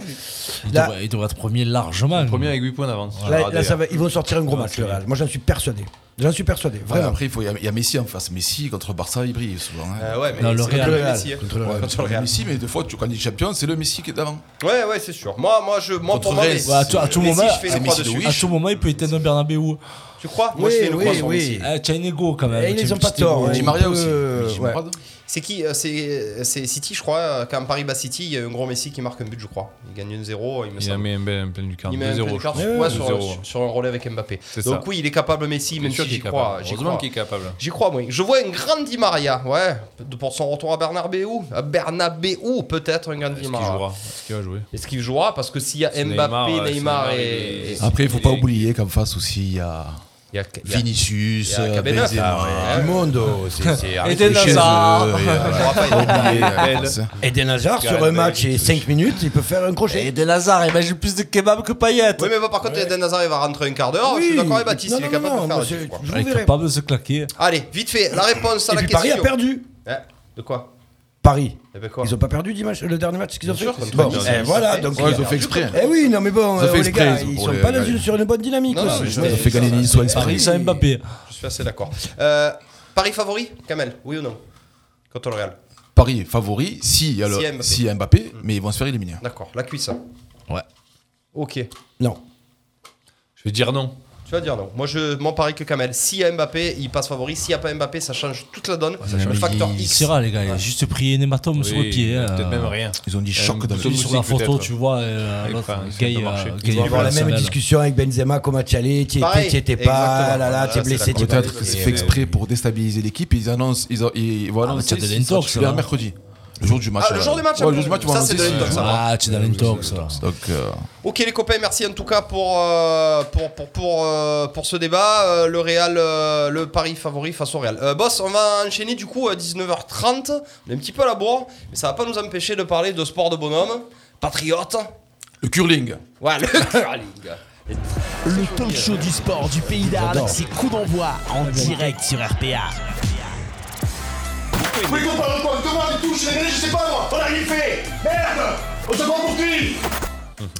Speaker 9: Il
Speaker 8: Là-
Speaker 9: devrait- il devrait être premier largement.
Speaker 7: Premier avec 8 points d'avance.
Speaker 8: Là,
Speaker 7: Ah,
Speaker 8: là, ça
Speaker 7: d'ailleurs.
Speaker 8: va- ils vont sortir un gros match. le Real. Moi, j'en suis persuadé. J'en suis persuadé,
Speaker 11: Ouais,
Speaker 8: vraiment.
Speaker 11: après, il faut, il y a- il y a Messi en face. Messi contre Barça, il brille souvent. hein.
Speaker 6: Euh, ouais, mais
Speaker 9: Non, le
Speaker 6: c'est
Speaker 9: Real.
Speaker 6: le Messi, hein.
Speaker 8: Contre le Real.
Speaker 11: Quand tu regardes Messi, mais des fois, tu, quand il est champion, c'est le Messi qui est devant.
Speaker 6: Ouais, ouais, c'est sûr. Moi, moi, je, moi
Speaker 11: Contre
Speaker 6: pour moi,
Speaker 11: Reims.
Speaker 6: Messi,
Speaker 9: Ouais, à tout- à tout
Speaker 6: Messi,
Speaker 9: moment,
Speaker 6: je fais
Speaker 11: c'est
Speaker 6: une croix
Speaker 11: Messi de
Speaker 6: dessus.
Speaker 11: oui.
Speaker 9: À tout moment, il peut éteindre Bernabéu.
Speaker 6: Tu crois Moi, je fais une
Speaker 8: Oui,
Speaker 6: croix
Speaker 8: oui,
Speaker 6: sur Messi.
Speaker 8: oui.
Speaker 9: Ah, Tiens, une égo quand même.
Speaker 8: Et ils
Speaker 9: Tiens,
Speaker 8: ont
Speaker 9: une
Speaker 8: pas
Speaker 9: petite
Speaker 8: tort.
Speaker 9: égo.
Speaker 8: ouais.
Speaker 11: Di Maria aussi.
Speaker 8: Euh,
Speaker 11: Di
Speaker 8: ouais.
Speaker 11: Maria.
Speaker 6: C'est qui euh, C'est c'est City, je crois. euh, Quand Paris bat City, il y a un gros Messi qui marque un but, je crois. Il gagne 1-0, il me
Speaker 7: Il a
Speaker 6: semble.
Speaker 7: mis un bel- un plein du carton.
Speaker 6: Il met un
Speaker 7: 2-0.
Speaker 6: plein
Speaker 7: je
Speaker 6: quart
Speaker 7: crois.
Speaker 6: de fois sur,
Speaker 7: 2-0.
Speaker 6: sur- sur un relais avec Mbappé.
Speaker 7: C'est
Speaker 6: Donc
Speaker 7: ça.
Speaker 6: oui, il est capable Messi, même
Speaker 7: Bien sûr
Speaker 6: si
Speaker 7: qu'il est
Speaker 6: j'y
Speaker 7: capable.
Speaker 6: crois. J'y
Speaker 7: Heureusement
Speaker 6: crois.
Speaker 7: qu'il est capable.
Speaker 6: J'y crois, moi. Je vois un grand Di Maria, ouais, pour son retour à Bernabeu. À Bernabeu, peut-être un grand
Speaker 7: Est-ce
Speaker 6: Di
Speaker 7: qu'il
Speaker 6: Maria.
Speaker 7: jouera Est-ce qu'il va jouer
Speaker 6: Est-ce qu'il jouera Parce que s'il y a
Speaker 7: C'est
Speaker 6: Mbappé,
Speaker 7: Neymar,
Speaker 6: Neymar,
Speaker 7: ouais, c'est Neymar,
Speaker 6: et.
Speaker 7: il est- Ah,
Speaker 11: Après, il faut pas
Speaker 7: Il est-
Speaker 11: oublier qu'en face aussi, il y a
Speaker 6: il y a- il y a-
Speaker 11: Vinicius,
Speaker 6: il y a KB9,
Speaker 11: Benzema.
Speaker 6: ah ouais.
Speaker 8: Du monde, oh, c'est- c'est-
Speaker 9: Et
Speaker 11: Et
Speaker 9: des
Speaker 11: chez eux,
Speaker 9: Nazars.
Speaker 11: et, euh,
Speaker 6: Faudra pas y-
Speaker 11: oublier, euh, ça.
Speaker 8: Eden Hazard sur un match et 5 minutes, il peut faire un crochet.
Speaker 9: Et des Hazard, Ah, imagine plus de kebab que paillettes.
Speaker 6: Oui, mais bon, par contre, Eden Hazard, il va rentrer un quart d'heure. Je suis d'accord avec Baptiste,
Speaker 8: Non,
Speaker 6: il est
Speaker 8: non,
Speaker 6: capable
Speaker 8: non,
Speaker 6: de
Speaker 8: moi,
Speaker 6: faire. la
Speaker 8: c'est-
Speaker 6: diff, quoi.
Speaker 8: je
Speaker 9: Il est
Speaker 8: verrai.
Speaker 9: capable de se claquer.
Speaker 6: Allez, vite fait, la réponse à
Speaker 8: Et
Speaker 6: la
Speaker 8: puis
Speaker 6: question.
Speaker 8: Paris a perdu.
Speaker 6: Hein de quoi
Speaker 8: Paris.
Speaker 6: Eh ben quoi
Speaker 8: Ils ont pas perdu dimanche, le dernier match qu'ils ont fait.
Speaker 6: sûr, contre
Speaker 8: Bon,
Speaker 6: Nice.
Speaker 8: eh, voilà,
Speaker 6: Ouais,
Speaker 8: donc.
Speaker 11: Ouais, ils ont fait exprès.
Speaker 8: Eh oui, non mais bon,
Speaker 11: Ils ont
Speaker 8: euh,
Speaker 11: fait
Speaker 8: les gars,
Speaker 11: exprès,
Speaker 8: ils
Speaker 11: pour
Speaker 8: sont
Speaker 11: les-
Speaker 8: pas dans
Speaker 11: les-
Speaker 8: une, sur une bonne dynamique.
Speaker 6: Non,
Speaker 8: là.
Speaker 6: non, mais
Speaker 11: Ils ont Euh, fait gagner Nice ou Paris.
Speaker 9: Paris sans Mbappé.
Speaker 6: Je suis assez d'accord. Euh, Paris favori, Kamel, oui ou non Contre le Real.
Speaker 11: Paris favori, si il y a
Speaker 6: Si Mbappé.
Speaker 11: le- si il y a Mbappé, mais ils vont se faire éliminer.
Speaker 6: D'accord, la cuisse.
Speaker 9: Ouais.
Speaker 6: Ok.
Speaker 8: Non.
Speaker 7: Je vais dire non.
Speaker 6: Tu vas dire non. Moi, je m'en parie que Kamel. S'il y a Mbappé, il passe favori. S'il n'y a pas Mbappé, ça change toute la donne. le facteur
Speaker 9: Il
Speaker 6: X.
Speaker 9: sera, les gars. Il a juste pris un hématome sur le
Speaker 7: Oui,
Speaker 9: pied. hein.
Speaker 7: Peut-être même rien.
Speaker 11: Ils ont dit choc
Speaker 7: Euh,
Speaker 11: dans le
Speaker 7: Bouzou-
Speaker 9: Celui sur la
Speaker 7: Peut-être.
Speaker 9: photo, tu vois, euh,
Speaker 7: Avec
Speaker 9: l'autre,
Speaker 7: Fran, ça
Speaker 9: Gay,
Speaker 7: peut
Speaker 9: euh,
Speaker 7: marcher.
Speaker 9: Gay,
Speaker 7: Ils vont
Speaker 8: On va avoir la même
Speaker 9: Fernandel.
Speaker 8: discussion avec Benzema, comment tu allais, t'y étais,
Speaker 6: Pareil.
Speaker 8: t'y étais
Speaker 6: Exactement.
Speaker 8: pas, là là,
Speaker 6: Voilà,
Speaker 8: t'es
Speaker 6: c'est
Speaker 8: blessé, t'es pas.
Speaker 11: Peut-être que c'est fait exprès pour déstabiliser l'équipe. Ils annoncent, ils, ont- ils vont
Speaker 9: bah,
Speaker 11: annoncer.
Speaker 9: t'as de
Speaker 11: si
Speaker 9: l'intox,
Speaker 11: ça, tu l'as
Speaker 9: hein.
Speaker 11: mercredi, le jour du match.
Speaker 6: Ah, le
Speaker 11: là.
Speaker 6: jour du match,
Speaker 11: Ouais, le jour du match, ils vont
Speaker 6: ça, c'est
Speaker 11: annoncer.
Speaker 6: de
Speaker 11: si-
Speaker 6: l'intox, ça.
Speaker 9: Ah, tu es dans l'intox. là.
Speaker 11: Donc, euh,
Speaker 6: Ok, les copains, merci en tout cas pour, euh, pour, pour, pour, euh, pour ce débat. Euh, le Real, euh, le Paris favori face au Real. Euh, boss, on va enchaîner du coup à 19h30. On est un petit peu à la bourre, mais ça va pas nous empêcher de parler de sport de bonhomme, patriote.
Speaker 11: le curling.
Speaker 6: Ouais, le curling.
Speaker 10: Le talk show du sport du pays d'Arles, c'est coup d'envoi en direct sur RPA.
Speaker 1: Mais qu'on parle de quoi Devant les touches, les mêlées, je sais pas moi On a rien fait Merde On se prend pour qui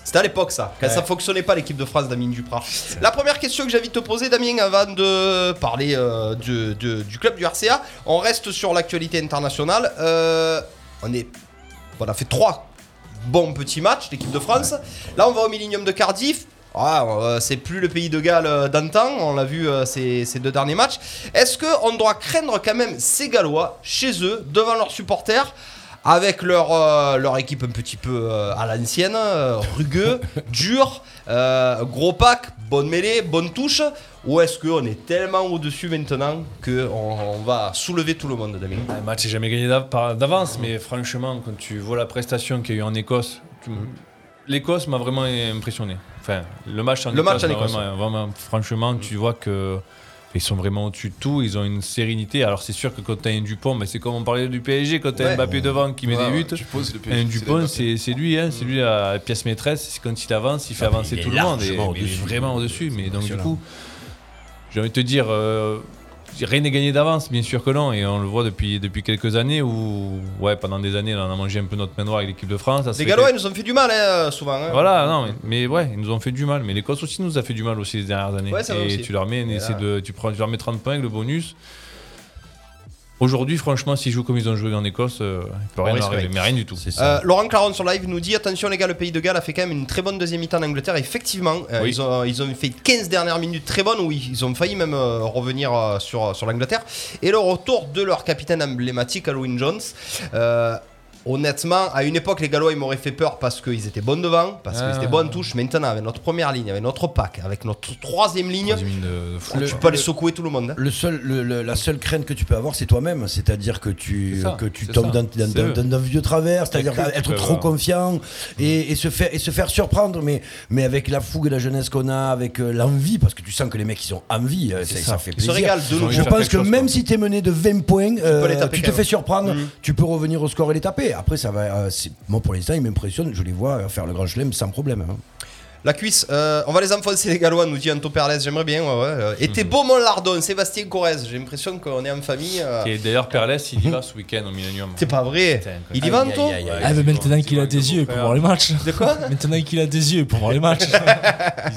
Speaker 6: C'était à l'époque ça, quand ça fonctionnait pas l'équipe de France Damien Duprat. La première question que j'ai envie de te poser Damien avant de parler euh, de- de- du club du RCA, on reste sur l'actualité internationale. Euh, on, est, on a fait trois bons petits matchs l'équipe de France. Là on va au Millennium de Cardiff. Ah, euh, c'est plus le pays de Galles euh, d'antan, on l'a vu euh, ces, ces deux derniers matchs. Est-ce qu'on doit craindre quand même ces Gallois chez eux, devant leurs supporters avec leur, euh, leur équipe un petit peu euh, à l'ancienne, euh, rugueux, dur, euh, gros pack, bonne mêlée, bonne touche Ou est-ce qu'on est tellement au-dessus maintenant qu'on on va soulever tout le monde, Damien
Speaker 7: Le match n'est jamais gagné d'av- par- d'avance, mais franchement, quand tu vois la prestation qu'il y a eu en Écosse, tu- l'Écosse m'a vraiment impressionné. Enfin, le match en
Speaker 6: Le match
Speaker 7: Écosse,
Speaker 6: en Écosse,
Speaker 7: Vraiment, vraiment, franchement, tu vois que ils sont vraiment au-dessus de tout, ils ont une sérénité. Alors c'est sûr que quand t'as un Dupont, mais c'est comme on parlait du PSG, quand t'as
Speaker 6: Ouais.
Speaker 7: Mbappé devant qui met
Speaker 11: Ouais,
Speaker 7: des
Speaker 11: ouais,
Speaker 7: buts.
Speaker 11: Dupont, c'est le PSG,
Speaker 7: un
Speaker 11: c'est
Speaker 7: Dupont,
Speaker 11: Mbappé.
Speaker 7: c'est c'est lui, hein, c'est lui la pièce maîtresse. C'est Quand il avance, il
Speaker 6: Ah,
Speaker 7: fait avancer tout le monde. et- mais il est vraiment au-dessus. Mais donc du coup, j'ai envie de te dire, euh, Rien n'est gagné d'avance, bien sûr que non, et on le voit depuis, depuis quelques années où, ouais, pendant des années, là, on a mangé un peu notre main noire avec l'équipe de France. ça se
Speaker 6: Les
Speaker 7: fait
Speaker 6: Gallois, ils nous ont fait du mal, hein, souvent. hein.
Speaker 7: Voilà, non, mais, mais ouais, ils nous ont fait du mal. Mais l'Écosse aussi nous a fait du mal aussi les dernières années.
Speaker 6: Ouais, c'est vrai
Speaker 7: et
Speaker 6: aussi.
Speaker 7: tu leur mets,
Speaker 6: Et
Speaker 7: essaie
Speaker 6: là-
Speaker 7: de, tu, prends, tu leur mets 30 points avec le bonus. Aujourd'hui, franchement, s'ils jouent comme ils ont joué en Écosse, euh, il peut
Speaker 6: On
Speaker 7: rien
Speaker 6: risque
Speaker 7: leur arriver,
Speaker 6: rien.
Speaker 7: mais rien du tout.
Speaker 6: Euh, Laurent Claron sur live nous dit attention les gars, le pays de Galles a fait quand même une très bonne deuxième mi-temps en Angleterre. Effectivement, euh,
Speaker 7: Oui.
Speaker 6: ils, ont, ils ont fait 15 dernières minutes très bonnes où ils ont failli même euh, revenir euh, sur, sur l'Angleterre. Et le retour de leur capitaine emblématique, Halloween Jones. Euh, Honnêtement, à une époque, les Gallois ils m'auraient fait peur parce qu'ils étaient bons devant, parce
Speaker 7: Ah.
Speaker 6: qu'ils étaient bonnes touches. Maintenant, avec notre première ligne, avec notre pack, avec notre troisième ligne,
Speaker 7: Troisième ligne de- de fou,
Speaker 6: tu
Speaker 7: quoi.
Speaker 6: peux aller secouer tout le monde. hein.
Speaker 8: Le seul, le- le- la seule crainte que tu peux avoir, c'est toi-même. C'est-à-dire que tu,
Speaker 7: C'est ça,
Speaker 8: que tu
Speaker 7: c'est
Speaker 8: tombes
Speaker 7: ça,
Speaker 8: dans, dans-
Speaker 7: c'est
Speaker 8: dans-
Speaker 7: eux.
Speaker 8: dans un vieux travers, c'est-à-dire
Speaker 7: que tu
Speaker 8: être
Speaker 7: peux
Speaker 8: trop
Speaker 7: avoir.
Speaker 8: confiant et, et se faire, et se faire surprendre. Mais, mais avec la fougue et la jeunesse qu'on a, avec euh, l'envie, parce que tu sens que les mecs, ils ont envie, euh, ça, ça fait
Speaker 6: Ils se
Speaker 8: plaisir.
Speaker 6: régalent de nous.
Speaker 8: Je
Speaker 7: faire
Speaker 8: pense
Speaker 7: quelque
Speaker 8: que
Speaker 7: chose,
Speaker 8: même si tu es mené de 20 points, euh,
Speaker 6: les taper
Speaker 8: tu te
Speaker 6: quand même.
Speaker 8: fais surprendre, tu peux revenir au score et les taper. Après, ça va. euh, c'est- moi, pour l'instant, ils m'impressionnent. Je les vois euh, faire le grand chelem sans problème. hein.
Speaker 6: La cuisse, euh, on va les enfoncer les Gallois, nous dit Anto Perles, j'aimerais bien. Ouais, ouais. euh, Et
Speaker 7: Mhm.
Speaker 6: t'es beau Lardon, Sébastien Corrèze, j'ai l'impression qu'on est en famille. euh,
Speaker 7: Et d'ailleurs, Perles, il y va ce week-end au Millennium.
Speaker 6: C'est pas vrai.
Speaker 7: Putain, quoi.
Speaker 6: Il y va, Anto
Speaker 7: Ouais,
Speaker 9: Ah, mais
Speaker 7: ils vont-
Speaker 9: maintenant
Speaker 7: ils
Speaker 9: qu'il
Speaker 7: vont
Speaker 9: a
Speaker 7: avec
Speaker 9: des
Speaker 7: le
Speaker 9: yeux pour
Speaker 7: beau-frère.
Speaker 9: voir les matchs.
Speaker 6: De quoi
Speaker 9: Maintenant qu'il a des yeux pour voir les matchs.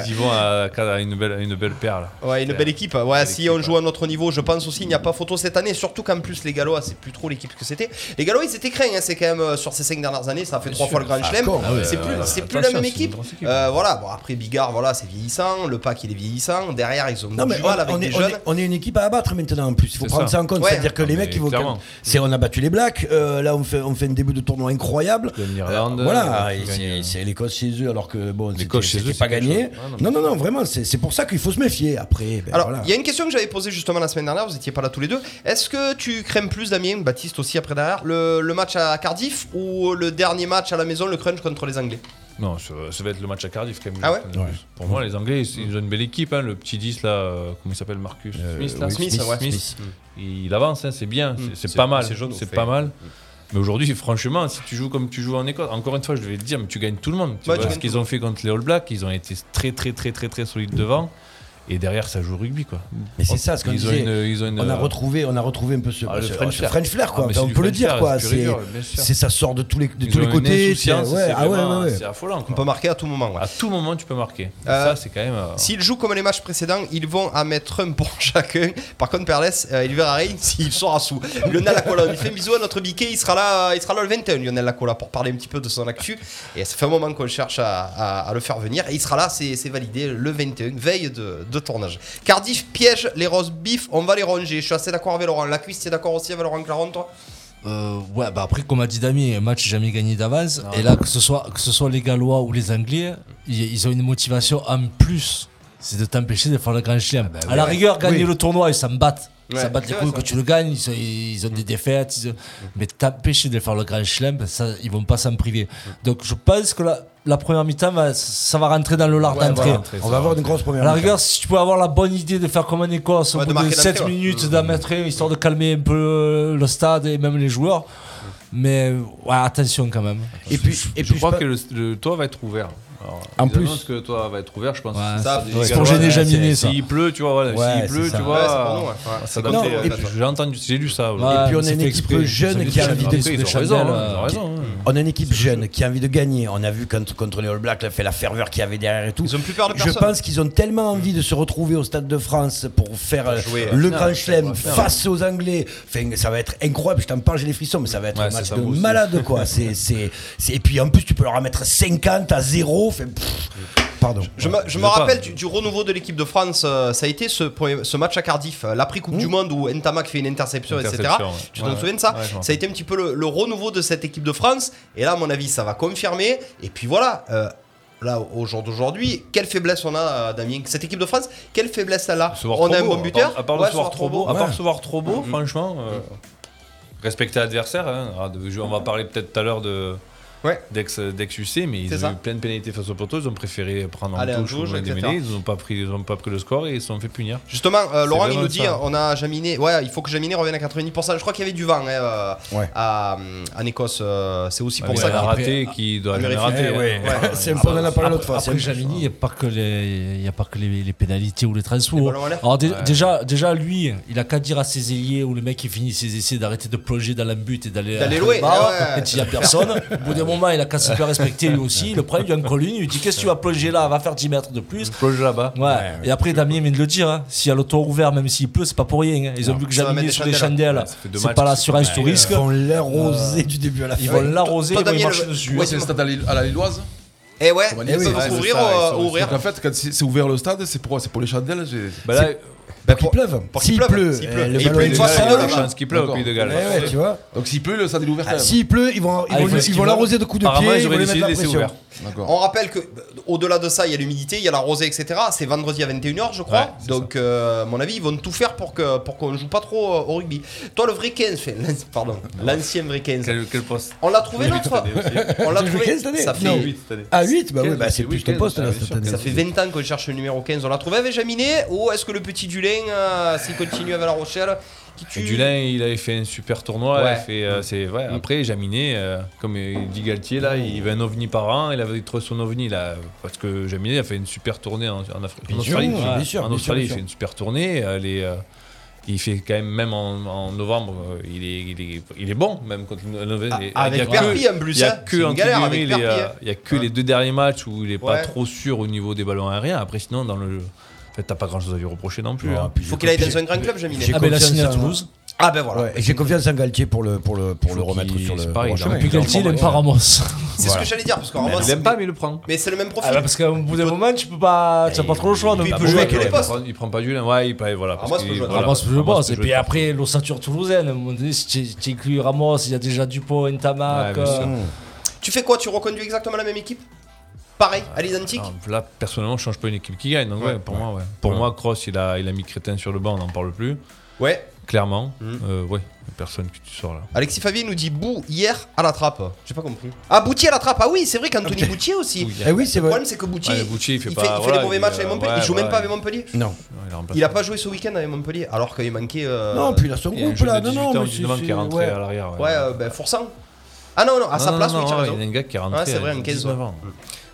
Speaker 7: Ils y vont à, à une, belle, une belle perle.
Speaker 6: Ouais, une belle équipe. Ouais,
Speaker 7: Belle
Speaker 6: si
Speaker 7: équipe,
Speaker 6: on joue à notre niveau, je pense aussi, il n'y a pas photo cette année. Surtout qu'en plus, les Gallois, c'est plus trop l'équipe que c'était. Les Gallois, ils étaient craints, hein, c'est quand même euh, sur ces cinq dernières années, ça a fait trois fois le
Speaker 7: Ah,
Speaker 6: Grand Chelem.
Speaker 8: Encore,
Speaker 6: Euh, C'est plus, c'est plus la
Speaker 7: Attention,
Speaker 6: même
Speaker 7: c'est une
Speaker 6: équipe.
Speaker 7: grosse équipe.
Speaker 6: Euh, voilà, bon, après Bigard, voilà, c'est vieillissant. Le pack, il est vieillissant. Derrière, ils ont
Speaker 8: Non, mais
Speaker 6: du
Speaker 8: on,
Speaker 6: mal avec
Speaker 8: on
Speaker 6: des
Speaker 8: est, on,
Speaker 6: jeunes.
Speaker 8: est, on est une équipe à abattre maintenant en plus. Il faut
Speaker 7: C'est
Speaker 8: prendre ça.
Speaker 7: ça.
Speaker 8: en compte.
Speaker 6: Ouais.
Speaker 8: C'est-à-dire que
Speaker 7: Non,
Speaker 8: les mecs,
Speaker 7: mais
Speaker 8: ils vont.
Speaker 7: clairement.
Speaker 8: C'est, on a battu les Blacks. euh, là, on fait, on fait un début de tournoi incroyable.
Speaker 7: Gagne l'Irlande,
Speaker 8: voilà.
Speaker 7: euh,
Speaker 8: et
Speaker 7: gagne,
Speaker 8: c'est-
Speaker 7: euh,
Speaker 8: C'est l'Écosse chez eux, alors que bon, c'était,
Speaker 7: chez
Speaker 8: c'était
Speaker 7: eux,
Speaker 8: pas
Speaker 7: c'est quelque
Speaker 8: gagné.
Speaker 7: chose. Ah,
Speaker 8: non,
Speaker 7: non,
Speaker 8: non, non, vraiment. C'est, c'est pour ça qu'il faut se méfier. Après, ben,
Speaker 6: Alors, il
Speaker 8: voilà.
Speaker 6: y a une question que j'avais posée justement la semaine dernière, vous étiez pas là tous les deux. Est-ce que tu crains plus, Damien, Baptiste aussi après derrière, le, le match à Cardiff ou le dernier match à la maison, le crunch contre les Anglais
Speaker 7: Non, ça, ça va être le match à Cardiff quand même.
Speaker 6: Ah ouais
Speaker 7: Pour moi, les Anglais, ils, ils ont une belle équipe. hein. Le petit 10 là, euh, comment il s'appelle Marcus
Speaker 8: Euh,
Speaker 7: Smith, là
Speaker 6: oui, Smith, ouais. Mm.
Speaker 7: Il avance, hein, c'est bien, c'est- c'est
Speaker 6: C'est-
Speaker 7: pas mal.
Speaker 6: c'est jaune,
Speaker 7: C'est
Speaker 6: au fait.
Speaker 7: pas mal. Mais aujourd'hui, franchement, si tu joues comme tu joues en Écosse, encore une fois, je vais te dire, mais tu gagnes tout le monde. Tu
Speaker 6: Ouais, tu
Speaker 7: vois
Speaker 6: gagnes
Speaker 7: ce
Speaker 6: tout
Speaker 7: qu'ils ont fait contre les All Blacks, ils ont été très, très, très, très, très solides devant. Et derrière, ça joue au rugby, quoi.
Speaker 8: Mais c'est ça, ce qu'on
Speaker 7: ils ont
Speaker 8: disait.
Speaker 7: une- ils ont une- euh,
Speaker 8: on a retrouvé, on a retrouvé un peu ce,
Speaker 7: Ah, le
Speaker 8: ce-
Speaker 7: French
Speaker 8: ce
Speaker 7: flair.
Speaker 8: French flair, quoi.
Speaker 7: Ah, mais c'est
Speaker 8: on
Speaker 7: du
Speaker 8: peut le
Speaker 7: French
Speaker 8: dire,
Speaker 7: flair,
Speaker 8: quoi.
Speaker 7: c'est pur et
Speaker 8: C'est,
Speaker 7: dur, bien sûr.
Speaker 8: c'est- ça sort de tous les, de
Speaker 7: ils
Speaker 8: tous
Speaker 7: ont
Speaker 8: les
Speaker 7: une
Speaker 8: côtés. c'est-
Speaker 7: insouciance,
Speaker 8: ouais,
Speaker 7: c'est
Speaker 8: ah ouais,
Speaker 7: vraiment-
Speaker 8: ouais, ouais.
Speaker 7: c'est affolant,
Speaker 6: On
Speaker 7: quoi.
Speaker 6: peut marquer à tout moment. ouais.
Speaker 7: À tout moment, tu peux marquer. Et
Speaker 6: Euh,
Speaker 7: ça, c'est quand même. euh,
Speaker 6: S'ils jouent comme les matchs précédents, ils vont à mettre un pour chacun. Par contre, Perles, euh, il verra rien s'il sort à sous. Lionel Lacola, on lui fait un bisou à notre biquet. Il sera là, euh, il sera là le 21, Lionel Lacola, pour parler un petit peu de son actu. Et ça fait un moment qu'on cherche à, à- à le faire venir. Et il sera là, c'est c'est validé, le 21, veille de, de tournage. Cardiff piège les roses bif, on va les ronger. Je suis assez d'accord avec Laurent. La cuisse, t'es d'accord aussi avec Laurent Claron, toi
Speaker 9: Euh, ouais, bah après, comme a dit Damien, un match jamais gagné d'avance.
Speaker 6: Ah
Speaker 9: Et là, que ce, soit, que ce soit les Gallois ou les Anglais, ils, ils ont une motivation en plus. C'est de t'empêcher de faire le grand chelem. à la rigueur, gagner le tournoi, ils s'en battent. Ils
Speaker 6: Bah Ouais.
Speaker 9: s'en battent les
Speaker 6: Ouais,
Speaker 9: couilles
Speaker 6: ça. Mm-hmm.
Speaker 9: que tu le gagnes, ils, sont- ils ont des défaites. ils ont- Mais t'empêcher de faire le grand chelem, bah, ça, ils vont pas s'en priver. Donc je pense que la, la première mi-temps, va- ça va rentrer dans le lard d'entrée.
Speaker 8: On va avoir une grosse
Speaker 9: À la
Speaker 8: première. mi-temps.
Speaker 9: rigueur, si tu peux avoir la bonne idée de faire comme en Écosse, au
Speaker 6: Ouais, de
Speaker 9: bout de,
Speaker 6: marquer l'entrée,
Speaker 9: 7
Speaker 6: ouais.
Speaker 9: minutes, d'en mettre un, histoire de calmer un peu euh, le stade et même les joueurs. Mais ouais, attention quand même.
Speaker 8: Et puis, et
Speaker 7: je
Speaker 8: puis,
Speaker 7: crois
Speaker 8: pas-
Speaker 7: que le, le toit va être ouvert. Alors,
Speaker 8: En
Speaker 7: ils
Speaker 8: plus.
Speaker 7: annoncent que le toit va être ouvert, je pense.
Speaker 9: Ouais,
Speaker 7: que
Speaker 9: ça,
Speaker 7: c'est
Speaker 9: c'est
Speaker 7: des
Speaker 9: pour
Speaker 7: gars-
Speaker 9: gêner
Speaker 7: ouais,
Speaker 9: Jaminet,
Speaker 7: c'est-
Speaker 9: ça.
Speaker 7: S'il pleut, tu vois, voilà,
Speaker 8: Ouais,
Speaker 7: s'il
Speaker 8: c'est
Speaker 7: pleut,
Speaker 8: ça.
Speaker 7: tu
Speaker 8: Ouais,
Speaker 7: vois.
Speaker 6: c'est pour nous, ouais. Ouais,
Speaker 7: ça
Speaker 6: c'est
Speaker 7: doit
Speaker 8: comme
Speaker 7: être-
Speaker 8: ça,
Speaker 7: euh, j'ai entendu, j'ai lu ça. oui.
Speaker 9: Ouais,
Speaker 8: puis, on
Speaker 9: mais
Speaker 8: a une
Speaker 9: c'est fait
Speaker 8: équipe
Speaker 9: exprès.
Speaker 8: jeune
Speaker 9: C'est
Speaker 8: qui a
Speaker 9: fait
Speaker 8: envie
Speaker 9: exprès.
Speaker 8: de-
Speaker 7: Après, ils ont
Speaker 9: Chapelle,
Speaker 7: raison, hein,
Speaker 9: euh,
Speaker 7: ils ont raison. hein.
Speaker 8: On a une équipe jeune qui a envie de gagner. On a vu quand- contre les All Blacks, la, fait la ferveur qu'il y avait derrière et tout.
Speaker 6: Ils ont plus peur de
Speaker 8: Je
Speaker 6: personne.
Speaker 8: pense qu'ils ont tellement envie de se retrouver au Stade de France pour faire euh,
Speaker 6: jouer,
Speaker 8: le
Speaker 6: euh,
Speaker 8: Grand Chelem face aux Anglais. Enfin, ça va être incroyable. Je t'en parle, j'ai les frissons, mais ça va être
Speaker 7: Ouais,
Speaker 8: un
Speaker 7: ça,
Speaker 8: match
Speaker 7: ça
Speaker 8: de
Speaker 7: vaut aussi.
Speaker 8: malade, quoi. C'est- c'est- c'est- Et puis en plus, tu peux leur en mettre 50 à 0. Enfin, pff, pardon.
Speaker 6: Je me, je me
Speaker 7: veux pas.
Speaker 6: rappelle du, du renouveau de l'équipe de France, euh, ça a été ce, premier- ce match à Cardiff, euh, l'après-Coupe du Monde où Ntamak fait une interception,
Speaker 7: Mmh. Interception,
Speaker 6: etc.
Speaker 7: ouais.
Speaker 6: Tu
Speaker 7: Ouais,
Speaker 6: t'en
Speaker 7: ouais.
Speaker 6: souviens de ça
Speaker 7: Ouais, je m'en
Speaker 6: Ça a été un petit peu le, le renouveau de cette équipe de France. Et là, à mon avis, ça va confirmer. Et puis voilà, euh, là, au jour d'aujourd'hui, quelle faiblesse on a, euh, Damien Cette équipe de France, quelle faiblesse elle a
Speaker 7: Se voir
Speaker 6: On
Speaker 7: trop
Speaker 6: a un
Speaker 7: beau, hein.
Speaker 6: bon buteur.
Speaker 7: À part
Speaker 6: Ouais,
Speaker 7: le soir trop beau, à part
Speaker 8: Ouais.
Speaker 7: se voir trop beau, Ah, franchement, euh, respecter l'adversaire. hein. Alors, de- je- On va parler peut-être tout à l'heure de. d'ex, d'ex-UC, mais ils
Speaker 6: C'est
Speaker 7: ont
Speaker 6: ça.
Speaker 7: eu plein de pénalités face au poteau. Ils ont préféré prendre
Speaker 6: Aller en
Speaker 7: en touche,
Speaker 6: touche,
Speaker 7: ou en
Speaker 6: etc.
Speaker 7: démêlée, Ils n'ont pas, pris- ils ont pas pris le score et ils se sont fait punir.
Speaker 6: Justement, euh,
Speaker 7: C'est
Speaker 6: Laurent, il
Speaker 7: vraiment
Speaker 6: nous dit
Speaker 7: ça.
Speaker 6: on a Jaminet. Ouais, il faut que Jaminet revienne à 90%. Je crois qu'il y avait du vent hein, euh,
Speaker 8: Ouais.
Speaker 6: à, en Écosse. euh, c'est aussi
Speaker 7: Ah,
Speaker 6: pour
Speaker 7: mais
Speaker 6: ça
Speaker 7: il a
Speaker 6: qu'il
Speaker 7: raté qui doit
Speaker 6: à
Speaker 7: jamais
Speaker 6: vérifier,
Speaker 7: rater,
Speaker 6: ouais.
Speaker 7: hein.
Speaker 6: Ouais.
Speaker 8: C'est un peu, on en a parlé l'autre fois. c'est
Speaker 9: Après
Speaker 8: un-
Speaker 9: Jamini, il n'y a pas que les, il y a pas que les, les pénalités ou les transferts.
Speaker 6: Les ballons en l'air.
Speaker 9: Alors dé- déjà, déjà lui, il a qu'à dire à ses ailiers ou le mec qui finit ses essais d'arrêter de plonger dans la butte et d'aller
Speaker 6: D'aller
Speaker 9: à-
Speaker 6: louer,
Speaker 9: Bah,
Speaker 6: ouais.
Speaker 9: Quand il n'y a personne, au bout d'un moment, il a qu'à se faire respecter lui aussi. Il le prend, il lui en colle une, il lui dit qu'est-ce que tu vas plonger là, va faire 10 mètres de plus.
Speaker 7: Plonge là-bas.
Speaker 9: Ouais. et après Damien vient de le dire, hein. s'il y a le toit ouvert, même s'il pleut, c'est pas pour rien. hein. Ils ont
Speaker 6: Non.
Speaker 9: vu que
Speaker 6: Ça va
Speaker 9: Jamini
Speaker 6: mettre
Speaker 9: sur
Speaker 6: des
Speaker 9: des
Speaker 6: chandelles. hein.
Speaker 9: chandelles,
Speaker 7: Ouais, ça fait deux
Speaker 9: c'est
Speaker 7: match,
Speaker 9: pas l'assurance
Speaker 7: ouais.
Speaker 9: tout risque.
Speaker 8: Ils vont l'arroser du début à la fin.
Speaker 9: Ils vont l'arroser,
Speaker 6: Toi,
Speaker 9: ils vont y
Speaker 6: Damien,
Speaker 9: marcher
Speaker 6: le-
Speaker 9: dessus.
Speaker 11: Ouais, c'est un stade à l'île- à la Lilloise.
Speaker 6: Et Eh ouais,
Speaker 11: Comment
Speaker 6: ils
Speaker 11: dire,
Speaker 6: peuvent
Speaker 11: c'est- c'est
Speaker 6: ouvrir
Speaker 11: ça,
Speaker 6: euh,
Speaker 11: ils sont-
Speaker 6: ouvrir.
Speaker 11: Donc en fait, quand c'est c'est ouvert le stade, c'est pour, c'est pour les chandelles. j'ai-
Speaker 7: Bah là,
Speaker 6: Ben,
Speaker 8: Qu'ils
Speaker 6: pour-
Speaker 8: pleuvent.
Speaker 6: pour qu'il
Speaker 8: S'il
Speaker 6: pleuve,
Speaker 8: pleut,
Speaker 6: s'il
Speaker 8: euh,
Speaker 6: pleut.
Speaker 8: le
Speaker 6: Il
Speaker 8: ballon
Speaker 6: pleut une
Speaker 8: il
Speaker 6: fois
Speaker 8: va
Speaker 6: sur
Speaker 8: pas.
Speaker 6: deux,
Speaker 7: la
Speaker 6: là-bas.
Speaker 7: chance qu'il pleuve au
Speaker 11: D'accord.
Speaker 7: Pays de
Speaker 8: Eh
Speaker 7: Galles.
Speaker 8: ouais, tu vois.
Speaker 11: Donc s'il pleut, le stade est ouvert quand
Speaker 8: Ah,
Speaker 11: même.
Speaker 8: S'il pleut, ils vont ils
Speaker 9: Ah, il
Speaker 8: vont
Speaker 9: faut
Speaker 8: lui- ils
Speaker 9: ce qu'il
Speaker 8: vont
Speaker 9: veut.
Speaker 8: l'arroser de coups de
Speaker 7: Apparemment,
Speaker 8: pied.
Speaker 7: ils
Speaker 8: Ils vont
Speaker 7: auraient
Speaker 8: lui
Speaker 7: décidé
Speaker 8: mettre la
Speaker 7: de laisser
Speaker 8: pression.
Speaker 7: ouvert.
Speaker 11: D'accord.
Speaker 6: On rappelle que euh, au-delà de ça, il y a l'humidité, il y a la rosée, etc. C'est vendredi à 21h, je crois.
Speaker 7: Ouais, c'est
Speaker 6: Donc, euh, à mon avis, ils vont tout faire pour que pour qu'on joue pas trop euh, au rugby. Toi, le vrai 15, enfin, l'anci- pardon, l'ancien vrai 15.
Speaker 7: Quel, quel poste
Speaker 6: On l'a trouvé notre. On l'a
Speaker 8: Tu joues
Speaker 6: trouvé.
Speaker 8: 15 cette année
Speaker 6: Ça fait,
Speaker 8: Non. À 8, bah oui,
Speaker 7: Quinze,
Speaker 8: bah c'est
Speaker 7: oui,
Speaker 8: plus ton
Speaker 7: quinze.
Speaker 8: poste
Speaker 7: Ah
Speaker 8: là
Speaker 7: oui,
Speaker 8: cette
Speaker 7: sur
Speaker 8: année.
Speaker 6: ça fait 20 ans qu'on cherche le numéro 15. On l'a trouvé avec Jaminet ou est-ce que le petit Dulin, euh, s'il continue avec La Rochelle, qui tue
Speaker 7: Dulin, hein, il avait fait un super tournoi.
Speaker 6: Ouais. Mm.
Speaker 7: il fait, euh, c'est, ouais, Après, Jaminet, euh, comme il dit Galtier, là, il avait un ovni par an. Il avait trouvé son ovni. Là, parce que Jaminet a fait une super tournée en, en Afrique. En
Speaker 8: Bien sûr,
Speaker 7: Australie,
Speaker 8: bien
Speaker 7: Ouais.
Speaker 8: sûr, bien
Speaker 7: en
Speaker 8: sûr,
Speaker 7: Australie
Speaker 8: bien
Speaker 7: il fait
Speaker 8: sûr.
Speaker 7: une super tournée. euh, les, euh, il fait quand même, même en, en novembre, euh, il est, il, est, il est bon, même contre le- le-
Speaker 6: Ah,
Speaker 7: et- et
Speaker 6: avec
Speaker 7: il y a que-
Speaker 6: Perpi en plus
Speaker 7: Il y a
Speaker 6: hein.
Speaker 7: que,
Speaker 6: C'est une
Speaker 7: entre
Speaker 6: galère avec
Speaker 7: guillemets, les,
Speaker 6: Perpi,
Speaker 7: euh,
Speaker 6: hein.
Speaker 7: il y a que les deux derniers matchs où il est pas
Speaker 6: Ouais.
Speaker 7: trop sûr au niveau des ballons aériens. Après, sinon, dans le. En fait, t'as pas grand chose à lui reprocher non plus. hein.
Speaker 6: Faut qu'il aille dans un grand club, Jaminet.
Speaker 8: J'ai
Speaker 9: Ah, mais la
Speaker 8: confiance
Speaker 9: signe à
Speaker 8: en-
Speaker 9: Toulouse.
Speaker 6: Ah ben voilà.
Speaker 8: Ouais, et J'ai confiance en Galtier pour le pour le pour le
Speaker 7: Faut
Speaker 8: remettre
Speaker 7: qu'il-
Speaker 8: sur le.
Speaker 7: c'est pareil,
Speaker 8: bon
Speaker 7: il
Speaker 8: chemin.
Speaker 7: en a
Speaker 9: Puis Galtier, il aime pas Ramos.
Speaker 6: C'est ce que j'allais dire parce qu'en
Speaker 7: Il l'aime pas, mais il le prend.
Speaker 6: mais c'est le même profil.
Speaker 9: Ah bah parce qu'au bout d'un moment, tu peux pas, tu as pas trop le choix.
Speaker 6: puis il
Speaker 7: Ah
Speaker 9: donc
Speaker 6: peut
Speaker 9: bon,
Speaker 6: jouer
Speaker 9: ouais,
Speaker 6: avec
Speaker 9: ouais.
Speaker 6: les postes.
Speaker 7: prend- il prend pas du lin. Ouais, il peut, voilà. parce
Speaker 6: Ramos peut
Speaker 7: qu'il-
Speaker 6: jouer.
Speaker 7: voilà. Ah,
Speaker 9: Ramos peut le
Speaker 7: Ramos
Speaker 9: boss.
Speaker 7: peut
Speaker 9: Et
Speaker 7: jouer.
Speaker 9: puis après, l'ossature toulousaine, à un moment donné, si tu- tu inclus Ramos, il y a déjà Dupont, Ntamak.
Speaker 7: Ouais, bien sûr.
Speaker 9: euh,
Speaker 6: Tu fais quoi Tu reconduis exactement la même équipe Pareil, à l'identique
Speaker 7: Ah, Là, personnellement, je change pas une équipe qui gagne. Donc,
Speaker 6: Ouais.
Speaker 7: ouais, pour moi, ouais. Pour moi, Cross, il a, il a mis Crétin sur le banc, on n'en parle plus.
Speaker 6: Ouais.
Speaker 7: Clairement.
Speaker 6: Mhm.
Speaker 7: Euh, ouais, personne que tu sors là.
Speaker 6: Alexis Favier nous dit Bou hier à la trappe. J'ai pas compris. Ah, Boutier à la trappe. Ah oui, c'est vrai qu'Anthony Boutier aussi.
Speaker 7: Oui, il y a-
Speaker 8: Eh oui, c'est
Speaker 6: Le
Speaker 8: vrai.
Speaker 6: problème, c'est que Boutier,
Speaker 7: Ouais, Boutier, il fait pas-
Speaker 6: il
Speaker 7: voilà,
Speaker 6: des mauvais
Speaker 7: il- euh,
Speaker 6: matchs avec Montpellier.
Speaker 7: ouais,
Speaker 6: il joue même
Speaker 7: ouais.
Speaker 6: pas avec Montpellier.
Speaker 8: Non.
Speaker 7: Il, remplace-
Speaker 6: Il a pas joué ce week-end avec Montpellier, alors qu'il manquait. euh,
Speaker 8: Non, puis il a son
Speaker 7: Il y a un
Speaker 8: groupe
Speaker 7: jeune
Speaker 8: là.
Speaker 7: de
Speaker 8: Non,
Speaker 7: 18
Speaker 8: non,
Speaker 7: ans,
Speaker 8: mais
Speaker 7: 19 ans qui
Speaker 8: c'est-
Speaker 7: est rentré
Speaker 8: ouais.
Speaker 7: à l'arrière.
Speaker 6: Ouais, euh, ben, Forçant. Ah non, non, à
Speaker 7: Non,
Speaker 6: sa
Speaker 7: non,
Speaker 6: place,
Speaker 7: non,
Speaker 6: oui, tu as
Speaker 7: ouais,
Speaker 6: raison.
Speaker 7: Il y a un gars qui est rentré.
Speaker 6: Ouais, c'est vrai,
Speaker 7: à
Speaker 6: un 15
Speaker 7: 19 ans.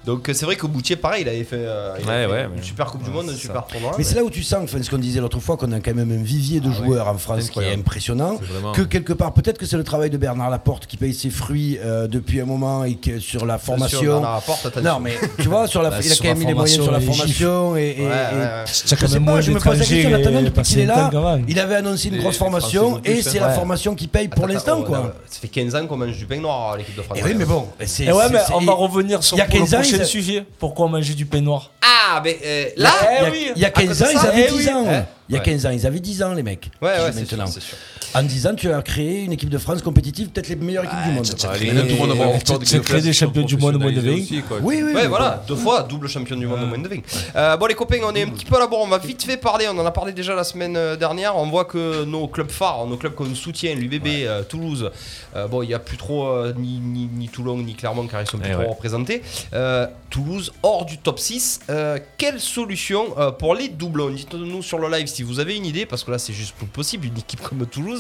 Speaker 6: Donc euh, c'est vrai que Boutier, pareil, il avait fait, euh, il avait
Speaker 7: Ouais,
Speaker 6: fait
Speaker 7: ouais,
Speaker 6: une
Speaker 7: mais-
Speaker 6: super Coupe du
Speaker 7: ouais,
Speaker 6: Monde, un
Speaker 7: c'est
Speaker 6: super tournoi.
Speaker 8: Mais c'est là où tu sens, enfin, ce qu'on disait l'autre fois, qu'on a quand même un vivier de joueurs en France qui est
Speaker 7: Incroyable.
Speaker 8: impressionnant.
Speaker 7: C'est vraiment-
Speaker 8: Que quelque part, peut-être que c'est le travail de Bernard Laporte qui paye ses fruits euh, depuis un moment et que sur la formation.
Speaker 6: Attention, Bernard Laporte, attention.
Speaker 8: non, mais tu vois, sur la,
Speaker 9: Bah,
Speaker 8: il a
Speaker 9: sur
Speaker 8: quand
Speaker 9: la
Speaker 8: même mis les moyens sur la
Speaker 9: formation, les
Speaker 8: formation et. et-
Speaker 6: Ouais,
Speaker 8: et-
Speaker 6: ouais, ouais.
Speaker 9: t'as
Speaker 8: Je
Speaker 9: quand
Speaker 8: sais
Speaker 9: même
Speaker 8: pas,
Speaker 9: moins
Speaker 8: je me pose la
Speaker 9: d'étrangers
Speaker 8: question, Nathanan,
Speaker 9: et
Speaker 8: depuis
Speaker 9: euh, passer
Speaker 8: qu'il est
Speaker 9: le
Speaker 8: là,
Speaker 9: temps quand même.
Speaker 8: il avait annoncé une
Speaker 7: Les
Speaker 8: grosse
Speaker 7: Français
Speaker 8: formation
Speaker 7: beaucoup plus,
Speaker 8: et c'est la
Speaker 7: ouais.
Speaker 8: formation qui paye pour
Speaker 6: Attends, oh,
Speaker 8: l'instant,
Speaker 6: on-
Speaker 8: quoi.
Speaker 6: Ça fait 15 ans qu'on mange du pain noir à l'équipe de France.
Speaker 8: Et oui, mais bon, c'est.
Speaker 9: Et Eh ouais,
Speaker 8: c'est-
Speaker 9: mais
Speaker 8: c'est-
Speaker 9: on va revenir sur
Speaker 8: il y a
Speaker 9: pour le
Speaker 8: 15 ans,
Speaker 9: prochain
Speaker 8: ils a-
Speaker 9: sujet. Pourquoi manger du peignoir
Speaker 6: Ah, mais euh, là,
Speaker 9: Eh
Speaker 8: Il y a-
Speaker 9: oui.
Speaker 8: il y a
Speaker 6: À cause
Speaker 8: 15
Speaker 6: de
Speaker 8: ans, ils
Speaker 6: ça,
Speaker 8: avaient
Speaker 6: eh oui.
Speaker 8: 10 ans.
Speaker 6: Ouais.
Speaker 8: Il y a
Speaker 6: Ouais.
Speaker 8: 15 ans, ils avaient 10 ans, les mecs.
Speaker 6: Ouais,
Speaker 8: qui
Speaker 6: ouais,
Speaker 8: jouent
Speaker 6: c'est sûr,
Speaker 8: maintenant.
Speaker 6: c'est sûr.
Speaker 8: En 10 ans, tu as créé une équipe de France compétitive, peut-être les meilleures équipes du monde.
Speaker 11: Et là, tout le monde va avoir
Speaker 9: tu-
Speaker 11: peur
Speaker 9: tu crées des champions du monde au moins de vingt.
Speaker 8: Oui, oui.
Speaker 6: Ouais,
Speaker 8: mais
Speaker 6: voilà, deux fois double champion du monde au moins de vingt. Euh, bon, les copains, on est un petit peu à la bourre. On va vite fait parler. On en a parlé déjà la semaine euh, dernière. On voit que nos clubs phares, nos clubs qu'on soutient, l'UBB, euh, Toulouse, euh, bon, il n'y a plus trop euh, ni, ni, ni Toulon ni Clermont car ils sont plus
Speaker 7: Eh
Speaker 6: trop
Speaker 7: ouais.
Speaker 6: représentés. Euh, Toulouse hors du top 6. euh, quelle solution euh, pour les doublons Dites-nous sur le live si vous avez une idée parce que là, c'est juste plus possible. Une équipe comme Toulouse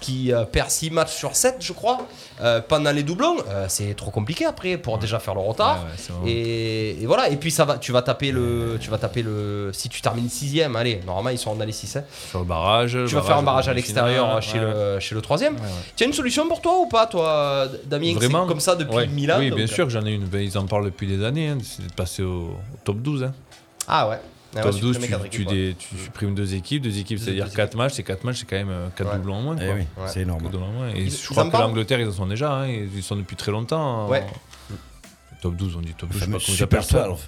Speaker 6: qui euh, perd 6 matchs sur 7, je crois, euh, pendant les doublons, euh, c'est trop compliqué après pour déjà faire le retard.
Speaker 7: Ouais, ouais, c'est vrai.
Speaker 6: Et, et voilà, et puis ça va, tu vas taper le. Tu vas taper le. Si tu termines sixième, allez, normalement ils sont en allée 6 hein.
Speaker 7: Sur le barrage.
Speaker 6: Tu vas faire un barrage à l'extérieur euh, chez, le, chez le troisième. Tu as une solution pour toi ou pas, toi, Damien que c'est
Speaker 7: Vraiment
Speaker 6: comme ça depuis
Speaker 7: Ouais.
Speaker 6: Milan
Speaker 7: Oui, bien
Speaker 6: donc, euh,
Speaker 7: sûr, j'en ai une. Ben, Ils en parlent depuis des années. hein, C'est de passer au, au top 12. hein.
Speaker 6: Ah ouais. Ah ouais,
Speaker 7: top 12,
Speaker 6: supprimer
Speaker 7: tu,
Speaker 6: quatre
Speaker 7: tu
Speaker 6: équipes, ouais. Mm.
Speaker 7: dé- tu supprimes deux équipes. Deux équipes, c'est-à-dire
Speaker 6: deux
Speaker 7: 4 matchs. C'est 4 matchs, c'est quand même 4
Speaker 6: Ouais.
Speaker 7: doublons en moins.
Speaker 8: Eh
Speaker 7: quoi.
Speaker 8: oui,
Speaker 6: Ouais.
Speaker 8: c'est
Speaker 7: Quatre
Speaker 8: énorme.
Speaker 7: doublons en moins. Et
Speaker 6: Ils- ils
Speaker 7: je crois
Speaker 6: en
Speaker 7: que
Speaker 6: parlent
Speaker 7: l'Angleterre, ils en sont déjà. hein, Ils ils sont depuis très longtemps. hein.
Speaker 6: Ouais.
Speaker 7: Top 12, on dit top 12. Je sais
Speaker 8: fameux
Speaker 7: pas comment ils
Speaker 8: Super
Speaker 7: appellent ça.
Speaker 8: 12.
Speaker 7: Ouais.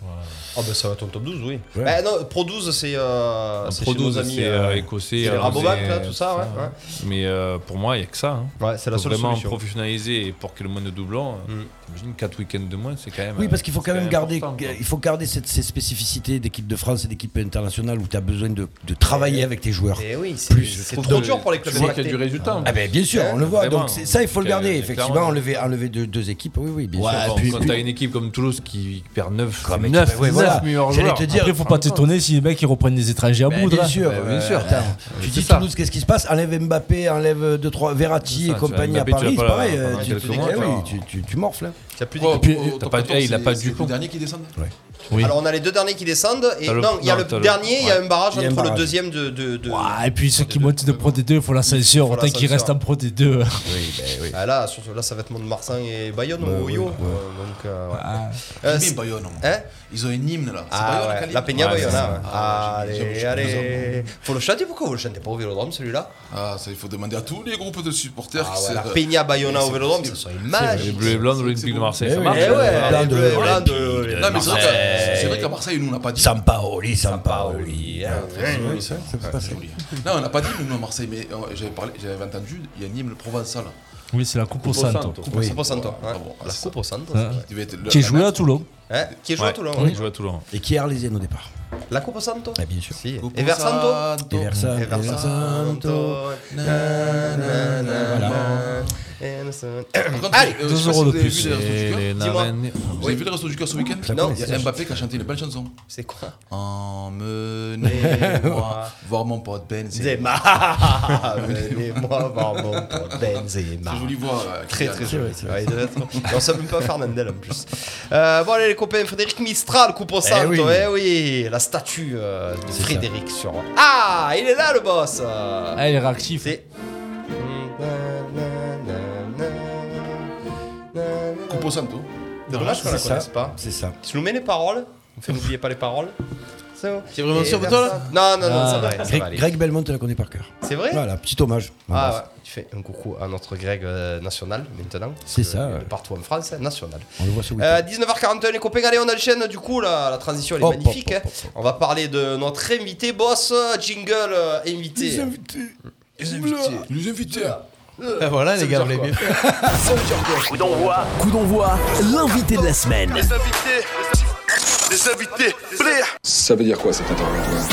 Speaker 6: Ah bah ça va être ton top 12, oui.
Speaker 8: Ouais.
Speaker 6: Bah non, Pro 12, c'est. Euh,
Speaker 7: Un
Speaker 6: c'est
Speaker 7: Pro
Speaker 6: chez nos
Speaker 7: 12,
Speaker 6: amis,
Speaker 7: c'est
Speaker 6: euh,
Speaker 7: euh, écossais.
Speaker 6: c'est les
Speaker 7: euh,
Speaker 6: Rabobank,
Speaker 7: c'est-
Speaker 6: là, tout ça, ouais, ouais.
Speaker 7: Mais euh, pour moi, il n'y a que ça. hein.
Speaker 6: Ouais, c'est la
Speaker 7: Faut
Speaker 6: seule
Speaker 7: vraiment
Speaker 6: solution.
Speaker 7: professionnaliser et pour qu'il y ait le moins de doublons, euh,
Speaker 6: Mm.
Speaker 7: c'est J'imagine 4 week-ends de moins, c'est quand même.
Speaker 8: Oui, parce
Speaker 7: euh,
Speaker 8: qu'il faut
Speaker 7: c'est
Speaker 8: quand même garder,
Speaker 7: important, quoi.
Speaker 8: il faut garder cette, ces spécificités d'équipe de France et d'équipe internationale où tu as besoin de, de travailler avec tes joueurs.
Speaker 6: Eh oui, c'est-
Speaker 8: Plus.
Speaker 6: c'est
Speaker 7: trouve
Speaker 6: trop
Speaker 7: que-
Speaker 6: dur pour les clubs
Speaker 7: Tu vois
Speaker 6: impactés.
Speaker 7: qu'il y a du résultat. en
Speaker 8: Ah
Speaker 7: plus.
Speaker 8: ben bien sûr, on le voit.
Speaker 7: Vraiment.
Speaker 8: Donc c'est- ça, il faut le
Speaker 7: Donc,
Speaker 8: garder.
Speaker 7: euh,
Speaker 8: Effectivement,
Speaker 7: clairement.
Speaker 8: enlever, enlever deux, deux équipes, oui, oui, bien
Speaker 7: Ouais,
Speaker 8: sûr.
Speaker 7: bon,
Speaker 8: Puis-
Speaker 7: quand
Speaker 8: puis-
Speaker 7: t'as une équipe comme Toulouse qui perd 9,
Speaker 8: Comme équipe,
Speaker 7: 9,
Speaker 8: ouais, voilà.
Speaker 7: meilleurs
Speaker 8: J'allais
Speaker 7: joueurs.
Speaker 8: te dire,
Speaker 9: Après, faut pas t'étonner si les mecs ils reprennent des étrangers à
Speaker 8: Ben,
Speaker 6: Bah,
Speaker 9: bout. hein.
Speaker 8: bien
Speaker 9: là.
Speaker 8: sûr,
Speaker 7: Ben,
Speaker 8: euh,
Speaker 7: bien sûr.
Speaker 8: attends,
Speaker 7: c'est
Speaker 8: tu dis
Speaker 7: ça.
Speaker 8: Toulouse, qu'est-ce qui se passe Enlève Mbappé, enlève 2 3 Verratti
Speaker 7: C'est
Speaker 8: et
Speaker 7: ça,
Speaker 8: compagnie à
Speaker 7: Mbappé, tu
Speaker 8: Paris,
Speaker 7: vas
Speaker 8: c'est
Speaker 7: pas
Speaker 8: pareil,
Speaker 7: la-
Speaker 8: euh,
Speaker 7: la
Speaker 8: tu te dis,
Speaker 7: seconde,
Speaker 8: eh
Speaker 7: tu
Speaker 8: oui,
Speaker 7: vois.
Speaker 8: tu- tu- tu morfles. hein.
Speaker 6: Il y a plus
Speaker 11: Quoi,
Speaker 6: d'équipe.
Speaker 11: pour-
Speaker 7: t'as
Speaker 11: top
Speaker 7: pas-
Speaker 11: 14,
Speaker 7: eh, il a
Speaker 11: oh, c'est-
Speaker 7: pas
Speaker 11: c'est
Speaker 7: Dupont.
Speaker 11: le dernier qui descend.
Speaker 6: Ah,
Speaker 9: Oui.
Speaker 6: Alors on a les deux derniers qui descendent et
Speaker 7: T'as le-
Speaker 6: non, il y a
Speaker 7: non,
Speaker 6: le
Speaker 7: t'as le-
Speaker 6: dernier, il y a
Speaker 7: ouais.
Speaker 6: un barrage
Speaker 8: Il y a un
Speaker 6: entre le
Speaker 8: barrage.
Speaker 6: deuxième de. de, de-
Speaker 9: Ouais, et puis ceux qui
Speaker 6: de-
Speaker 9: montent de Pro D2, il faut l'ascension.
Speaker 6: Faut
Speaker 9: Tant qu'ils
Speaker 6: l'ascenseur.
Speaker 9: restent en Pro D2.
Speaker 8: ben
Speaker 6: Ah là, sur ce- là, ça va être Mont-de-Marsan et Bayonne ou Yo. Euh, donc, euh, ouais.
Speaker 8: Ah.
Speaker 6: Euh,
Speaker 11: Ils
Speaker 6: c'est-
Speaker 11: aiment Bayonne, non
Speaker 6: Hein
Speaker 11: Ils ont une hymne là. C'est
Speaker 6: Ah
Speaker 11: Bayonne,
Speaker 6: ouais,
Speaker 11: Cali
Speaker 6: la Peña
Speaker 7: Ouais,
Speaker 6: Bayonne.
Speaker 7: c'est
Speaker 6: hein.
Speaker 11: ça, ouais.
Speaker 6: Allez,
Speaker 11: J'ai-
Speaker 6: allez. Faut le chanter, pourquoi vous le chantez pas au vélodrome celui-là
Speaker 11: Ah, ça, il faut demander à tous les groupes de supporters.
Speaker 6: Ah
Speaker 11: qui
Speaker 6: ouais,
Speaker 11: se-
Speaker 6: la Peña Bayonne au vélodrome, ça serait
Speaker 7: Les
Speaker 6: magique.
Speaker 7: bleus et blancs de l'Olympique de Marseille, ça
Speaker 8: Eh
Speaker 7: marche.
Speaker 6: Eh ouais,
Speaker 8: Blanc
Speaker 6: les
Speaker 8: de-
Speaker 6: bleus et blancs de-
Speaker 11: Non, mais c'est vrai qu'à- c'est vrai qu'à Marseille, nous, on n'a pas dit.
Speaker 8: Sampaoli, Sampaoli. hein.
Speaker 11: C'est joli. Non, on n'a pas dit, nous, à Marseille, mais euh, j'avais parlé- j'avais entendu, il y a une hymne provençale.
Speaker 9: Oui, c'est la Coupe au Santo.
Speaker 6: Coupe au centre, ouais.
Speaker 11: Ah bon,
Speaker 6: La
Speaker 11: c'est ça.
Speaker 6: coupe au centre. c'est vrai.
Speaker 11: Il devait être le-
Speaker 9: Qui est
Speaker 11: la
Speaker 9: joué
Speaker 11: même
Speaker 9: à Toulon.
Speaker 6: Hein, Qui est joué à Toulon
Speaker 7: Ouais,
Speaker 6: oui.
Speaker 7: il joue à
Speaker 6: hein.
Speaker 7: Toulon.
Speaker 8: Et qui est arlésienne au départ
Speaker 6: La coupe au centre
Speaker 8: Ah, Bien sûr.
Speaker 6: Si.
Speaker 11: Eh coupe
Speaker 6: Et vers
Speaker 11: au
Speaker 6: Santo
Speaker 11: Santo.
Speaker 8: Et Versa-
Speaker 6: Et vers
Speaker 8: et
Speaker 6: Santo. Na, na, na, na. Et nous sommes-
Speaker 11: Par contre,
Speaker 6: Allez,
Speaker 11: euh, je
Speaker 9: 2
Speaker 11: sais pas
Speaker 9: euros
Speaker 11: si vous
Speaker 9: de
Speaker 11: avez
Speaker 9: plus.
Speaker 11: vu les Restos du Cœur.
Speaker 7: Et les
Speaker 6: Dis-moi.
Speaker 7: Navarrais-
Speaker 11: Vous avez vu les Restos du Cœur ce week-end
Speaker 6: Non.
Speaker 11: Il y a Mbappé qui a chanté une belle chanson.
Speaker 6: C'est quoi
Speaker 11: Emmenez-moi voir mon pote Benzema.
Speaker 6: Zema Venez-moi voir mon pote Benzema
Speaker 11: C'est joli voix. euh,
Speaker 6: Très très
Speaker 11: Kylian.
Speaker 6: joli. Ouais, il devait être- Et on sait même pas Fernandel en plus. Euh, bon allez les copains, Frédéric Mistral, coupe au centre. Eh oui,
Speaker 8: oui.
Speaker 6: la statue euh, de Frédéric sur. Ah, il est là le boss. euh.
Speaker 9: Ah, il est réactif.
Speaker 6: C'est.
Speaker 11: Coupe au Santo.
Speaker 6: C'est dommage qu'on la
Speaker 8: C'est ça.
Speaker 6: connaisse pas.
Speaker 8: C'est ça.
Speaker 6: Tu nous mets les paroles On fait n'oublier pas les paroles.
Speaker 5: T'es vraiment sûr de toi, là
Speaker 6: Non, non, non,
Speaker 9: Ah.
Speaker 6: ça va. ça va
Speaker 8: Greg,
Speaker 6: aller.
Speaker 8: Greg Belmont, elle la connaît par cœur.
Speaker 6: C'est vrai
Speaker 8: Voilà, petit hommage.
Speaker 6: Ah ouais, tu fais un coucou à notre Greg euh, national maintenant. parce
Speaker 8: C'est
Speaker 6: que
Speaker 8: ça,
Speaker 6: il est De
Speaker 8: ouais.
Speaker 6: partout en France, hein, national.
Speaker 8: On le voit ce
Speaker 6: Euh,
Speaker 8: week-end.
Speaker 6: 19h41, les copains, allez, on enchaîne. Du coup, la, la transition, elle est
Speaker 8: Hop, hop,
Speaker 6: magnifique.
Speaker 8: hop,
Speaker 6: hein. On va parler de notre invité boss, euh, jingle euh, invité.
Speaker 11: invités. Les invités. Les invités.
Speaker 5: Ah, voilà, les gars, on les bien fait.
Speaker 10: Coup d'envoi, l'invité de la semaine.
Speaker 2: Ça veut dire quoi cet interrogatoire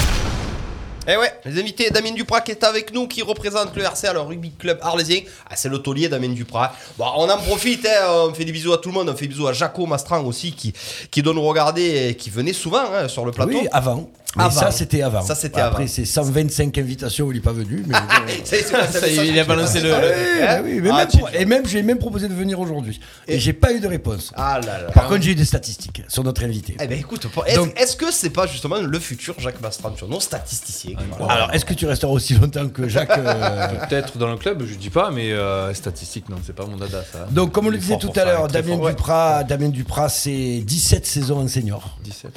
Speaker 6: Eh ouais, les invités, Damien Duprat qui est avec nous, qui représente le RC à le rugby club arlésien. Ah, c'est le taulier, Damien Duprat. Bon, on en profite, hein, on fait des bisous à tout le monde, on fait des bisous à Jaco Mastran aussi, qui, qui doit nous regarder et qui venait souvent hein, sur le plateau.
Speaker 8: Oui, avant. Mais
Speaker 6: Avant.
Speaker 8: ça, c'était avant.
Speaker 6: Ça, c'était
Speaker 8: Après,
Speaker 6: avant.
Speaker 8: c'est 125 invitations, il n'est pas venu. Mais bon.
Speaker 6: Ça y est, c'est quoi, ça
Speaker 5: Ça y est,
Speaker 6: message
Speaker 5: il a
Speaker 6: qui
Speaker 5: balancé
Speaker 6: est
Speaker 5: le-
Speaker 6: passé
Speaker 8: Eh,
Speaker 6: Hein
Speaker 8: bah oui, mais
Speaker 6: Ah,
Speaker 8: même
Speaker 6: tu-
Speaker 8: pour- et même, j'ai même proposé de venir aujourd'hui. Et, j'ai pas eu de réponse.
Speaker 6: Ah là là.
Speaker 8: Par contre, j'ai eu des statistiques sur notre invité.
Speaker 6: Eh ben écoute, pour- est-ce
Speaker 8: Donc-
Speaker 6: est-ce que c'est pas justement le futur Jacques Mastran sur nos statisticiens
Speaker 8: Alors, est-ce que tu resteras aussi longtemps que Jacques euh,
Speaker 7: Peut-être dans le club, je dis pas, mais euh, statistique, non, c'est pas mon dada ça.
Speaker 8: Donc, comme on
Speaker 7: Il
Speaker 8: le
Speaker 7: est
Speaker 8: disait
Speaker 7: fort
Speaker 8: tout
Speaker 7: pour
Speaker 8: à
Speaker 7: ça,
Speaker 8: l'heure,
Speaker 7: il est très
Speaker 8: Damien
Speaker 7: fort.
Speaker 8: Duprat, Damien Duprat, c'est 17 saisons en senior.
Speaker 7: 17.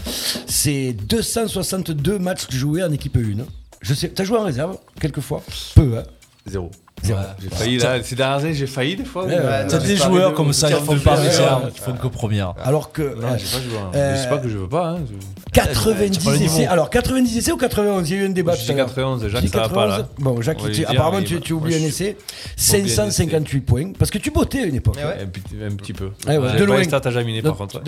Speaker 8: C'est 262 matchs joués en équipe 1. Je sais, t'as joué en réserve quelquefois Peu, hein
Speaker 7: Zéro.
Speaker 8: Zéro.
Speaker 7: J'ai failli là, ces dernières années, j'ai failli des fois. euh,
Speaker 8: Ouais, ouais.
Speaker 9: T'as
Speaker 6: non,
Speaker 9: des
Speaker 6: j'ai
Speaker 9: joueurs
Speaker 6: parlé de-
Speaker 9: comme ça,
Speaker 6: de
Speaker 9: ils font
Speaker 6: de
Speaker 9: pas
Speaker 6: joueurs.
Speaker 9: réserve, Ah, ils font que première.
Speaker 8: Euh, Alors que
Speaker 7: Non,
Speaker 8: euh,
Speaker 7: j'ai pas joué. hein.
Speaker 8: Euh,
Speaker 7: Mais C'est pas que je veux pas. Hein. Je-
Speaker 8: 90 essais.
Speaker 7: niveau.
Speaker 8: Alors 90 essais ou 91 Il y a eu un débat.
Speaker 7: Je
Speaker 8: tout
Speaker 7: dis
Speaker 8: à l'heure.
Speaker 7: 91, Jacques,
Speaker 8: Tu dis
Speaker 7: ça va pas, là.
Speaker 8: 91 Bon, Jacques,
Speaker 7: On va
Speaker 8: tu-
Speaker 7: lui dire,
Speaker 8: apparemment,
Speaker 7: mais
Speaker 8: tu,
Speaker 7: il-
Speaker 8: tu
Speaker 7: moi,
Speaker 8: oublies
Speaker 7: je
Speaker 8: un
Speaker 7: suis-
Speaker 8: essai.
Speaker 7: oublié un
Speaker 8: 558 points. Parce que tu bottais à une époque.
Speaker 6: Eh ouais.
Speaker 7: Un petit, un petit peu.
Speaker 8: Ah ouais, de
Speaker 7: J'ai pas
Speaker 8: loin.
Speaker 7: les stats à Jaminet
Speaker 8: Non.
Speaker 7: par contre.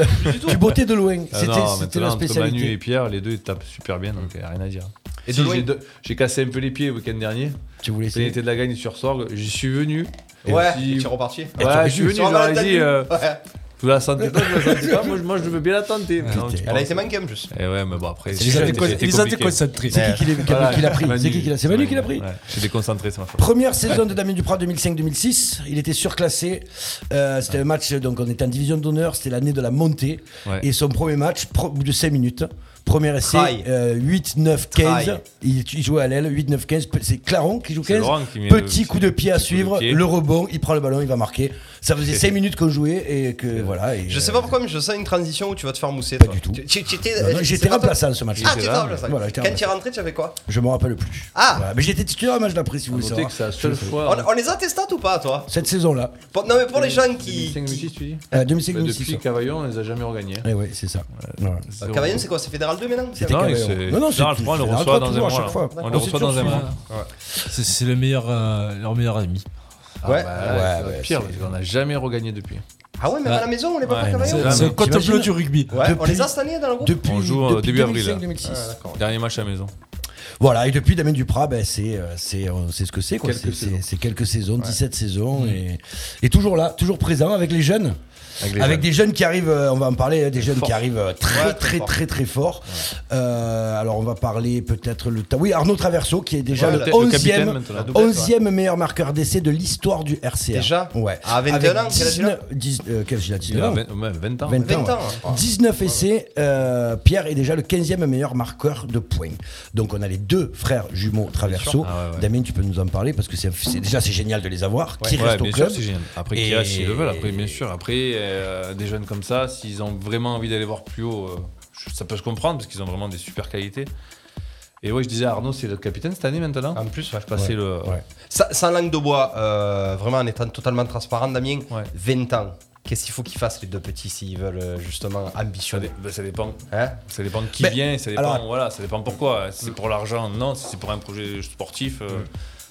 Speaker 8: Tu bottais de loin.
Speaker 7: Ah
Speaker 8: C'était
Speaker 7: non,
Speaker 8: c'était
Speaker 7: maintenant,
Speaker 8: la
Speaker 7: entre Manu et
Speaker 8: spécialité.
Speaker 7: Pierre, les deux ils tapent super bien, donc euh, rien à dire.
Speaker 6: Et
Speaker 7: Et
Speaker 6: de loin-
Speaker 7: j'ai, deux- j'ai cassé un peu les pieds le week-end dernier.
Speaker 8: Tu voulais essayer.
Speaker 7: Pénalité de la gagne sur Sorgue, j'y suis venu. Et
Speaker 6: Ouais,
Speaker 7: puis-
Speaker 6: et tu es reparti.
Speaker 7: Ouais, je suis venu, je leur ai dit, euh,
Speaker 6: Ouais.
Speaker 7: vous la sentez pas, vous la sentez pas, moi, je- moi je veux bien la tenter.
Speaker 8: Ah,
Speaker 7: Non, tu
Speaker 6: Elle a
Speaker 7: penses-
Speaker 6: été manquée en plus.
Speaker 7: Eh ouais, mais bon après,
Speaker 9: Ils
Speaker 7: c'était-
Speaker 9: étaient con-
Speaker 7: c'était
Speaker 9: ils étaient
Speaker 7: compliqué.
Speaker 9: concentrés.
Speaker 8: C'est qui qui l'a- qui l'a
Speaker 7: Voilà,
Speaker 8: qui l'a pris C'est
Speaker 7: Manu.
Speaker 8: qui qui l'a C'est Manu qui l'a pris
Speaker 7: Ouais, Je suis déconcentré, c'est ma faute.
Speaker 8: Première saison de Damien Duprat 2005-2006, il était surclassé. Euh, c'était un match, donc on était en division d'honneur, c'était l'année de la montée.
Speaker 7: Ouais.
Speaker 8: Et son premier match, pro- au bout de 5 minutes, premier essai,
Speaker 6: Try.
Speaker 8: euh, 8-9-15.
Speaker 6: Try.
Speaker 8: Il, il jouait à l'aile, 8-9-15. Pe- C'est Claron qui joue
Speaker 7: C'est
Speaker 8: 15.
Speaker 7: Laurent qui met le
Speaker 8: Petit
Speaker 7: petit
Speaker 8: coup de pied à
Speaker 7: petit coup de
Speaker 8: suivre,
Speaker 7: pied.
Speaker 8: le rebond, il prend le ballon, il va marquer. Ça faisait
Speaker 7: C'est
Speaker 8: 5
Speaker 7: fait.
Speaker 8: minutes qu'on jouait et que voilà. et,
Speaker 6: Je sais
Speaker 8: euh,
Speaker 6: pas pourquoi, mais je sens une transition où tu vas te faire mousser.
Speaker 8: Pas
Speaker 6: toi.
Speaker 8: du tout.
Speaker 6: Tu- tu- tu étais-
Speaker 8: non, non,
Speaker 6: c'est
Speaker 8: J'étais
Speaker 6: pas toi-
Speaker 8: remplaçant ce match-là.
Speaker 6: Ah, t'étais remplaçant.
Speaker 8: Voilà, j'étais
Speaker 6: Quand tu es
Speaker 8: remplaçant.
Speaker 6: rentré, tu avais quoi
Speaker 8: Je me rappelle plus.
Speaker 6: Ah.
Speaker 8: Voilà, Mais j'étais titulaire au match d'après si vous voulez
Speaker 7: Notez
Speaker 8: savoir.
Speaker 7: que c'est la seule
Speaker 6: on,
Speaker 7: fois.
Speaker 6: on les a tes stats ou pas, toi
Speaker 8: Cette saison-là,
Speaker 6: Pour- Non, mais pour les gens qui.
Speaker 7: 2005, 2006, tu dis
Speaker 8: euh,
Speaker 7: Bah, Depuis
Speaker 8: 2005-2006.
Speaker 7: Cavaillon, on les a jamais regagnés.
Speaker 8: Et Eh ouais, c'est ça. Voilà.
Speaker 7: Zéro.
Speaker 6: Cavaillon, Ah, c'est quoi C'est Fédéral 2 maintenant
Speaker 8: C'était
Speaker 7: hein. Non,
Speaker 8: Cavaillon.
Speaker 7: c'est-
Speaker 8: Non, non,
Speaker 7: Fédéral
Speaker 8: c'est-
Speaker 7: trois, on le
Speaker 8: Fédéral
Speaker 7: reçoit
Speaker 8: trois,
Speaker 7: dans un
Speaker 8: toujours à
Speaker 7: mois,
Speaker 8: chaque
Speaker 7: là.
Speaker 8: fois.
Speaker 7: On
Speaker 8: On
Speaker 7: le
Speaker 8: s'est
Speaker 7: reçoit dans
Speaker 8: toujours
Speaker 7: un mois.
Speaker 8: suivi.
Speaker 9: C'est- C'est le meilleur, euh, leur meilleur ami.
Speaker 8: ouais,
Speaker 6: Ouais.
Speaker 7: Bah, c'est
Speaker 8: ouais,
Speaker 7: pire,
Speaker 8: c'est-
Speaker 7: parce qu'on n'a jamais regagné depuis.
Speaker 6: Ah ouais, même à la maison, on les voit pas
Speaker 7: Ouais,
Speaker 6: Ah, quand
Speaker 7: non,
Speaker 6: même.
Speaker 7: c'est- c'est le
Speaker 9: côte
Speaker 8: T'imagines
Speaker 9: bleue du rugby.
Speaker 6: Ouais, on
Speaker 8: Depuis-
Speaker 6: les a cette année dans le groupe
Speaker 8: Depuis,
Speaker 7: On joue euh,
Speaker 8: depuis
Speaker 7: début avril.
Speaker 8: 2005,
Speaker 7: là.
Speaker 8: 2006.
Speaker 6: Ah, d'accord.
Speaker 7: Dernier match à la maison.
Speaker 8: Voilà, et depuis Damien Duprat, ben, c'est, euh, c'est, on sait ce que c'est. Quoi.
Speaker 7: Quelques
Speaker 8: C'est-
Speaker 7: saisons.
Speaker 8: c'est, c'est quelques saisons, 17 saisons, et, et toujours là, toujours présent avec les jeunes. Avec, des jeunes qui arrivent, euh, on va en parler, hein, des jeunes qui arrivent euh, très,
Speaker 6: Ouais, très
Speaker 8: très,
Speaker 6: fort.
Speaker 8: très, très fort. Euh, alors, on va parler peut-être le. ta- Oui, Arnaud Traverso, qui est déjà
Speaker 6: Ouais,
Speaker 8: le
Speaker 6: le- le
Speaker 8: 11e,
Speaker 7: capitaine maintenant. La
Speaker 6: doublette,
Speaker 8: 11e meilleur marqueur d'essai de l'histoire du RCA.
Speaker 6: Déjà
Speaker 8: Ouais.
Speaker 6: À 21 ans,
Speaker 8: Avec
Speaker 6: quel âge il a
Speaker 8: 19 dix- euh, quel âge il a
Speaker 7: Il a
Speaker 8: 19
Speaker 7: 20, ouais, 20 ans.
Speaker 8: 20
Speaker 6: 20
Speaker 8: ans.
Speaker 6: ans.
Speaker 8: ouais. 19 essais, euh, Pierre est déjà le 15e meilleur marqueur de points. Donc on a les deux frères jumeaux Traverso.
Speaker 7: Ah ouais, ouais.
Speaker 8: Damien, tu peux nous en parler parce que c'est c'est- déjà c'est génial de les avoir. Qui
Speaker 7: Ouais,
Speaker 8: restent au
Speaker 7: bien
Speaker 8: club
Speaker 7: sûr, c'est génial. Après,
Speaker 8: Et-
Speaker 7: qui restent s'ils le veulent, après, bien sûr. Après, euh, des jeunes comme ça, s'ils ont vraiment envie d'aller voir plus haut, euh, je- ça peut se comprendre parce qu'ils ont vraiment des super qualités. Et ouais, je disais, Arnaud, c'est notre capitaine cette année maintenant.
Speaker 6: En plus, ouais.
Speaker 7: je passais le.
Speaker 8: ouais.
Speaker 6: Sa- Sans langue de bois, euh, vraiment en étant totalement transparent, Damien,
Speaker 7: Ouais.
Speaker 6: 20 ans. Qu'est-ce qu'il faut qu'ils fassent les deux petits s'ils veulent euh, justement
Speaker 7: Ça, dé-
Speaker 6: ambitionner
Speaker 7: bah, ça dépend.
Speaker 6: hein
Speaker 7: Ça dépend de qui
Speaker 8: Mais-
Speaker 7: vient, ça dépend,
Speaker 8: alors-
Speaker 7: voilà, ça dépend pourquoi. Si c'est pour l'argent, non. Si c'est pour un projet sportif. euh,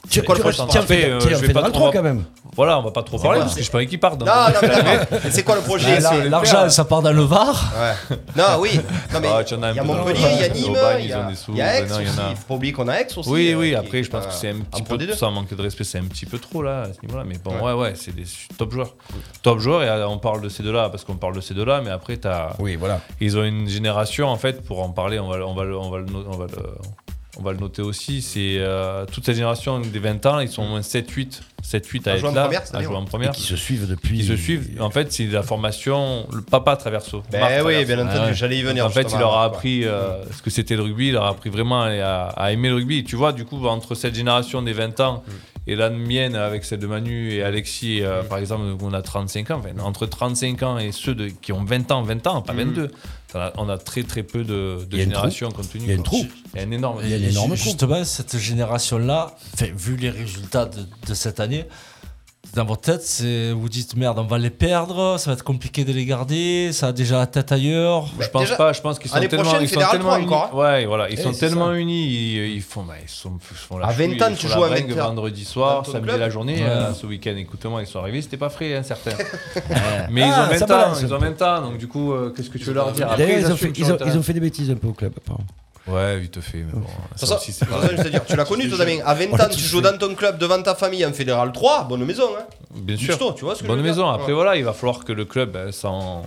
Speaker 8: Tu-
Speaker 7: ça dépend
Speaker 8: tu
Speaker 7: de
Speaker 8: restes-
Speaker 7: temps.
Speaker 8: tiens,
Speaker 7: Après,
Speaker 8: fais-
Speaker 7: euh,
Speaker 8: tiens,
Speaker 7: je vais
Speaker 8: fais
Speaker 7: pas
Speaker 8: dans le
Speaker 7: trop-
Speaker 8: trois, quand même.
Speaker 7: Voilà, on va pas trop parler
Speaker 6: quoi
Speaker 7: parce que je suis pas équipard. donc-
Speaker 6: Non, non, mais attends, mais c'est quoi le
Speaker 8: Ah,
Speaker 6: projet
Speaker 9: Là,
Speaker 6: c'est-
Speaker 8: euh,
Speaker 9: L'argent, ça part dans le Var.
Speaker 6: Ouais. Non, oui. Non, mais
Speaker 7: Ah, tu en as un
Speaker 6: il y a
Speaker 7: peu dans le
Speaker 6: Montpellier, il y a
Speaker 7: Aubagne,
Speaker 6: Nîmes, il y
Speaker 7: ils ont
Speaker 6: a,
Speaker 7: des sous,
Speaker 6: il y a Aix
Speaker 7: maintenant, il y en
Speaker 6: aussi.
Speaker 7: a.
Speaker 6: Il faut pas oublier qu'on a Aix aussi.
Speaker 7: Oui,
Speaker 6: euh,
Speaker 7: oui,
Speaker 6: qui-
Speaker 7: après, je pense
Speaker 6: euh,
Speaker 7: que c'est un petit
Speaker 6: pro
Speaker 7: peu,
Speaker 6: D2.
Speaker 7: ça manque de respect, c'est un petit peu trop là, à ce niveau-là. Mais bon,
Speaker 6: Ouais.
Speaker 7: ouais, ouais, c'est des su- top joueurs. Top joueurs, et euh, on parle de ces deux-là, parce qu'on parle de ces deux-là, mais après, t'as,
Speaker 8: Oui, voilà.
Speaker 7: ils ont une génération, en fait, pour en parler, on va, le- on va, le- on va, le, no- on va, le, on va le noter aussi. C'est euh, toute cette génération des 20 ans, ils sont au moins 7-8, 7-8 à,
Speaker 6: À
Speaker 7: être
Speaker 6: jouer en
Speaker 7: là,
Speaker 6: première, cette
Speaker 7: à
Speaker 6: année,
Speaker 7: jouer en
Speaker 6: ouais.
Speaker 7: première.
Speaker 8: Qui se suivent depuis.
Speaker 7: Ils se suivent. En fait, c'est de la formation, le papa Traverso.
Speaker 6: Ben
Speaker 7: Marc
Speaker 6: oui,
Speaker 7: Traverso.
Speaker 6: bien entendu,
Speaker 7: Ah ouais.
Speaker 6: j'allais y venir,
Speaker 7: En fait, il
Speaker 6: justement,
Speaker 7: leur a
Speaker 6: quoi.
Speaker 7: appris euh, ce que c'était le rugby, il leur a appris vraiment à, à- à aimer le rugby. Et tu vois, du coup, entre cette génération des 20 ans
Speaker 8: Mm.
Speaker 7: et la mienne avec celle de Manu et Alexis, euh, par exemple, on a 35 ans, enfin, entre 35 ans et ceux de- qui ont 20 ans, 20 ans, pas 22, t'en as- on a très très peu de, de
Speaker 8: y a une
Speaker 7: générations contenues.
Speaker 8: Mm. Il y a une
Speaker 7: quoi.
Speaker 8: trou.
Speaker 7: Il y a une énorme.
Speaker 8: Il y a une énorme
Speaker 9: Ju- Justement, cette génération-là, enfin, vu les résultats de, de cette année, dans votre tête, c'est- vous dites merde, on va les perdre, ça va être compliqué de les garder, ça a déjà la tête ailleurs.
Speaker 7: Je pense
Speaker 6: Bah, Déjà,
Speaker 7: pas, je pense qu'ils sont
Speaker 6: l'année
Speaker 7: tellement,
Speaker 6: prochaine,
Speaker 7: ils sont
Speaker 6: Fédéral
Speaker 7: tellement
Speaker 6: 3
Speaker 7: unis.
Speaker 6: encore, hein.
Speaker 7: Ouais, voilà, ils
Speaker 8: Eh,
Speaker 7: sont
Speaker 8: c'est
Speaker 7: tellement
Speaker 8: ça.
Speaker 7: unis, ils, ils font, bah, ils sont, ils font la
Speaker 6: À 20 ans,
Speaker 7: ils
Speaker 6: tu
Speaker 7: font la
Speaker 6: joues à
Speaker 7: bringue
Speaker 6: 20 heures.
Speaker 7: vendredi
Speaker 6: Dans
Speaker 7: soir,
Speaker 6: ton
Speaker 7: samedi
Speaker 6: club.
Speaker 7: la journée,
Speaker 9: Ouais.
Speaker 7: euh, ce week-end, écoute-moi, ils sont arrivés, c'était pas frais, hein, certains. Mais
Speaker 8: Ah, ça
Speaker 7: ils ont 20 ans,
Speaker 8: balance.
Speaker 7: ils ont 20 ans, donc du coup, euh, qu'est-ce que tu veux leur dire Après,
Speaker 8: D'ailleurs, ils, ont fait,
Speaker 7: assument qu'ils
Speaker 8: ils ont-
Speaker 7: ont
Speaker 8: ils ont fait des bêtises un peu au club. apparemment.
Speaker 7: intérêt. Ouais, vite fait, mais bon,
Speaker 6: Ça,
Speaker 7: ça
Speaker 6: ça,
Speaker 7: aussi,
Speaker 6: ça,
Speaker 7: c'est pas...
Speaker 6: je veux dire, tu l'as connu, toi, Damien. À 20 ans, tu joues dans ton club devant ta famille en fédéral 3, bonne maison. Hein.
Speaker 7: Bien sûr.
Speaker 6: Gusto, tu vois ce que je
Speaker 7: Bonne
Speaker 6: veux dire
Speaker 7: maison. Après,
Speaker 6: Ouais.
Speaker 7: voilà, il va falloir que le club, euh, sans,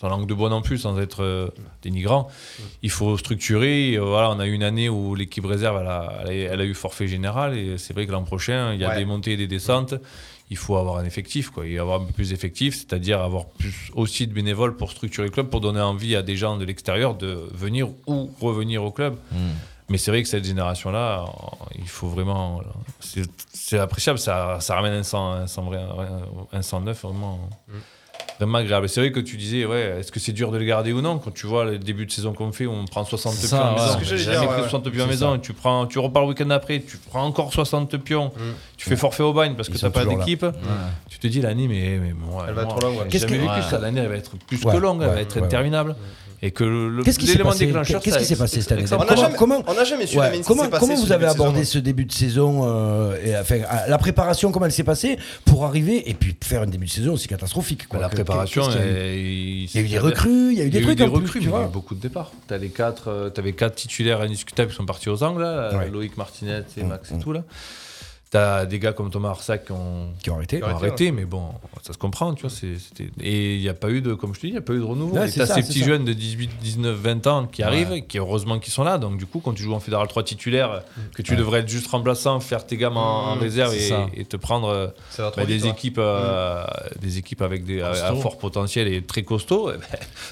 Speaker 7: sans langue de bois non plus, sans être euh, dénigrant,
Speaker 6: Mm.
Speaker 7: il faut structurer. Euh, Voilà, on a eu une année où l'équipe réserve, elle a, elle a- elle a eu forfait général. Et c'est vrai que l'an prochain, il y a
Speaker 6: Ouais.
Speaker 7: des montées et des descentes. Il faut avoir un effectif, quoi. Il faut avoir un peu plus d'effectifs, c'est-à-dire avoir plus aussi de bénévoles pour structurer le club, pour donner envie à des gens de l'extérieur de venir ou revenir au club. Mais c'est vrai que cette génération-là, on- il faut vraiment. C'est c'est appréciable, ça, ça ramène un sang, un sang, vrai- un sang neuf vraiment, vraiment agréable. Et C'est vrai que tu disais, ouais, est-ce que c'est dur de le garder ou non Quand tu vois les débuts de saison qu'on fait, où on prend 60
Speaker 9: C'est
Speaker 7: pions à
Speaker 9: ça,
Speaker 7: la
Speaker 9: ouais.
Speaker 7: maison,
Speaker 9: C'est ce que
Speaker 7: on
Speaker 6: j'allais
Speaker 7: n'a jamais
Speaker 6: dire,
Speaker 7: pris
Speaker 6: ouais,
Speaker 7: 60 pions à la maison, et tu, prends, tu repars le week-end après, tu prends encore 60 pions, tu fais forfait au bagne parce que
Speaker 8: Ils
Speaker 7: tu n'as
Speaker 8: sont
Speaker 7: pas
Speaker 8: toujours là.
Speaker 7: d'équipe, tu te dis l'année, mais, mais bon,
Speaker 6: Elle va être longue, ouais.
Speaker 7: Qu'est-ce
Speaker 8: Qu'est-ce
Speaker 7: jamais
Speaker 8: que-
Speaker 7: vécu ça, l'année, elle va être plus
Speaker 8: Ouais,
Speaker 7: que longue, elle
Speaker 8: ouais,
Speaker 7: va être
Speaker 8: ouais, ouais.
Speaker 7: interminable. Et que le- le-
Speaker 8: Qu'est-ce qui s'est
Speaker 7: l'élément
Speaker 8: passé
Speaker 7: déclencheur,
Speaker 8: Qu'est-ce qui s'est passé cette année
Speaker 6: On n'a
Speaker 8: Comment-
Speaker 6: jamais,
Speaker 8: comment-
Speaker 6: on n'a jamais su
Speaker 8: Ouais.
Speaker 6: Damien, ce qui
Speaker 8: Comment,
Speaker 6: s'est passé
Speaker 8: comment
Speaker 6: ce
Speaker 8: vous
Speaker 6: début
Speaker 8: avez
Speaker 6: de saison.
Speaker 7: hein.
Speaker 8: abordé ce début de saison euh, et, enfin, à- La préparation, comment elle s'est passée pour arriver et puis faire un début de saison, c'est catastrophique. quoi.
Speaker 7: Bah, la
Speaker 8: Que-
Speaker 7: préparation,
Speaker 8: qu'est-ce qu'il y a eu
Speaker 7: elle- il
Speaker 8: Il y a eu des recrues, il y a eu
Speaker 7: Il y
Speaker 8: des
Speaker 7: a eu
Speaker 8: trucs
Speaker 7: des
Speaker 8: en plus,
Speaker 7: recrues,
Speaker 8: tu
Speaker 7: mais il y a eu
Speaker 8: vois.
Speaker 7: beaucoup de départs. T'avais quatre, euh, t'avais quatre titulaires indiscutables qui sont partis aux Angles, là,
Speaker 8: Ouais.
Speaker 7: Loïc Martinet et Max et tout là. T'as des gars comme Thomas Arsac qui ont,
Speaker 8: Qui ont arrêté.
Speaker 7: qui ont arrêté, mais bon, ça se comprend, tu vois. c'est- c'était- et il n'y a pas eu de, comme je te dis, il n'y a pas eu de renouveau.
Speaker 8: Ouais,
Speaker 7: Et
Speaker 8: c'est
Speaker 7: t'as
Speaker 8: ça,
Speaker 7: ces
Speaker 8: c'est
Speaker 7: petits
Speaker 8: ça.
Speaker 7: jeunes de 18, 19, 20 ans qui arrivent, qui heureusement qu'ils sont là. Donc du coup, quand tu joues en fédéral 3 titulaire, que tu devrais être juste remplaçant, faire tes gammes en, en réserve
Speaker 9: c'est
Speaker 7: et,
Speaker 9: ça.
Speaker 7: et te prendre. euh,
Speaker 6: Ça va trop
Speaker 7: bah,
Speaker 6: vite,
Speaker 7: des
Speaker 6: ouais.
Speaker 7: équipes, euh, des équipes avec des à- à
Speaker 9: Costauds.
Speaker 7: fort potentiel et très costauds, eh ben,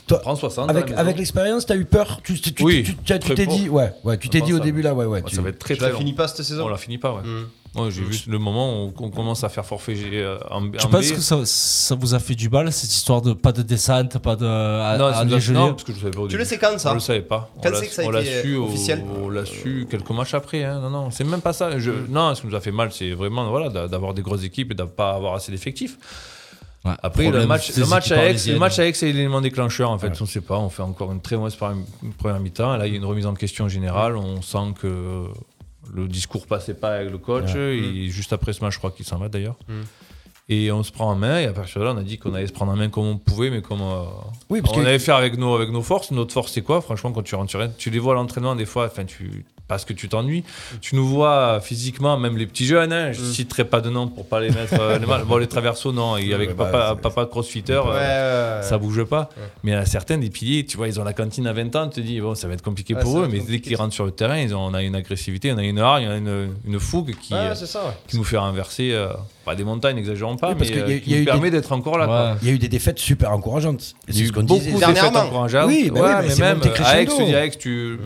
Speaker 8: Toi,
Speaker 7: tu prends hein, 60.
Speaker 8: Avec,
Speaker 7: dans la
Speaker 8: avec
Speaker 7: maison.
Speaker 8: l'expérience, t'as eu peur Tu tu- tu-
Speaker 7: Oui,
Speaker 8: tu- tu- tu
Speaker 7: très
Speaker 8: t'es
Speaker 7: fort.
Speaker 8: dit, ouais, ouais, tu t'es
Speaker 7: pense
Speaker 8: dit au
Speaker 7: ça,
Speaker 8: début là, ouais, ouais.
Speaker 7: Ouais,
Speaker 8: tu-
Speaker 7: ça va être très
Speaker 6: Tu
Speaker 7: très
Speaker 6: la
Speaker 7: long.
Speaker 6: finis pas cette
Speaker 7: On
Speaker 6: saison
Speaker 7: la finit pas, ouais.
Speaker 6: Mm.
Speaker 7: Moi, j'ai vu le moment où on commence à faire forfait j'ai, euh, en,
Speaker 9: Je
Speaker 7: en
Speaker 9: pense
Speaker 7: B.
Speaker 9: que ça, ça vous a fait du mal, cette histoire de pas de descente, pas de. à-
Speaker 7: non,
Speaker 9: à
Speaker 7: c'est
Speaker 9: les
Speaker 7: nous a-
Speaker 9: geler.
Speaker 7: non, parce que je savais pas au
Speaker 6: Tu
Speaker 7: début.
Speaker 6: le sais quand
Speaker 7: On
Speaker 6: ça
Speaker 7: le savait pas. On
Speaker 6: Quand
Speaker 7: l'a-
Speaker 6: c'est que ça a
Speaker 7: on l'a
Speaker 6: été euh,
Speaker 7: su au-
Speaker 6: officiel
Speaker 7: On l'a su quelques matchs après. hein. Non, non, c'est même pas ça. Je-
Speaker 6: Mm.
Speaker 7: non, ce qui nous a fait mal, c'est vraiment voilà, d'a- d'avoir des grosses équipes et de pas avoir assez d'effectifs.
Speaker 9: Ouais,
Speaker 7: Après, le
Speaker 9: problème
Speaker 7: match,
Speaker 9: des
Speaker 7: le match
Speaker 9: équipes
Speaker 7: à Aix,
Speaker 9: parisiennes.
Speaker 7: le match à Aix est l'élément déclencheur, en fait. On sait pas, on fait encore une très mauvaise premi- première mi-temps. Là, il y a une remise en question générale.
Speaker 9: Mm.
Speaker 7: On sent que
Speaker 6: Mm.
Speaker 7: le discours passait pas avec le coach. Et juste après ce match, je crois qu'il s'en va d'ailleurs. Et on se prend en main, et à partir de là, on a dit qu'on allait se prendre en main comme on pouvait, mais comme euh,
Speaker 8: Oui, parce
Speaker 7: on
Speaker 8: que-
Speaker 7: allait faire avec nos, avec nos forces. Notre force, c'est quoi Franchement, quand tu rentres sur un- tu les vois à l'entraînement, des fois, enfin, tu, parce que tu t'ennuies, tu nous vois euh, physiquement, même les petits jeunes, hein,
Speaker 8: Mm.
Speaker 7: je citerai pas de nom pour pas les mettre euh, les mal. Bon, les traversos, non, et avec
Speaker 8: bah,
Speaker 7: papa, papa crossfitter, euh,
Speaker 6: Ouais, ouais, ouais.
Speaker 7: ça bouge pas. Mais à certains des piliers, tu vois, ils ont la cantine à 20 ans, tu te dis, bon, ça va être compliqué
Speaker 6: Ouais, ça
Speaker 7: pour
Speaker 6: va
Speaker 7: eux,
Speaker 6: être
Speaker 7: mais dès
Speaker 6: compliqué.
Speaker 7: qu'ils rentrent sur le terrain, ils ont, on a une agressivité, on a une hargne, on a une, une fougue qui.
Speaker 6: Ouais,
Speaker 7: euh,
Speaker 6: c'est ça, ouais.
Speaker 7: qui nous fait renverser, euh, pas des montagnes, n'exagérons pas,
Speaker 8: Oui, parce qu'il
Speaker 7: mais
Speaker 8: y a-
Speaker 7: euh, qui
Speaker 8: il y a
Speaker 7: nous
Speaker 8: eu
Speaker 7: permet
Speaker 8: des-
Speaker 7: d'être encore là. quoi.
Speaker 8: Il y a eu des défaites super encourageantes.
Speaker 7: Il y
Speaker 8: C'est
Speaker 7: a eu
Speaker 8: ce qu'on
Speaker 7: beaucoup
Speaker 8: disait.
Speaker 7: de
Speaker 6: Dernièrement.
Speaker 7: défaites encourageantes.
Speaker 8: Oui, bah
Speaker 7: Ouais,
Speaker 8: oui, mais
Speaker 7: mais
Speaker 8: c'est
Speaker 7: même
Speaker 8: monté
Speaker 7: à Aix,
Speaker 8: crescendo.
Speaker 7: tu dis, à Aix,
Speaker 8: Mm.
Speaker 7: tu,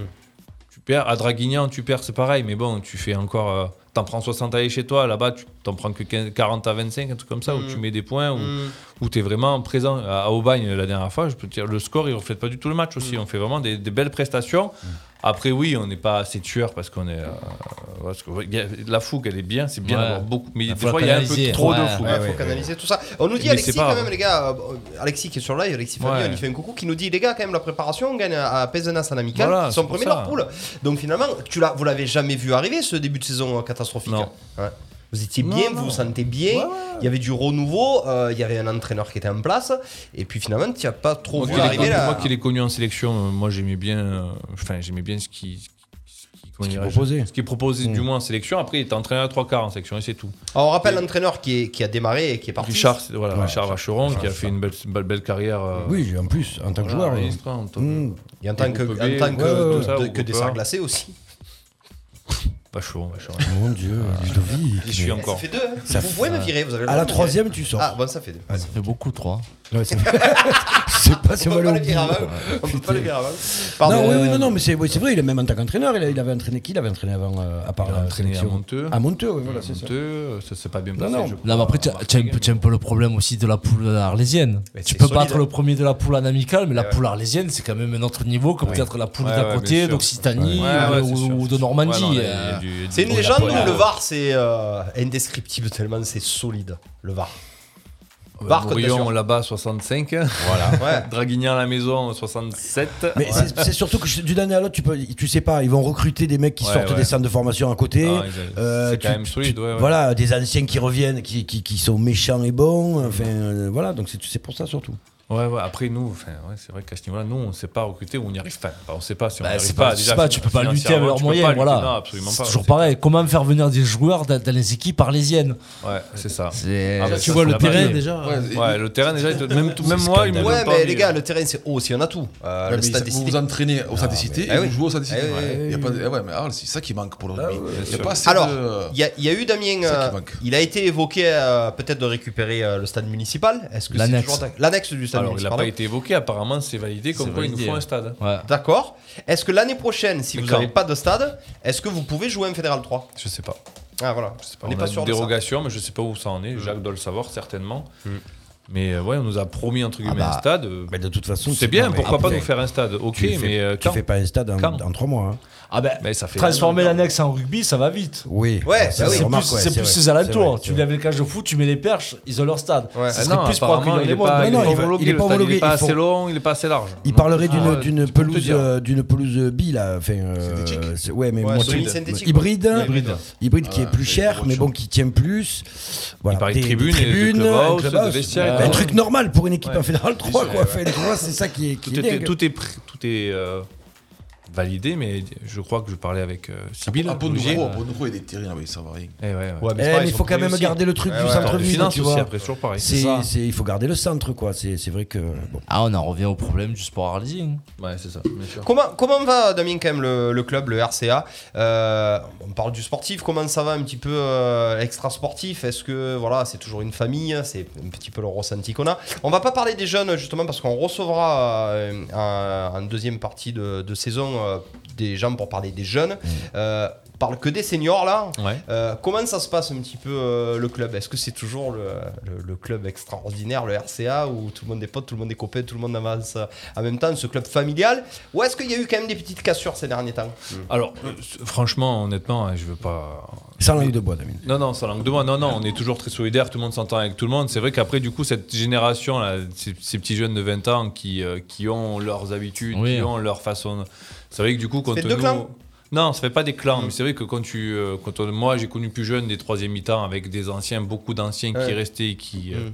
Speaker 7: tu perds. À Draguignan, tu perds, c'est pareil, mais bon, tu fais encore. euh, T'en prends 60 à aller chez toi, là-bas, tu t'en prends que 15 40 à 25, un truc comme
Speaker 8: Mm.
Speaker 7: ça, où tu mets des points, où,
Speaker 6: Mm.
Speaker 7: où tu es vraiment présent. À à Aubagne, la dernière fois, je peux te dire, le score, il reflète pas du tout le match
Speaker 8: Mm.
Speaker 7: aussi. On fait vraiment des, des belles prestations. Après, oui, on n'est pas assez tueur parce qu'on est. euh, parce que, ouais, y a- la fougue, elle est bien, c'est bien
Speaker 9: Ouais.
Speaker 7: d'avoir beaucoup. Mais
Speaker 9: Il
Speaker 7: des
Speaker 9: faut la
Speaker 7: fois, il y a un peu
Speaker 9: canaliser.
Speaker 7: trop de
Speaker 9: Ouais,
Speaker 7: fougue.
Speaker 6: Ouais, faut canaliser tout ça. On nous dit
Speaker 7: Mais
Speaker 6: Alexis
Speaker 7: c'est pas
Speaker 6: quand
Speaker 7: grave.
Speaker 6: même les gars, euh, Alexis qui est sur live, Alexis Fabien,
Speaker 7: Ouais.
Speaker 6: on lui fait un coucou qui nous dit les gars quand même la préparation, on gagne à Pézenas en amical,
Speaker 7: Voilà,
Speaker 6: ils sont
Speaker 7: c'est pour
Speaker 6: premiers de
Speaker 7: ça.
Speaker 6: leur poule. Donc finalement, tu l'as, vous l'avez jamais vu arriver ce début de saison euh, catastrophique.
Speaker 7: Non.
Speaker 6: Ouais. Vous étiez bien, vous vous sentez bien. Il y avait du renouveau, euh, il y avait un entraîneur qui était en place, et puis finalement, tu n'as pas trop
Speaker 7: Moi
Speaker 6: vu
Speaker 7: qui l'ai
Speaker 6: arriver
Speaker 7: connu-
Speaker 6: là.
Speaker 7: moi qui l'ai connu en sélection, euh, moi j'aimais bien, euh, enfin j'aimais bien ce qui, ce qui- comment dirais-je,
Speaker 8: proposait.
Speaker 7: ce qui proposait du moins en sélection. Après, il était entraîneur à trois quarts en sélection et c'est tout.
Speaker 6: Alors, on rappelle l'entraîneur qui, est- qui a démarré et qui est parti.
Speaker 7: Richard, c'est- voilà, Richard Vacheron qui a fait une belle, belle, belle carrière. euh,
Speaker 8: Oui, en plus, en tant que
Speaker 7: voilà,
Speaker 8: joueur.
Speaker 7: en
Speaker 8: euh,
Speaker 7: Istra, en tant que-
Speaker 8: hmm.
Speaker 6: Et en tant que,
Speaker 7: Groupe B,
Speaker 6: en tant que,
Speaker 7: ouais, ouais,
Speaker 6: de-
Speaker 7: ouais. Ça,
Speaker 6: de-
Speaker 7: ou
Speaker 6: que des
Speaker 7: pas.
Speaker 6: sarts glacés aussi.
Speaker 7: Vacheron, Vacheron.
Speaker 8: Mon Dieu, Ludovic.
Speaker 7: J'y suis encore.
Speaker 6: Ça fait deux. hein. vous pouvez me virer, vous avez le
Speaker 8: À la
Speaker 6: droit de me virer.
Speaker 8: troisième, tu sors.
Speaker 6: Ah, bon, ça fait deux.
Speaker 9: Ça fait beaucoup, trois.
Speaker 8: Ouais, c'est vrai. Je sais pas si
Speaker 6: On
Speaker 8: on va
Speaker 6: peut pas le
Speaker 8: l'oublier.
Speaker 6: dire avant. On peut pas le dire avant.
Speaker 8: Non,
Speaker 6: Pardon.
Speaker 8: oui, oui, non, non, mais c'est oui, c'est vrai, il est même en tant qu'entraîneur, il, a- il avait entraîné qui Il avait entraîné avant, euh, à part
Speaker 7: Il a
Speaker 8: la
Speaker 7: entraîné à
Speaker 8: sélection.
Speaker 7: Monteux.
Speaker 8: À Monteux, oui, voilà, c'est ça.
Speaker 7: Honteux, ça s'est pas bien passé.
Speaker 8: non.
Speaker 7: je
Speaker 9: Là, mais après, tu as, tu as un peu- tu as un peu le problème aussi de la poule arlésienne.
Speaker 6: Mais
Speaker 9: tu
Speaker 6: c'est
Speaker 9: peux
Speaker 6: solide,
Speaker 9: battre
Speaker 6: hein.
Speaker 9: le premier de la poule en amical, mais la poule arlésienne, c'est quand même un autre niveau que peut-être la poule
Speaker 7: Ouais,
Speaker 9: d'à
Speaker 7: ouais,
Speaker 9: côté,
Speaker 7: bien sûr.
Speaker 9: d'Occitanie euh,
Speaker 7: Ouais, ouais,
Speaker 9: ou,
Speaker 7: c'est sûr,
Speaker 9: ou
Speaker 7: c'est
Speaker 9: de
Speaker 7: sûr.
Speaker 9: Normandie.
Speaker 7: Ouais, non, là, il y
Speaker 9: euh.
Speaker 7: a du- il y a du-
Speaker 6: C'est une
Speaker 7: Oh, la
Speaker 6: légende,
Speaker 7: Pologne.
Speaker 6: le VAR, c'est euh, indescriptible tellement c'est solide, le VAR.
Speaker 7: Ouais,
Speaker 6: Barre,
Speaker 7: Bourillon,
Speaker 6: cotation.
Speaker 7: là-bas 65,
Speaker 6: Voilà. Ouais.
Speaker 7: Draguignan à la maison 67.
Speaker 8: Mais c'est- c'est surtout que du dernier à l'autre, tu, peux, tu sais pas, ils vont recruter des mecs qui
Speaker 7: Ouais,
Speaker 8: sortent
Speaker 7: ouais.
Speaker 8: des centres de formation à côté.
Speaker 9: Euh,
Speaker 7: Ah, ils-
Speaker 8: Euh,
Speaker 7: c'est quand même solide, ouais, ouais.
Speaker 8: Voilà, des anciens qui reviennent, qui, qui, qui sont méchants et bons. Enfin, euh, voilà, donc c'est c'est pour ça surtout.
Speaker 7: Ouais, ouais, après nous, enfin, ouais, c'est vrai qu'à ce niveau-là, nous, on ne sait pas recruter ou on n'y arrive pas. Enfin, on ne sait pas si on
Speaker 9: Bah,
Speaker 7: n'y arrive
Speaker 9: c'est pas,
Speaker 7: pas.
Speaker 9: je
Speaker 7: déjà,
Speaker 9: sais pas, tu peux pas lutter avec
Speaker 7: financièrement,
Speaker 9: leurs
Speaker 7: tu peux
Speaker 9: moyens,
Speaker 7: pas lutter,
Speaker 9: voilà.
Speaker 7: non, absolument
Speaker 9: c'est
Speaker 7: pas,
Speaker 9: toujours pareil. Comment faire venir des joueurs dans, dans les équipes arlésiennes
Speaker 7: Ouais, c'est ça.
Speaker 9: C'est-
Speaker 7: Ah, bah,
Speaker 5: Tu
Speaker 7: ça,
Speaker 5: vois
Speaker 7: c'est
Speaker 5: le
Speaker 7: la
Speaker 5: terrain
Speaker 7: barrière.
Speaker 5: déjà.
Speaker 11: Ouais, et-
Speaker 7: Ouais, le terrain, déjà, il te- même, même moi, il me
Speaker 6: Ouais,
Speaker 7: donne
Speaker 6: mais
Speaker 7: pas envie. hein.
Speaker 6: les gars, le terrain, c'est haut aussi, on a tout. Euh,
Speaker 11: Ouais,
Speaker 6: le
Speaker 11: mais ça-
Speaker 6: stade des
Speaker 11: vous vous
Speaker 6: cités.
Speaker 11: entraînez au Stade des Cités
Speaker 6: Ah
Speaker 11: et
Speaker 6: oui.
Speaker 11: vous jouez au Stade des Cités.
Speaker 6: Ah oui,
Speaker 11: Ouais. Y a pas de- eh ouais, mais Arles, c'est ça qui manque pour le rugby. Il y a
Speaker 7: sûr.
Speaker 11: pas assez
Speaker 6: Alors,
Speaker 11: de-
Speaker 6: il y, a- il y a eu Damien.
Speaker 11: C'est ça qui
Speaker 6: euh,
Speaker 11: manque.
Speaker 6: il a été évoqué euh, peut-être de récupérer euh, le stade municipal. Est-ce que c'est
Speaker 9: L'annexe.
Speaker 6: toujours ta- l'annexe du stade
Speaker 7: Alors, il
Speaker 6: municipal
Speaker 7: n'a pas
Speaker 6: pardon.
Speaker 7: été évoqué, apparemment, c'est validé, comme
Speaker 9: C'est
Speaker 7: quoi il nous
Speaker 9: validé.
Speaker 7: faut un stade.
Speaker 9: Ouais.
Speaker 6: D'accord. Est-ce que l'année prochaine, si
Speaker 7: Mais
Speaker 6: vous
Speaker 7: quand
Speaker 6: n'avez pas de stade, est-ce que vous pouvez jouer un fédéral 3
Speaker 7: Je sais pas.
Speaker 6: Ah voilà. On n'est
Speaker 7: a
Speaker 6: pas
Speaker 7: une
Speaker 6: sûr de ça. Mm.
Speaker 7: dérogation, mais je sais pas où ça en est. Jacques doit le savoir, certainement.
Speaker 9: Mm.
Speaker 7: Mais euh, ouais, on nous a promis,
Speaker 6: Ah
Speaker 7: entre guillemets,
Speaker 8: bah,
Speaker 7: un stade. euh,
Speaker 8: Mais de toute façon,
Speaker 7: C'est bien,
Speaker 8: non, mais
Speaker 7: pourquoi pas
Speaker 8: après,
Speaker 7: nous faire un stade Ok,
Speaker 8: tu fais-
Speaker 7: mais euh,
Speaker 8: Tu
Speaker 7: quand
Speaker 8: fais pas un stade en,
Speaker 7: Quand
Speaker 8: en trois mois. hein.
Speaker 9: Ah ben,
Speaker 7: Mais ça fait-
Speaker 9: transformer l'annexe en rugby, ça va vite.
Speaker 8: Oui,
Speaker 6: Ouais,
Speaker 8: ça,
Speaker 6: bah
Speaker 8: c'est
Speaker 6: oui.
Speaker 9: C'est
Speaker 8: remarque,
Speaker 9: plus,
Speaker 8: ouais,
Speaker 9: c'est
Speaker 8: c'est
Speaker 9: plus
Speaker 8: vrai,
Speaker 9: ses alentours.
Speaker 8: c'est
Speaker 9: hein. Tu
Speaker 8: vrai,
Speaker 9: lui avec cage de foot, tu mets les perches, ils ont leur stade.
Speaker 6: Ouais.
Speaker 9: Ça
Speaker 7: Ah
Speaker 9: serait
Speaker 7: non,
Speaker 9: plus pour
Speaker 7: apparemment,
Speaker 9: accueillir
Speaker 7: il
Speaker 9: les
Speaker 7: est
Speaker 9: mondes.
Speaker 7: pas,
Speaker 8: Non,
Speaker 7: il
Speaker 8: non,
Speaker 7: est
Speaker 8: il-
Speaker 7: pas
Speaker 8: il est
Speaker 7: homologué,
Speaker 8: pas
Speaker 7: le stade,
Speaker 8: homologué,
Speaker 7: Il est pas
Speaker 8: il
Speaker 7: assez
Speaker 8: faut-
Speaker 7: long, il est pas assez large.
Speaker 8: Il parlerait d'une
Speaker 7: Ah,
Speaker 8: d'une
Speaker 7: tu peux te
Speaker 8: pelouse
Speaker 7: dire.
Speaker 8: euh, d'une pelouse bi là, enfin euh,
Speaker 11: Synthétique
Speaker 8: c'est- ouais mais
Speaker 6: Ouais, Ah,
Speaker 8: moitié-
Speaker 6: semi-synthétique,
Speaker 8: hybride,
Speaker 6: quoi.
Speaker 8: hybride, hybride qui est plus cher mais bon qui tient plus. Voilà,
Speaker 7: Il paraît
Speaker 8: des-
Speaker 7: de tribunes
Speaker 8: des
Speaker 7: et de
Speaker 8: tribunes,
Speaker 7: clubhouse,
Speaker 8: un
Speaker 7: de
Speaker 8: clubhouse.
Speaker 7: vestiaires.
Speaker 8: Ben, un truc normal pour une équipe
Speaker 7: Ouais.
Speaker 8: en fédéral 3 quoi. Enfin, tu vois, c'est ça qui est, qui
Speaker 7: tout
Speaker 8: est
Speaker 7: est,
Speaker 8: dingue.
Speaker 7: tout est, pr- tout est euh, validé, mais je crois que je parlais avec euh, Sybille.
Speaker 11: Ah,
Speaker 7: Rougier.
Speaker 11: Bonneau, Bonneau, il est terrible, mais ça va rien.
Speaker 7: Eh ouais, ouais.
Speaker 6: Ouais,
Speaker 8: Eh,
Speaker 6: c'est pareil,
Speaker 8: mais
Speaker 6: ils
Speaker 8: il
Speaker 6: sont
Speaker 8: faut quand
Speaker 6: pris
Speaker 8: même
Speaker 6: aussi.
Speaker 8: garder le truc
Speaker 6: Ouais,
Speaker 8: du
Speaker 6: ouais.
Speaker 7: Attends, les
Speaker 8: centre-ville,
Speaker 7: finances
Speaker 8: tu
Speaker 7: aussi,
Speaker 8: vois.
Speaker 7: après, c'est toujours pareil.
Speaker 8: C'est,
Speaker 9: ça.
Speaker 8: c'est- il faut garder le centre quoi. C'est, c'est vrai que bon.
Speaker 9: Ah, on en revient au problème du sport arlésien.
Speaker 7: Ouais, c'est ça, bien sûr.
Speaker 6: Comment, comment va Damien quand même le, le club, le RCA Euh, On parle du sportif, comment ça va un petit peu extra sportif Est-ce que voilà, c'est toujours une famille C'est un petit peu le ressenti qu'on a. On va pas parler des jeunes justement parce qu'on recevra euh, un- en deuxième partie de, de saison euh, des gens pour parler des jeunes. Euh, on parle que des seniors là.
Speaker 7: Ouais.
Speaker 6: Euh, comment ça se passe un petit peu euh, le club Est-ce que c'est toujours le, le- le club extraordinaire, le RCA, où tout le monde est potes, tout le monde est copain, tout le monde avance euh, en même temps, ce club familial Ou est-ce qu'il y a eu quand même des petites cassures ces derniers temps
Speaker 7: Alors, euh, c- franchement, honnêtement, hein, je veux pas.
Speaker 8: Sans langue de bois, Damien.
Speaker 7: Non, non, sans langue de bois. Non, non, on est toujours très solidaires, tout le monde s'entend avec tout le monde. C'est vrai qu'après, du coup, cette génération, là, ces, ces petits jeunes de 20 ans qui, euh, qui ont leurs habitudes,
Speaker 9: Oui.
Speaker 7: qui ont leur façon. de- C'est vrai que du coup, quand
Speaker 6: fait deux clans. Mm.
Speaker 7: Non, ça fait pas des clans, mais c'est vrai que quand tu, euh, quand on- moi j'ai connu plus jeune des troisième mi-temps avec des anciens, beaucoup d'anciens
Speaker 6: Ouais. Mm.
Speaker 7: qui restaient, et qui, euh,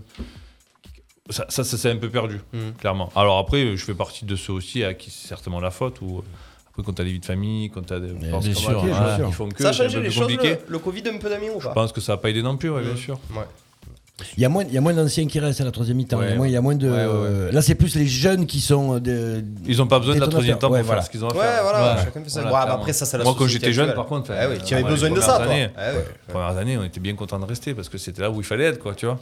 Speaker 7: ça, ça, ça s'est un peu perdu, clairement. Alors après, euh, je fais partie de ceux aussi à qui c'est certainement la faute ou. euh, Après, quand t'as des vies de famille, quand t'as des penses
Speaker 5: bien
Speaker 7: comme
Speaker 5: sûr,
Speaker 7: moi,
Speaker 5: bien
Speaker 7: voilà,
Speaker 5: sûr.
Speaker 7: qui font que
Speaker 6: Ça a
Speaker 7: c'est un
Speaker 6: changé
Speaker 7: peu
Speaker 6: les
Speaker 7: plus
Speaker 6: choses,
Speaker 7: compliqué.
Speaker 6: le, le Covid un peu d'amis ou
Speaker 7: Je
Speaker 6: pas
Speaker 7: pense que ça n'a pas aidé non plus, ouais, bien sûr.
Speaker 6: Ouais.
Speaker 8: Il y a moins, il y a moins d'anciens qui restent à la troisième mi-temps. il, y a
Speaker 7: Ouais.
Speaker 8: moins, il y a moins de.
Speaker 7: Ouais, ouais,
Speaker 8: Là, c'est plus les jeunes qui sont. euh, de-
Speaker 7: Ils n'ont pas besoin de la
Speaker 8: détonateurs.
Speaker 7: troisième temps pour
Speaker 8: Ouais,
Speaker 7: faire
Speaker 8: voilà.
Speaker 7: ce qu'ils ont à
Speaker 6: Ouais,
Speaker 7: faire.
Speaker 6: voilà, chacun fait ça. Bon, bah, après, ça, c'est la
Speaker 7: Moi, quand
Speaker 6: société
Speaker 7: j'étais jeune,
Speaker 6: actuelle.
Speaker 7: par contre,
Speaker 6: Ah oui, tu avais
Speaker 7: avant les
Speaker 6: besoin de ça,
Speaker 7: premières
Speaker 6: toi.
Speaker 7: années,
Speaker 6: Ah oui.
Speaker 7: les Premières années, on était bien content de rester parce que c'était là où il fallait être, quoi, tu vois.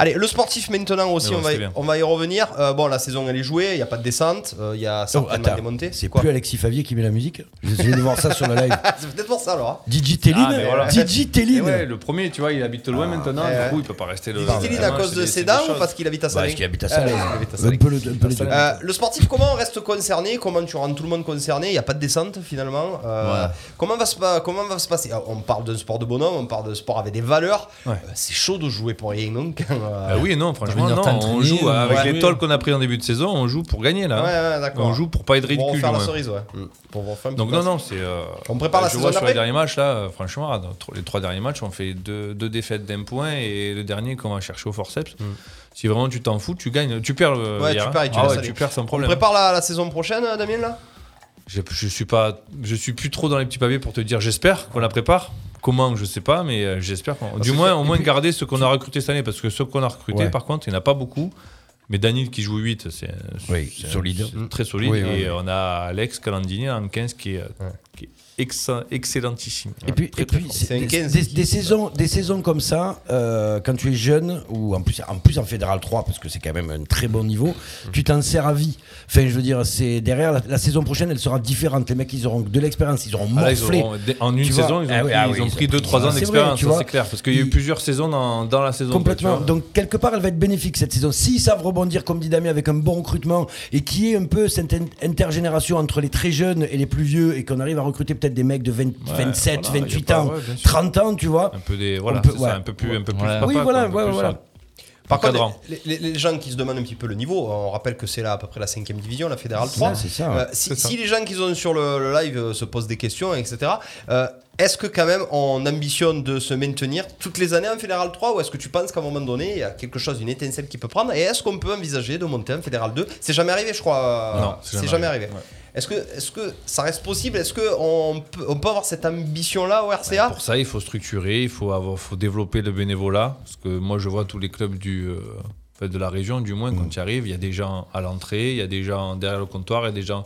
Speaker 6: Allez, le sportif maintenant aussi,
Speaker 7: Mais
Speaker 6: on,
Speaker 7: bon,
Speaker 6: va,
Speaker 7: c'était bien.
Speaker 6: on va y revenir. Euh, bon, la saison elle est jouée, il n'y a pas de descente, euh, il y a certainement
Speaker 8: Oh, attends,
Speaker 6: démonté.
Speaker 8: C'est
Speaker 6: Quoi
Speaker 8: plus Alexis Favier qui met la musique. Je viens de voir ça sur la live.
Speaker 6: C'est peut-être pour ça alors. hein.
Speaker 8: DJ Téline
Speaker 7: Ah, mais voilà.
Speaker 8: DJ
Speaker 7: Et
Speaker 8: Téline
Speaker 7: ouais, le premier, tu vois, il habite loin maintenant,
Speaker 6: Ah, ouais.
Speaker 7: du coup, il peut pas rester le.
Speaker 6: Il dit à cause de ses dents ou parce qu'il
Speaker 7: Bah,
Speaker 6: habite à Salins
Speaker 8: Parce qu'il habite à
Speaker 6: Ah,
Speaker 8: Salins.
Speaker 6: parce qu'il habite à
Speaker 8: Un
Speaker 6: Salins.
Speaker 8: peu le- un peu les deux.
Speaker 6: Euh, le sportif, comment on reste concerné Comment tu rends tout le monde concerné Il n'y a pas de descente finalement. Euh, comment, va se pa- comment va se passer Ah, On parle d'un sport de bonhomme, on parle d'un sport avec des valeurs.
Speaker 7: Ouais.
Speaker 6: Euh, c'est chaud de jouer pour rien donc. hein, euh.
Speaker 7: Ah oui, non, franchement,
Speaker 9: Venir
Speaker 7: non,
Speaker 9: t'entraîner,
Speaker 7: on joue
Speaker 9: ouais.
Speaker 7: avec
Speaker 9: Oui.
Speaker 7: les tolls qu'on a pris en début de saison, on joue pour gagner
Speaker 6: ouais,
Speaker 7: là.
Speaker 6: ouais, d'accord.
Speaker 7: hein. On joue pour pas être
Speaker 6: pour
Speaker 7: ridicule.
Speaker 6: refaire la
Speaker 7: ouais.
Speaker 6: cerise, ouais. Mm. Pour refaire une
Speaker 7: Donc
Speaker 6: petite
Speaker 7: non, non, c'est. euh,
Speaker 6: On prépare la
Speaker 7: je
Speaker 6: saison
Speaker 7: vois sur
Speaker 6: d'après
Speaker 7: les derniers matchs là, euh, franchement, dans tro- les trois derniers matchs, on fait deux, deux défaites d'un point et le dernier qu'on va chercher au forceps.
Speaker 8: Mm.
Speaker 7: Si vraiment tu t'en fous, tu gagnes, tu perds. euh,
Speaker 6: Ouais,
Speaker 7: hier,
Speaker 6: tu
Speaker 7: hein.
Speaker 6: perds et tu
Speaker 7: Ah
Speaker 6: laisses
Speaker 7: ouais,
Speaker 6: aller.
Speaker 7: tu perds sans
Speaker 6: On
Speaker 7: problème.
Speaker 6: prépare la, la saison prochaine, euh, Damien, là
Speaker 7: Je, je suis pas, je suis plus trop dans les petits pavés pour te dire. J'espère qu'on la prépare. Comment, je sais pas, mais euh, j'espère. qu'on- Du moins, au moins garder ce qu'on a recruté cette année, parce que ce qu'on a recruté,
Speaker 8: Ouais.
Speaker 7: par contre, il n'y en a pas beaucoup. Mais Daniel qui joue 8, c'est
Speaker 8: Oui,
Speaker 7: c'est-
Speaker 8: solide.
Speaker 7: c'est très solide.
Speaker 8: Oui, oui,
Speaker 7: et
Speaker 8: oui.
Speaker 7: on a Alex Calandini en 15 qui est, qui est exa- excellentissime.
Speaker 8: Et puis,
Speaker 7: Très,
Speaker 8: et
Speaker 7: très
Speaker 8: puis
Speaker 7: fort.
Speaker 8: c'est-
Speaker 6: C'est un
Speaker 8: des,
Speaker 6: 15
Speaker 8: des- des saisons, des saisons comme ça, euh, quand tu es jeune, ou en plus en, plus en Fédéral 3, parce que c'est quand même un très bon niveau, tu t'en sers à vie. Enfin, je veux dire, c'est derrière, la, la saison prochaine, elle sera différente. Les mecs, ils auront de l'expérience, ils auront
Speaker 7: Ah là, ils
Speaker 8: morflé.
Speaker 7: auront- en une
Speaker 8: Tu vois.
Speaker 7: saison, ils ont
Speaker 8: Ah oui,
Speaker 7: pris,
Speaker 8: ah oui,
Speaker 7: ils ont pris 2-3
Speaker 8: C'est
Speaker 7: ans
Speaker 8: vrai,
Speaker 7: d'expérience,
Speaker 8: tu
Speaker 7: ça,
Speaker 8: vois.
Speaker 7: c'est clair. Parce qu'il y a eu
Speaker 8: Ils-
Speaker 7: plusieurs saisons hein. dans, dans la saison.
Speaker 8: Complètement.
Speaker 7: tu vois.
Speaker 8: Donc, quelque part, elle va être bénéfique cette saison. S'ils savent rebondir, comme dit Damien, avec un bon recrutement et qui est un peu cette in- intergénération entre les très jeunes et les plus vieux et qu'on arrive à recruter peut-être des mecs de 20 27,
Speaker 7: voilà, y a
Speaker 8: 28
Speaker 7: pas-
Speaker 8: ans,
Speaker 7: ouais, bien sûr.
Speaker 8: 30 ans, tu vois.
Speaker 7: un peu des, voilà,
Speaker 8: peut-
Speaker 7: c'est
Speaker 8: ouais.
Speaker 7: ça, un peu plus, un peu plus.
Speaker 9: Ouais.
Speaker 7: papa,
Speaker 8: Oui,
Speaker 7: quoi,
Speaker 8: voilà,
Speaker 7: un peu
Speaker 8: ouais,
Speaker 7: plus
Speaker 8: voilà.
Speaker 7: ça.
Speaker 6: Par
Speaker 7: Encadrant.
Speaker 6: contre, les, les- les gens qui se demandent un petit peu le niveau, on rappelle que c'est là à peu près la 5 division, la fédérale 3.
Speaker 8: c'est ça, ouais.
Speaker 6: Euh, si, si les gens qui sont sur le, le live euh, se posent des questions, etc., euh, est-ce que quand même on ambitionne de se maintenir toutes les années en fédéral 3 ou est-ce que tu penses qu'à un moment donné, il y a quelque chose, une étincelle qui peut prendre Et est-ce qu'on peut envisager de monter en fédéral 2 C'est jamais arrivé, je crois. euh,
Speaker 7: Non, c'est
Speaker 6: c'est jamais
Speaker 7: jamais
Speaker 6: arrivé. Est-ce que, est que ça reste possible Est-ce qu'on peut, on peut avoir cette ambition-là au RCA
Speaker 7: Pour ça, il faut structurer, il faut, avoir, faut développer le bénévolat. Parce que moi, je vois tous les clubs du, euh, enfin, de la région, du moins,
Speaker 8: Mm.
Speaker 7: quand tu arrives, il y a des gens à l'entrée, il y a des gens derrière le comptoir, il y a des gens.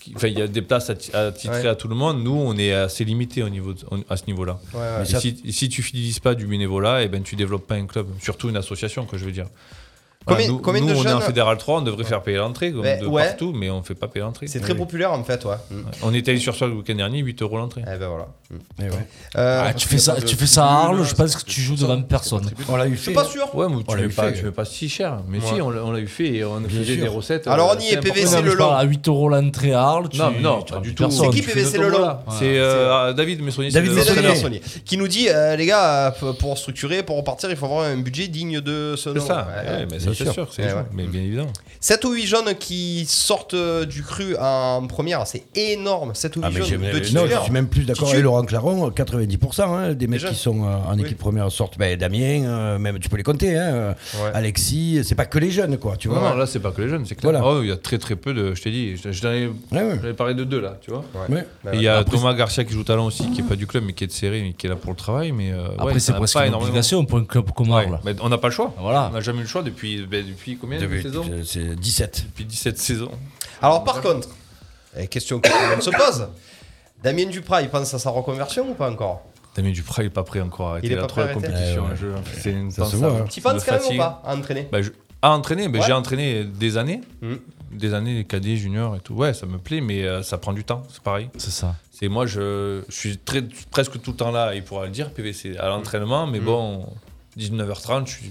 Speaker 7: qui- Enfin, il y a des places atti- attitrées
Speaker 6: Ouais.
Speaker 7: à tout le monde. Nous, on est assez limité au niveau de- on- à ce niveau-là.
Speaker 6: Ouais, ouais.
Speaker 7: Et si, et si tu fidélises pas du bénévolat, et ben tu développes pas un club, surtout une association, que je veux dire. Voilà,
Speaker 6: Combien-
Speaker 7: nous,
Speaker 6: combien
Speaker 7: nous,
Speaker 6: de
Speaker 7: on est en
Speaker 6: jeunes-
Speaker 7: fédéral 3, on devrait faire payer l'entrée comme
Speaker 6: Ben,
Speaker 7: de
Speaker 6: ouais.
Speaker 7: partout, mais on fait pas payer l'entrée.
Speaker 6: C'est très
Speaker 7: Ouais.
Speaker 6: populaire en fait, ouais. Mm.
Speaker 7: On était allé sur ça le week-end dernier, 8 euros l'entrée.
Speaker 6: Eh ben voilà.
Speaker 8: Et ouais.
Speaker 6: Euh,
Speaker 9: Ah, tu fais ça, tu fais ça à Arles, je pense que tu joues devant personne.
Speaker 8: On l'a eu
Speaker 6: Je
Speaker 8: fait.
Speaker 6: suis pas sûr.
Speaker 7: Ouais, mais tu
Speaker 8: l'a
Speaker 7: mets
Speaker 8: eu
Speaker 7: pas,
Speaker 8: fait.
Speaker 7: tu mets pas si cher. Mais si, on l'a on l'a eu fait et on a fait des
Speaker 8: sûr.
Speaker 7: recettes.
Speaker 6: Alors,
Speaker 7: euh,
Speaker 6: on y
Speaker 7: c'est
Speaker 6: est, PVC,
Speaker 7: important.
Speaker 9: Non, mais
Speaker 6: le
Speaker 9: je parle,
Speaker 6: long.
Speaker 9: à 8 euros l'entrée à Arles, tu,
Speaker 7: Non, non,
Speaker 9: tu
Speaker 7: pas
Speaker 9: remplis
Speaker 7: du tout.
Speaker 9: personne.
Speaker 6: C'est qui
Speaker 7: Tu fais
Speaker 6: PVC
Speaker 7: notre
Speaker 6: le long
Speaker 7: voilà. C'est euh, David Messonnier.
Speaker 8: David
Speaker 7: c'est le
Speaker 8: Messonnier.
Speaker 7: entraîneur.
Speaker 6: Messonnier. Qui nous dit, euh, les gars, euh, pour structurer, pour repartir, il faut avoir un budget digne de ce nom.
Speaker 7: C'est ça,
Speaker 6: Ouais,
Speaker 7: ouais,
Speaker 6: ouais.
Speaker 7: mais ça, c'est sûr, c'est
Speaker 6: Ouais,
Speaker 7: sûr,
Speaker 6: ouais.
Speaker 7: mais bien évidemment.
Speaker 6: 7 ou 8 jeunes qui sortent euh, du cru en première, c'est énorme. 7 ou 8
Speaker 8: Ah, mais
Speaker 6: jeunes
Speaker 8: j'aimerais-
Speaker 6: de
Speaker 8: non,
Speaker 6: titulaires.
Speaker 8: je suis même plus d'accord
Speaker 6: Titu-
Speaker 8: avec Laurent euh, Claron, 90% hein, des mecs
Speaker 6: Déjà.
Speaker 8: qui sont euh, en équipe
Speaker 6: Oui.
Speaker 8: première sortent. Ben, Damien, euh, même tu peux les compter, hein, euh,
Speaker 6: Ouais.
Speaker 8: Alexis, c'est pas que les jeunes, quoi, tu vois.
Speaker 7: Non, non, là, c'est pas que les jeunes, c'est clair.
Speaker 8: Voilà.
Speaker 7: Ah ouais, il y a très très peu de. Je t'ai dit, je- je t'avais-
Speaker 8: Ouais, ouais.
Speaker 7: j'avais parlé de deux là, tu vois.
Speaker 8: Ouais.
Speaker 6: Bah
Speaker 7: Et Il y a Thomas Garcia qui joue talent aussi, qui est pas du club, mais qui est de série, mais qui est là pour le travail. Mais euh,
Speaker 9: Après,
Speaker 7: ouais,
Speaker 9: c'est
Speaker 7: il y en a
Speaker 9: presque
Speaker 7: pas
Speaker 9: une
Speaker 7: énormément.
Speaker 9: obligation pour un club comme
Speaker 7: Ouais,
Speaker 9: Arles.
Speaker 7: mais on n'a pas le choix.
Speaker 9: Voilà.
Speaker 7: On n'a jamais eu le choix depuis, ben, Ah. depuis combien de
Speaker 8: Depuis-
Speaker 7: saisons
Speaker 8: euh, C'est 17.
Speaker 7: Depuis 17 saisons.
Speaker 6: Alors, par contre, eh, question que tout le monde se pose. Damien Duprat, il pense à sa reconversion ou pas encore
Speaker 7: Damien Duprat, il est pas prêt encore à arrêter
Speaker 6: Il est
Speaker 7: la
Speaker 6: pas prêt à
Speaker 7: troisième
Speaker 6: arrêter.
Speaker 7: compétition. je- C'est une
Speaker 8: Ça se
Speaker 7: pensable.
Speaker 8: voit, hein.
Speaker 6: Tu penses
Speaker 7: Me
Speaker 6: quand même ou
Speaker 7: fatigue.
Speaker 6: pas à entraîner
Speaker 7: Bah, je- À entraîner, bah,
Speaker 6: Ouais.
Speaker 7: j'ai entraîné des années.
Speaker 6: Mhm.
Speaker 7: Des années, cadet, junior et tout. Ouais, ça me plaît, mais euh, ça prend du temps, c'est pareil.
Speaker 9: C'est ça.
Speaker 7: C'est moi, je, je suis très, presque tout le temps là, il pourra le dire, PVC, à l'entraînement,
Speaker 6: Mmh.
Speaker 7: mais bon, 19h30, je suis,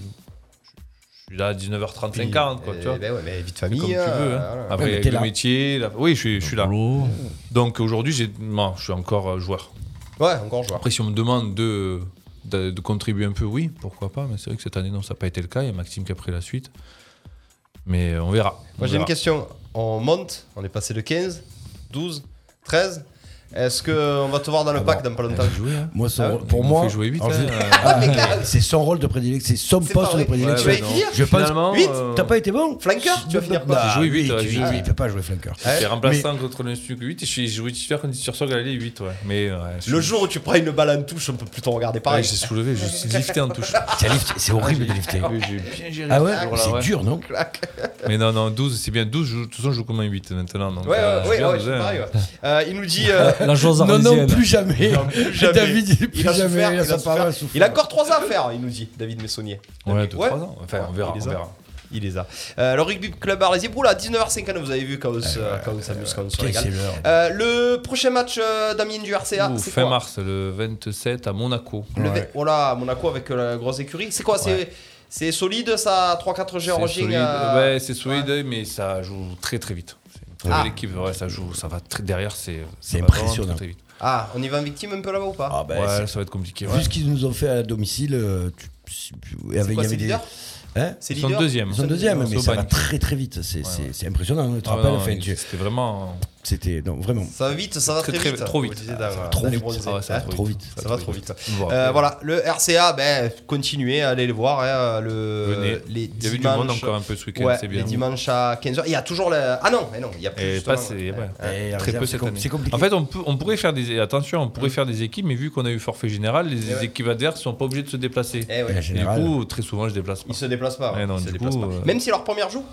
Speaker 7: je suis là à 19h35, 40, quoi,
Speaker 6: Eh
Speaker 7: tu vois.
Speaker 6: ben ouais, mais vie de
Speaker 7: Comme
Speaker 6: famille.
Speaker 7: tu veux.
Speaker 6: euh,
Speaker 7: hein.
Speaker 6: voilà.
Speaker 8: Ouais,
Speaker 7: Après,
Speaker 8: mais
Speaker 7: avec
Speaker 8: t'es
Speaker 7: le
Speaker 8: là.
Speaker 7: métier, la- oui, je suis, je suis là.
Speaker 9: Boulot.
Speaker 7: Donc aujourd'hui, j'ai, non, je suis encore euh, joueur.
Speaker 6: Ouais, encore joueur.
Speaker 7: Après, si on me demande de, de, de contribuer un peu, oui, pourquoi pas. Mais c'est vrai que cette année, non, ça n'a pas été le cas. Il y a Maxime qui a pris la suite. Mais euh, on verra.
Speaker 6: Moi
Speaker 7: On
Speaker 6: j'ai une
Speaker 7: verra.
Speaker 6: question. On monte, on est passé de 15, 12, 13. Est-ce qu'on va te voir dans
Speaker 7: Ah
Speaker 6: le pack dans pas longtemps
Speaker 7: hein.
Speaker 8: Moi, son-
Speaker 6: Ah ouais,
Speaker 8: pour
Speaker 6: il nous
Speaker 8: moi,
Speaker 6: fait jouer vite,
Speaker 8: en
Speaker 6: hein.
Speaker 8: fait-
Speaker 7: Euh,
Speaker 6: Ah, mais clair.
Speaker 8: c'est son rôle de prédilection, c'est son
Speaker 6: C'est pas
Speaker 8: poste de
Speaker 6: vrai.
Speaker 8: prédilection.
Speaker 6: Ouais, ouais, non.
Speaker 8: je pense.
Speaker 7: Finalement,
Speaker 8: Huit,
Speaker 7: euh,
Speaker 8: t'as pas été bon
Speaker 6: Flanker, tu vas finir
Speaker 8: Bah,
Speaker 6: par.
Speaker 7: J'ai joué
Speaker 8: huit,
Speaker 7: huit, ouais,
Speaker 8: huit,
Speaker 7: j'ai joué
Speaker 8: il peut pas jouer flanker.
Speaker 7: J'ai remplacé contre le 8 et je suis joué titulaire contre sur Galé 8, ouais. Mais ouais, je-
Speaker 6: Le jour où tu prends une balle en touche, on peut plus te regarder
Speaker 7: Ouais,
Speaker 6: pareil.
Speaker 7: j'ai soulevé, je suis lifté en touche.
Speaker 8: C'est un lift- C'est horrible de lifter.
Speaker 7: Oui, j'ai bien géré
Speaker 8: Ah ouais,
Speaker 7: ce jour-là,
Speaker 8: c'est
Speaker 7: ouais.
Speaker 8: dur, non
Speaker 7: Mais non, non, 12, c'est bien. 12, je- de toute façon, je joue comme un 8 maintenant. donc,
Speaker 6: Ouais,
Speaker 7: euh,
Speaker 6: ouais,
Speaker 7: c'est
Speaker 6: ouais,
Speaker 7: bien,
Speaker 6: ouais,
Speaker 7: 12,
Speaker 6: c'est
Speaker 7: hein.
Speaker 6: pareil. ouais. Euh, Il nous dit. euh,
Speaker 9: La chose
Speaker 8: Non, non,
Speaker 9: arlésienne.
Speaker 8: plus jamais.
Speaker 6: plus jamais.
Speaker 8: David, il est plus
Speaker 6: Il a
Speaker 8: jamais.
Speaker 6: souffert,
Speaker 8: il a
Speaker 6: il a
Speaker 8: sa parole
Speaker 6: souffert.
Speaker 8: à souffler.
Speaker 6: Il a encore 3 ans à faire, il nous dit, David Messonnier.
Speaker 7: Ouais, 2-3
Speaker 6: Ouais.
Speaker 7: ans. Enfin, on verra,
Speaker 6: Il
Speaker 7: on
Speaker 6: les a.
Speaker 7: verra.
Speaker 6: Il les a. Euh, le rugby club arlésien, oula, 19h50, vous avez vu euh, quand on se-
Speaker 7: Euh,
Speaker 6: quand on s'amuse, quand on se
Speaker 8: Putain,
Speaker 6: régale.
Speaker 8: c'est l'heure.
Speaker 6: Euh, le prochain match euh, Damien du RCA,
Speaker 7: Ouh,
Speaker 6: c'est
Speaker 7: fin
Speaker 6: quoi
Speaker 7: mars, le 27 à Monaco.
Speaker 6: Le ve- Voilà, Monaco avec euh, la grosse écurie. C'est quoi c'est- C'est solide, ça 3-4
Speaker 7: C'est
Speaker 6: Géorgiens
Speaker 7: solide,
Speaker 6: euh,
Speaker 7: ouais, c'est solide, mais ça joue très très vite. C'est une
Speaker 6: Ah.
Speaker 7: belle équipe, ouais, ça joue, ça va très derrière, c'est
Speaker 8: C'est
Speaker 7: ça va vraiment
Speaker 8: impressionnant.
Speaker 7: Très, très vite.
Speaker 6: Ah, on y va en victime un peu là-bas ou pas
Speaker 8: Ah, ben,
Speaker 7: ouais,
Speaker 8: c'est-
Speaker 7: ça va être compliqué. ouais.
Speaker 8: Vu ce qu'ils nous ont fait à domicile, euh, tu- il y
Speaker 6: C'est
Speaker 8: avait, il
Speaker 6: quoi,
Speaker 8: y
Speaker 6: c'est
Speaker 8: avait des.
Speaker 6: leader
Speaker 8: Hein
Speaker 6: C'est
Speaker 7: Ils sont
Speaker 6: leader
Speaker 7: deuxième.
Speaker 8: Ils sont deuxième,
Speaker 7: Ils
Speaker 8: mais
Speaker 7: sont
Speaker 8: ça va
Speaker 7: bannis.
Speaker 8: très très vite. C'est c'est- c'est impressionnant. hein, Tu te
Speaker 7: Ah,
Speaker 8: rappelles,
Speaker 7: non,
Speaker 8: enfin,
Speaker 7: mais
Speaker 8: tu-
Speaker 7: C'était vraiment
Speaker 8: c'était non, vraiment
Speaker 6: Ça va vite, ça va
Speaker 7: Très,
Speaker 6: très,
Speaker 7: très-
Speaker 6: vite.
Speaker 7: trop vite.
Speaker 6: Vous disiez, là, voilà.
Speaker 7: trop
Speaker 6: Là, je
Speaker 7: vite.
Speaker 6: bronzais.
Speaker 7: Ah ouais, ça va
Speaker 6: Hein
Speaker 8: trop vite.
Speaker 6: Ça va trop vite. Euh,
Speaker 7: Bon, après,
Speaker 6: voilà, le RCA, ben, continuez, allez le voir. hein, le,
Speaker 7: Venez.
Speaker 6: Les
Speaker 7: Il y avait du monde
Speaker 6: dimanches-
Speaker 7: encore un peu ce week-end,
Speaker 6: Ouais,
Speaker 7: c'est bien.
Speaker 6: Les dimanches à 15h. Il y a toujours le. Ah non, mais non, il y a plus.
Speaker 7: Et
Speaker 6: justement.
Speaker 7: pas, c'est- ouais.
Speaker 8: Eh,
Speaker 7: Très
Speaker 8: regarde,
Speaker 7: peu
Speaker 8: c'est
Speaker 7: cette
Speaker 8: com-
Speaker 7: année.
Speaker 8: C'est compliqué.
Speaker 7: En fait, on, peut- on pourrait faire des attention, on pourrait faire des équipes, mais vu qu'on a eu forfait général, les équipes adverses sont pas obligées de se déplacer.
Speaker 6: Eh ouais,
Speaker 8: Et la
Speaker 7: Et
Speaker 8: générale.
Speaker 7: du coup, très souvent, je déplace pas.
Speaker 6: Ils se déplacent pas. ouais,
Speaker 7: Eh non,
Speaker 6: ils se
Speaker 7: du
Speaker 6: déplacent
Speaker 7: coup,
Speaker 6: pas.
Speaker 7: euh,
Speaker 6: Même si leur première joue.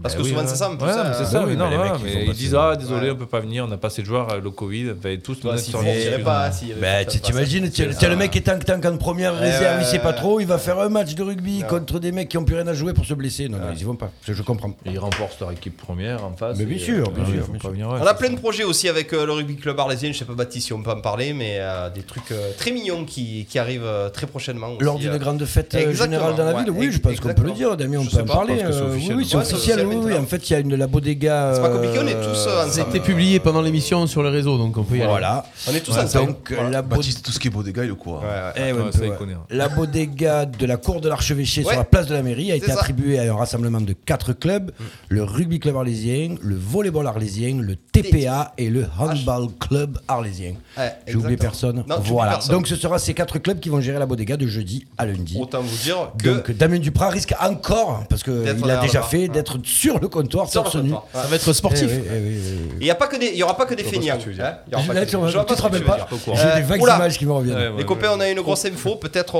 Speaker 6: Parce que
Speaker 7: Bah oui,
Speaker 6: souvent
Speaker 7: ouais.
Speaker 6: c'est ça. en plus,
Speaker 7: Ouais,
Speaker 6: hein.
Speaker 7: mais c'est ça.
Speaker 8: oui,
Speaker 7: mais
Speaker 8: mais
Speaker 7: non,
Speaker 8: les
Speaker 7: voilà,
Speaker 8: mecs, ils
Speaker 7: mais
Speaker 8: font
Speaker 7: ils
Speaker 8: pas
Speaker 7: disent
Speaker 8: ça.
Speaker 7: ah désolé, on peut pas venir, on n'a pas assez de joueurs, euh, le Covid, ben, tous
Speaker 6: Toi,
Speaker 7: mettre
Speaker 6: si
Speaker 7: sur
Speaker 6: tu
Speaker 7: des
Speaker 6: dirais
Speaker 7: excuses.
Speaker 6: Bah, pas. si-
Speaker 8: Bah,
Speaker 6: ça-
Speaker 8: tu
Speaker 6: ça-
Speaker 8: t'imagines, tu as le mec qui est tank tank en première
Speaker 6: Ouais,
Speaker 8: réserve, il
Speaker 6: ouais,
Speaker 8: sait pas
Speaker 6: ouais.
Speaker 8: trop, il va faire un match de rugby
Speaker 6: Non.
Speaker 8: contre des mecs qui ont plus rien à jouer pour se blesser. Non, non, ils y vont pas. Je je comprends.
Speaker 7: Et Ils remportent leur équipe première en face.
Speaker 8: Mais bien
Speaker 7: et,
Speaker 8: sûr,
Speaker 7: euh,
Speaker 8: bien
Speaker 7: ils
Speaker 8: sûr,
Speaker 7: vont
Speaker 8: bien
Speaker 7: pas
Speaker 8: sûr.
Speaker 7: venir, ouais,
Speaker 6: On
Speaker 7: ça,
Speaker 6: a plein de projets aussi avec euh, le rugby club arlésien. Je sais pas Baptiste si on peut en parler, mais euh, des trucs euh, très mignons qui, qui arrivent euh, très prochainement. aussi,
Speaker 8: Lors
Speaker 6: euh.
Speaker 8: d'une grande fête euh,
Speaker 6: exactement,
Speaker 8: générale dans la
Speaker 6: ouais,
Speaker 8: ville, oui, je pense qu'on peut
Speaker 6: exactement.
Speaker 8: le dire, Damien, on
Speaker 6: Je
Speaker 8: peut
Speaker 6: sais
Speaker 8: en
Speaker 6: pas,
Speaker 8: parler.
Speaker 7: je pense que c'est
Speaker 8: euh, Oui,
Speaker 7: officiel.
Speaker 8: oui, c'est
Speaker 6: Ouais, c'est
Speaker 8: officiel,
Speaker 6: officiel
Speaker 8: oui, oui.
Speaker 6: maintenant.
Speaker 8: En fait, il y a une, la bodega.
Speaker 6: C'est pas compliqué, on est tous, euh,
Speaker 8: euh,
Speaker 5: Ça a été publié pendant l'émission sur le réseau, donc on peut y aller.
Speaker 8: Voilà.
Speaker 6: On est tous
Speaker 8: Ouais,
Speaker 6: ensemble.
Speaker 8: Donc, la bodega.
Speaker 11: Baptiste, tout ce qui est beau des gars, il le quoi
Speaker 6: Ah, Ouais, ouais.
Speaker 8: Eh ouais,
Speaker 7: Ouais,
Speaker 8: un
Speaker 7: ça,
Speaker 8: peu,
Speaker 7: il
Speaker 8: ouais.
Speaker 7: connaît, hein.
Speaker 8: La bodega de la cour de l'archevêché
Speaker 6: Ouais.
Speaker 8: sur la place de la mairie a été
Speaker 6: C'est ça. Mm.
Speaker 8: attribuée à un rassemblement de quatre clubs le rugby club arlésien, le volleyball arlésien, le TPA et le handball club arlésien.
Speaker 6: Ouais,
Speaker 8: J'ai oublié
Speaker 6: exactement.
Speaker 8: personne.
Speaker 6: Non, tu
Speaker 8: voilà.
Speaker 6: oublies personne.
Speaker 8: Donc ce sera ces quatre clubs qui vont gérer la bodega de jeudi à lundi.
Speaker 6: Autant vous dire que.
Speaker 8: Donc Damien Duprat risque encore, parce
Speaker 6: D'être
Speaker 8: qu'il a
Speaker 6: derrière le
Speaker 8: déjà
Speaker 6: bar.
Speaker 8: fait,
Speaker 6: Ouais.
Speaker 8: d'être sur le comptoir,
Speaker 6: Sur le
Speaker 8: torse nu.
Speaker 6: comptoir. Ouais.
Speaker 5: Ça va être
Speaker 8: Eh
Speaker 5: sportif.
Speaker 8: oui, eh oui, eh oui.
Speaker 6: Il n'y a pas que des, il y aura pas que des feignants. hein. Il y aura
Speaker 8: Je-
Speaker 6: pas
Speaker 8: là,
Speaker 6: que
Speaker 8: tu
Speaker 6: des-
Speaker 8: vois,
Speaker 6: je vois
Speaker 8: tu te
Speaker 6: ce que
Speaker 8: rappelles
Speaker 6: veux
Speaker 8: pas
Speaker 6: dire.
Speaker 8: J'ai des vagues
Speaker 6: oula.
Speaker 8: images qui me reviennent.
Speaker 7: Ouais, ouais,
Speaker 6: Les copains, on a une grosse info. Peut-être euh,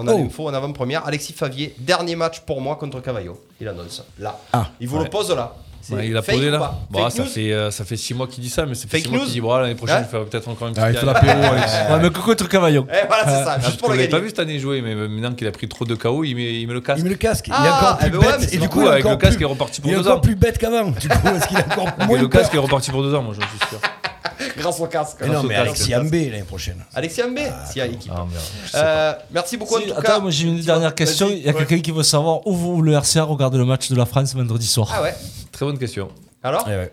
Speaker 6: on a
Speaker 8: Oh.
Speaker 6: l'info en avant-première. Alexis Favier, dernier match pour moi contre Cavallo. Il annonce là.
Speaker 8: Ah.
Speaker 6: il vous le pose là. C'est
Speaker 7: Ouais, il a
Speaker 6: fake
Speaker 7: posé
Speaker 6: ou
Speaker 7: là.
Speaker 6: pas
Speaker 7: Bah,
Speaker 6: Fake
Speaker 7: ça
Speaker 6: news
Speaker 7: fait euh, ça fait six mois qu'il dit ça, mais c'est fait
Speaker 6: Fake
Speaker 7: six mois
Speaker 6: news
Speaker 7: qu'il dit voilà l'année prochaine,
Speaker 6: Hein
Speaker 7: il fera peut-être encore une petite.
Speaker 11: Ah, il fait
Speaker 7: dernière.
Speaker 11: l'apéro, Alex.
Speaker 9: Ouais, mais coco truc cavaillon.
Speaker 6: Eh, voilà, c'est ça.
Speaker 7: Ah,
Speaker 6: Juste
Speaker 7: parce
Speaker 6: pour
Speaker 7: qu'on
Speaker 6: le
Speaker 7: l'avait pas
Speaker 6: gagner.
Speaker 7: vu cette année jouer, mais maintenant qu'il a pris trop de KO, il met, il met le casque.
Speaker 8: Il met le casque, il est
Speaker 6: Ah,
Speaker 8: encore plus
Speaker 6: eh ben ouais, mais
Speaker 8: bête,
Speaker 6: c'est
Speaker 8: et du
Speaker 6: normal.
Speaker 8: coup, il est
Speaker 7: Avec le
Speaker 8: encore
Speaker 7: casque,
Speaker 8: plus-
Speaker 7: il est reparti pour
Speaker 8: il est
Speaker 7: deux
Speaker 8: encore
Speaker 7: ans.
Speaker 8: plus bête qu'avant. Du coup, est-ce qu'il est encore
Speaker 7: Et
Speaker 8: moins
Speaker 7: le
Speaker 8: peur
Speaker 7: casque est reparti pour deux ans, moi j'en suis sûr.
Speaker 6: Grâce au casque.
Speaker 8: Mais Eh non, mais
Speaker 7: Grâce au
Speaker 8: Alexis
Speaker 6: casque.
Speaker 8: Ambé l'année prochaine.
Speaker 6: Alexis Ambé, s'il y a équipe.
Speaker 7: Ah, merde.
Speaker 6: Euh, merci beaucoup en
Speaker 9: Si,
Speaker 6: tout
Speaker 9: attends,
Speaker 6: cas.
Speaker 9: moi j'ai une
Speaker 6: Dis-moi,
Speaker 9: dernière question.
Speaker 6: vas-y.
Speaker 9: Il y a
Speaker 6: Ouais.
Speaker 9: quelqu'un qui veut savoir où vous, le RCA regarde le match de la France vendredi soir.
Speaker 6: Ah ouais.
Speaker 7: Très bonne question.
Speaker 6: Alors,
Speaker 8: Eh ouais.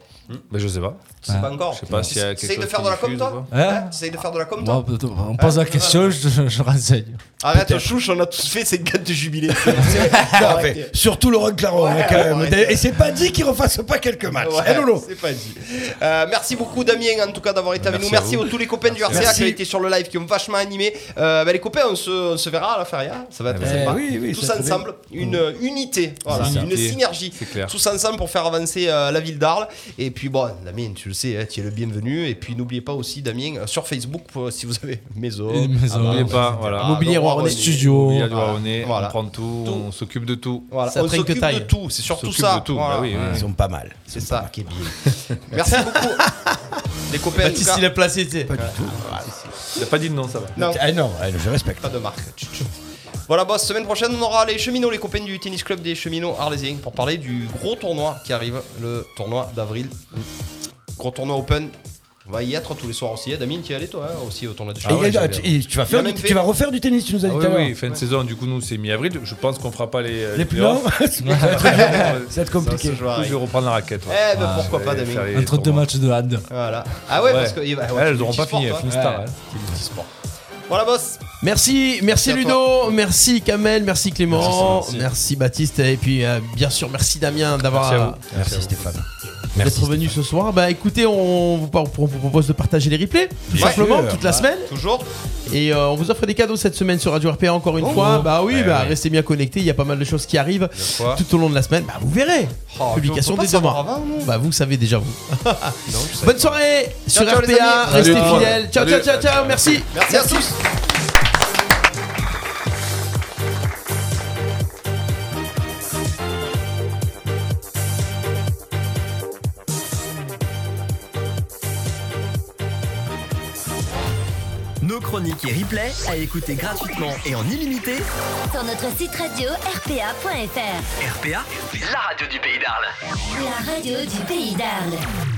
Speaker 7: Mais je sais pas.
Speaker 6: tu Ah. sais pas encore.
Speaker 7: Je sais pas s'il y a quelque
Speaker 6: Essaye de
Speaker 7: chose
Speaker 6: faire
Speaker 7: qui
Speaker 6: de la com
Speaker 7: diffuse
Speaker 6: toi.
Speaker 7: ou
Speaker 9: pas.
Speaker 6: Hein T'essayes de faire de la com
Speaker 9: Bon,
Speaker 6: toi.
Speaker 9: on pose
Speaker 6: Ah,
Speaker 9: la question, je, je renseigne.
Speaker 6: Arrête, chouche, on a tous fait cette gâte de jubilé.
Speaker 8: Non, mais surtout Laurent Claron, hein, quand même.
Speaker 6: ouais.
Speaker 8: Et c'est pas dit qu'il refasse pas quelques matchs.
Speaker 6: Ouais,
Speaker 8: Eh, Lolo
Speaker 6: Ah, c'est pas dit. Euh, merci beaucoup Damien en tout cas d'avoir été avec nous. Merci à tous les copains du RCA
Speaker 8: Merci.
Speaker 6: qui ont été sur le live, qui ont vachement animé. Euh, bah, les copains, on se, on se verra à la feria. hein. Ça va être
Speaker 8: Eh
Speaker 6: sympa.
Speaker 8: oui, oui,
Speaker 6: tous
Speaker 8: ça serait
Speaker 6: ensemble, une euh, unité, voilà,
Speaker 7: C'est
Speaker 6: une
Speaker 7: ça.
Speaker 6: synergie.
Speaker 7: C'est clair.
Speaker 6: Tous ensemble pour faire avancer euh, la ville d'Arles. Et puis bon, Damien, tu le sais, hein, tu es le bienvenu. Et puis n'oubliez pas aussi Damien euh, sur Facebook pour- si vous avez maison.
Speaker 9: Et maison.
Speaker 6: bah,
Speaker 7: N'oubliez pas, voilà.
Speaker 6: Ah,
Speaker 5: Mobilier
Speaker 6: Laurent
Speaker 5: Rouennais
Speaker 6: René.
Speaker 9: Studio.
Speaker 7: Il y a du
Speaker 6: Voilà.
Speaker 7: Rouennais,
Speaker 6: Voilà.
Speaker 7: on prend tout, on s'occupe de tout.
Speaker 6: Voilà,
Speaker 5: Ça
Speaker 6: on
Speaker 5: prenne que
Speaker 6: s'occupe de
Speaker 5: taille.
Speaker 6: tout, c'est surtout
Speaker 7: s'occupe
Speaker 6: ça.
Speaker 7: de tout,
Speaker 6: Voilà.
Speaker 7: bah oui, oui.
Speaker 8: Ils sont pas mal.
Speaker 6: C'est ça qui est bien. Merci beaucoup. Les copains, en tout
Speaker 5: Baptiste,
Speaker 6: cas,
Speaker 5: il est placé, tu sais.
Speaker 7: Il a pas dit de nom, ça va.
Speaker 6: Non.
Speaker 8: Ah non, eh, je respecte.
Speaker 6: pas de marque. Tchou, tchou. Voilà, boss, semaine prochaine, on aura les cheminots, les copains du tennis club des cheminots arlésiens, pour parler du gros tournoi qui arrive, le tournoi d'avril. Gros tournoi open. On va y être tous les soirs aussi. Eh, Damien, tu y allais toi hein, aussi au tournoi de
Speaker 8: Et-
Speaker 6: cheminots
Speaker 8: et- et tu, vas faire
Speaker 6: Il a
Speaker 8: du-
Speaker 6: même fait-
Speaker 8: tu vas refaire du tennis, tu nous as
Speaker 7: Ah
Speaker 8: dit tout
Speaker 7: oui,
Speaker 8: à l'heure.
Speaker 7: oui, fin de saison, du coup, nous, c'est mi-avril. Je pense qu'on fera pas les.
Speaker 8: Les plus longs,
Speaker 7: playoffs.
Speaker 8: ça va être- ça va être compliqué.
Speaker 6: se joue à
Speaker 7: Je vais
Speaker 6: rien.
Speaker 7: reprendre la raquette.
Speaker 6: Eh
Speaker 7: ouais.
Speaker 6: ben pourquoi
Speaker 7: Ah, Ouais,
Speaker 6: pas,
Speaker 7: faire
Speaker 6: Damien
Speaker 7: les
Speaker 9: Entre deux
Speaker 7: tournois.
Speaker 9: matchs de hand.
Speaker 6: Voilà. Ah ouais,
Speaker 7: Ouais.
Speaker 6: parce que. eh ben, ouais,
Speaker 7: Ouais,
Speaker 6: tu
Speaker 7: elles
Speaker 6: fais
Speaker 7: n'auront
Speaker 6: du
Speaker 7: pas
Speaker 6: sport,
Speaker 7: fini,
Speaker 6: toi.
Speaker 7: Finstar. hein.
Speaker 6: Voilà, boss.
Speaker 5: Merci, merci
Speaker 6: Merci à
Speaker 5: Ludo, merci Kamel, merci Clément,
Speaker 9: Merci,
Speaker 5: merci,
Speaker 9: merci.
Speaker 5: Baptiste et puis euh, bien sûr merci Damien d'avoir
Speaker 7: Merci à vous.
Speaker 8: Merci Stéphane.
Speaker 5: d'être venu ce soir. Bah écoutez, on vous, par- on vous propose de partager les replays, tout simplement, toute la semaine.
Speaker 6: Toujours.
Speaker 5: Et euh, on vous offre des cadeaux cette semaine sur Radio RPA encore une
Speaker 6: Oh.
Speaker 5: fois. Bah oui,
Speaker 6: Ouais,
Speaker 5: bah
Speaker 6: ouais.
Speaker 5: restez bien connectés, il y a pas mal de choses qui arrivent
Speaker 6: fois.
Speaker 5: tout au long de la semaine. Bah vous verrez.
Speaker 6: Oh,
Speaker 5: Publication
Speaker 6: faut pas
Speaker 5: des demain.
Speaker 6: savoir Ah, avant, nous.
Speaker 5: bah vous savez déjà vous. Bonne soirée
Speaker 6: Ciao,
Speaker 5: sur
Speaker 6: ciao, les
Speaker 5: RPA,
Speaker 6: amis.
Speaker 5: restez
Speaker 6: Salut.
Speaker 5: fidèles. Ciao, ciao,
Speaker 6: Salut.
Speaker 5: ciao, ciao, merci.
Speaker 6: Merci à tous.
Speaker 10: Nos chroniques et replays à écouter gratuitement et en illimité.
Speaker 9: Sur notre site radio rpa.fr.
Speaker 10: RPA, la radio du pays d'Arles.
Speaker 9: La radio du pays d'Arles.